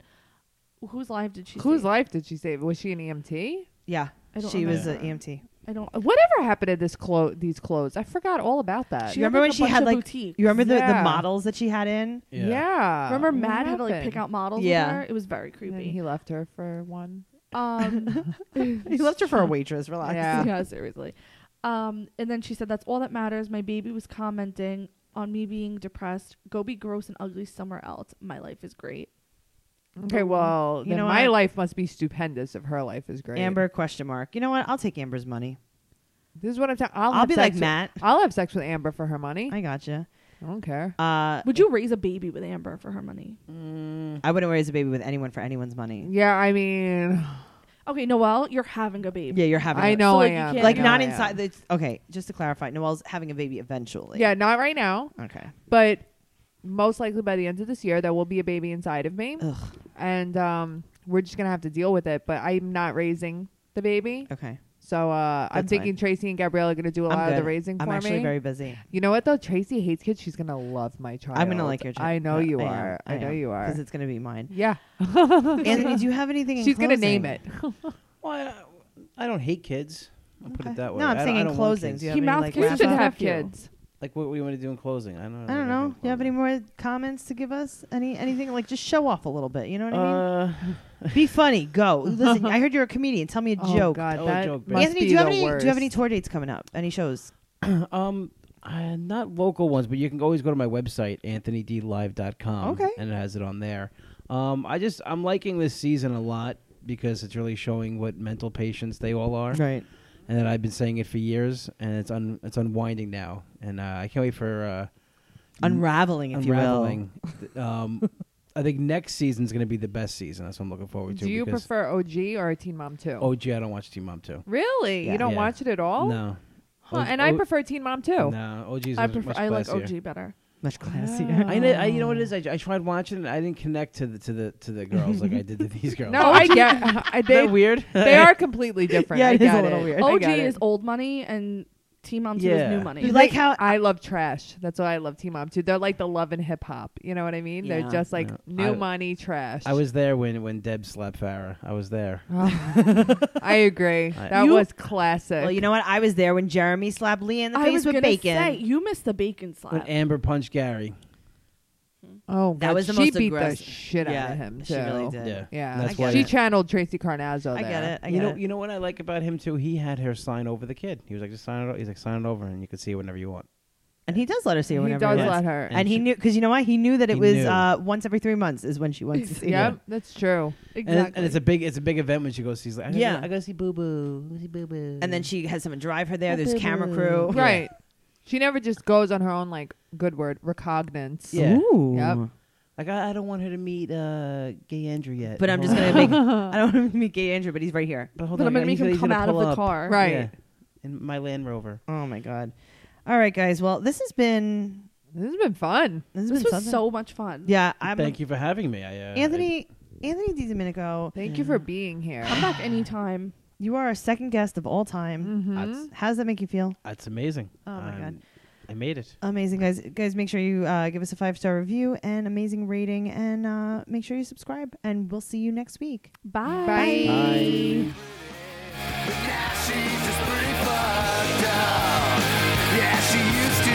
Speaker 6: Whose life did she
Speaker 5: [LAUGHS] Whose
Speaker 6: save?
Speaker 5: life did she save? Was she an E EMT?
Speaker 4: Yeah,
Speaker 6: I don't
Speaker 4: she was E an
Speaker 6: remember.
Speaker 4: EMT.
Speaker 6: I don't.
Speaker 4: Uh,
Speaker 5: Whatever happened to this clo- these clothes? I forgot all about that.
Speaker 6: She
Speaker 4: you remember
Speaker 6: had, like,
Speaker 4: when
Speaker 6: a
Speaker 4: she
Speaker 6: bunch
Speaker 4: had
Speaker 6: of
Speaker 4: like
Speaker 6: boutiques.
Speaker 4: you remember the,
Speaker 5: Yeah.
Speaker 4: the models that she had
Speaker 5: [LAUGHS]
Speaker 4: in?
Speaker 5: yeah.
Speaker 6: Remember, Matt had to like
Speaker 5: happened?
Speaker 6: pick out models.
Speaker 4: Yeah.
Speaker 6: with her? it was very
Speaker 5: And
Speaker 6: creepy. [LAUGHS]
Speaker 5: he left her for one.
Speaker 6: um,
Speaker 4: He left her for a waitress. Relax.
Speaker 5: Yeah.
Speaker 4: [LAUGHS]
Speaker 6: yeah, seriously. Um, and then she said, "That's all that matters." My baby was commenting on me being depressed. Go be gross and ugly somewhere else. My life is great.
Speaker 5: Okay, well,
Speaker 4: You
Speaker 5: then
Speaker 4: know
Speaker 5: my
Speaker 4: what?
Speaker 5: life must be stupendous if her life is great.
Speaker 4: Amber question mark. You know what? I'll take Amber's money.
Speaker 5: this is what I'm talking. I'll,
Speaker 4: I'll
Speaker 5: have
Speaker 4: be
Speaker 5: sex
Speaker 4: like
Speaker 5: with-
Speaker 4: Matt.
Speaker 5: I'll have sex with Amber for her money. I,
Speaker 4: [LAUGHS] I gotcha.
Speaker 5: don't care.
Speaker 4: Uh,
Speaker 6: Would you raise a baby with Amber for her money?
Speaker 4: I wouldn't raise a baby with anyone for anyone's money.
Speaker 5: Yeah, I mean,
Speaker 6: Okay, Noelle, you're having a baby.
Speaker 4: Yeah, you're having.
Speaker 5: I
Speaker 4: a-
Speaker 5: know I
Speaker 6: So, like, you
Speaker 5: am.
Speaker 6: can't-
Speaker 4: Like
Speaker 5: I know
Speaker 4: not
Speaker 5: I am.
Speaker 4: inside. It's, okay, just to clarify, Noelle's having a baby eventually.
Speaker 5: Yeah, not right now,
Speaker 4: Okay.
Speaker 5: but most likely by the end of this year, there will be a baby inside of me,
Speaker 4: Ugh.
Speaker 5: and um, we're just gonna have to deal with it. But I'm not raising the baby,
Speaker 4: Okay.
Speaker 5: so uh, I'm
Speaker 4: That's
Speaker 5: thinking
Speaker 4: fine.
Speaker 5: Tracy and Gabrielle are gonna do a
Speaker 4: I'm
Speaker 5: lot of the
Speaker 4: good.
Speaker 5: raising
Speaker 4: I'm
Speaker 5: for
Speaker 4: actually
Speaker 5: me.
Speaker 4: very busy.
Speaker 5: you know what though? Tracy hates kids. She's gonna love my child.
Speaker 4: I'm gonna like your.
Speaker 5: I know you are. I, know you are.
Speaker 4: Because it's gonna be
Speaker 5: [LAUGHS]
Speaker 4: mine.
Speaker 5: yeah,
Speaker 4: Anthony, do you have anything? in
Speaker 5: she's gonna name
Speaker 4: closing?
Speaker 5: it.
Speaker 3: Well, I, I don't hate kids. I'll put it
Speaker 4: Okay.
Speaker 3: that way.
Speaker 4: No, I'm
Speaker 3: I,
Speaker 4: saying
Speaker 3: I
Speaker 4: in
Speaker 3: don't want
Speaker 4: closings.
Speaker 3: kids.
Speaker 4: You have
Speaker 6: He
Speaker 4: any,
Speaker 6: mouth
Speaker 4: like,
Speaker 6: kisses
Speaker 5: We
Speaker 4: wrap
Speaker 5: should
Speaker 4: up?
Speaker 6: her.
Speaker 5: have
Speaker 6: Nephew.
Speaker 5: kids.
Speaker 3: Like, what we want to do in closing? I don't.
Speaker 4: I don't know. Do you have any more comments to give us? Any anything like just show off a little bit? You know what I mean?
Speaker 3: Uh,
Speaker 4: Be funny.
Speaker 5: [LAUGHS]
Speaker 4: Go. Listen, I heard you're a comedian. Tell me a
Speaker 5: Oh
Speaker 4: joke.
Speaker 5: God,
Speaker 3: Oh,
Speaker 5: that
Speaker 3: joke,
Speaker 5: must
Speaker 4: Anthony,
Speaker 5: be
Speaker 4: do you have
Speaker 5: the
Speaker 4: any?
Speaker 5: worst.
Speaker 4: Do you have any tour dates coming up? Any shows?
Speaker 3: um, uh, not local ones, but you can always go to my website, anthonydlive.com.
Speaker 4: Okay.
Speaker 3: And it has it on there. Um, I just I'm liking this season a lot because it's really showing what mental patients they all are,
Speaker 4: Right.
Speaker 3: and that I've been saying it for years, and it's un it's unwinding now, and uh, I can't wait for uh,
Speaker 4: Unraveling, if
Speaker 3: unraveling. [LAUGHS] Th- um, I think next season's going to be the best season. That's what I'm looking forward to.
Speaker 5: Do you
Speaker 3: because
Speaker 5: prefer OG or Teen Mom 2?
Speaker 3: Oh, gee, I don't watch Team Mom too.
Speaker 5: really?
Speaker 4: Yeah. Oh,
Speaker 5: You don't
Speaker 3: Yeah.
Speaker 5: watch it at all? Oh?
Speaker 3: No.
Speaker 5: Huh,
Speaker 3: O-
Speaker 5: and I
Speaker 3: O-
Speaker 5: prefer Teen Mom 2.
Speaker 3: No, OG's
Speaker 6: I
Speaker 3: much-
Speaker 6: prefer.
Speaker 3: much
Speaker 6: I like
Speaker 3: classier.
Speaker 6: OG better.
Speaker 4: you will. Much classier.
Speaker 3: I, kn- I you know
Speaker 4: Um.
Speaker 3: what it is. I, I tried watching it. I didn't connect to the to the to the girls like I did
Speaker 4: [LAUGHS]
Speaker 3: to these girls.
Speaker 5: No,
Speaker 4: Oh,
Speaker 5: I get [LAUGHS] I,
Speaker 3: Isn't
Speaker 5: they,
Speaker 3: that weird.
Speaker 5: [LAUGHS] they are completely different.
Speaker 4: Yeah,
Speaker 5: I
Speaker 4: it is a
Speaker 5: get
Speaker 4: little weird.
Speaker 5: I
Speaker 6: OG
Speaker 5: get
Speaker 4: [LAUGHS]
Speaker 6: is
Speaker 5: it.
Speaker 6: old money and Team Mom Two
Speaker 3: Yeah.
Speaker 6: is new money.
Speaker 5: [LAUGHS]
Speaker 4: You like how
Speaker 5: I love trash. That's why I love Teen Mom 2. They're like the love and hip hop. You know what I mean?
Speaker 4: Yeah.
Speaker 5: They're just like
Speaker 3: No,
Speaker 5: new
Speaker 3: I-
Speaker 5: money trash.
Speaker 3: [LAUGHS] I was there when when Deb slapped Farah. I was there.
Speaker 5: [SIGHS] I
Speaker 4: [LAUGHS]
Speaker 5: agree. that
Speaker 4: You-
Speaker 5: was classic.
Speaker 4: Well, you know what? I was there when Jeremy slapped Leah in the
Speaker 6: I was
Speaker 4: face with
Speaker 6: gonna
Speaker 4: bacon.
Speaker 6: say you missed the bacon slap.
Speaker 3: When Amber punched Gary.
Speaker 5: oh,
Speaker 4: That
Speaker 5: God,
Speaker 4: was the
Speaker 5: she
Speaker 4: most
Speaker 5: beat
Speaker 4: aggressive.
Speaker 5: the shit
Speaker 4: yeah,
Speaker 5: out of him too.
Speaker 4: She really did.
Speaker 3: Yeah,
Speaker 5: Yeah,
Speaker 3: That's
Speaker 4: I
Speaker 3: why
Speaker 4: get
Speaker 5: she
Speaker 4: it.
Speaker 5: channeled Tracy Carnazzo.
Speaker 4: I get
Speaker 5: there.
Speaker 4: it. I get
Speaker 3: you know,
Speaker 4: it.
Speaker 3: you know what I like about him too. He had her sign over the kid. He was like, just sign it. o- He's like, sign it over, and you can see it whenever you want.
Speaker 4: and he does let her see her
Speaker 5: He
Speaker 4: whenever
Speaker 5: does
Speaker 4: wants.
Speaker 5: let her.
Speaker 4: And, he
Speaker 5: [LAUGHS]
Speaker 3: she-
Speaker 4: knew because you know why he knew that it
Speaker 3: He
Speaker 4: was
Speaker 3: knew.
Speaker 4: uh, once every three months is when she wants to see
Speaker 5: Yep,
Speaker 4: her.
Speaker 5: that's true.
Speaker 3: And, it- and it's a big it's a big event when she goes. She's like, I gotta-
Speaker 4: Yeah.
Speaker 3: I gotta see Boo Boo. See Boo Boo.
Speaker 4: And then she has someone drive her there. There's camera crew.
Speaker 5: Right. She never just goes on her own, like, good word, recognizance.
Speaker 3: Yeah.
Speaker 4: Ooh.
Speaker 5: Yep.
Speaker 3: like, I, I don't want her to meet uh, Gay Andrew yet.
Speaker 4: But I'm just gonna
Speaker 6: [LAUGHS]
Speaker 3: [LAUGHS]
Speaker 4: make. I don't want to meet Gay Andrew, but he's right here.
Speaker 3: But hold
Speaker 6: but
Speaker 3: on,
Speaker 6: I'm gonna
Speaker 3: I-
Speaker 6: make
Speaker 3: he's
Speaker 6: him
Speaker 3: he's
Speaker 6: come
Speaker 3: gonna
Speaker 6: out of
Speaker 3: pull
Speaker 6: the
Speaker 3: up.
Speaker 6: car.
Speaker 5: Right.
Speaker 3: Yeah. In my Land Rover.
Speaker 4: Oh my god. All right, guys. Well, this has been.
Speaker 5: This has been fun.
Speaker 4: This,
Speaker 6: This
Speaker 4: has been
Speaker 6: was
Speaker 4: something.
Speaker 6: so much fun.
Speaker 4: Yeah. I'm,
Speaker 3: Thank you for having me. I, uh,
Speaker 4: Anthony. Anthony DiDomenico.
Speaker 5: Thank you for being here.
Speaker 6: Come back anytime.
Speaker 4: You are our second guest of all time.
Speaker 6: Mm-hmm.
Speaker 3: I-
Speaker 5: Mhm.
Speaker 3: that's,
Speaker 4: How does that make you feel?
Speaker 3: that's amazing.
Speaker 4: Oh my God.
Speaker 3: I'm- I made it.
Speaker 4: Amazing guys, guys! Make sure you uh, give us a five star review and amazing rating, and uh, make sure you subscribe. And we'll see you next week.
Speaker 6: Bye.
Speaker 5: Bye.
Speaker 1: But now she's just pretty fucked up. Yeah, she used to Oh,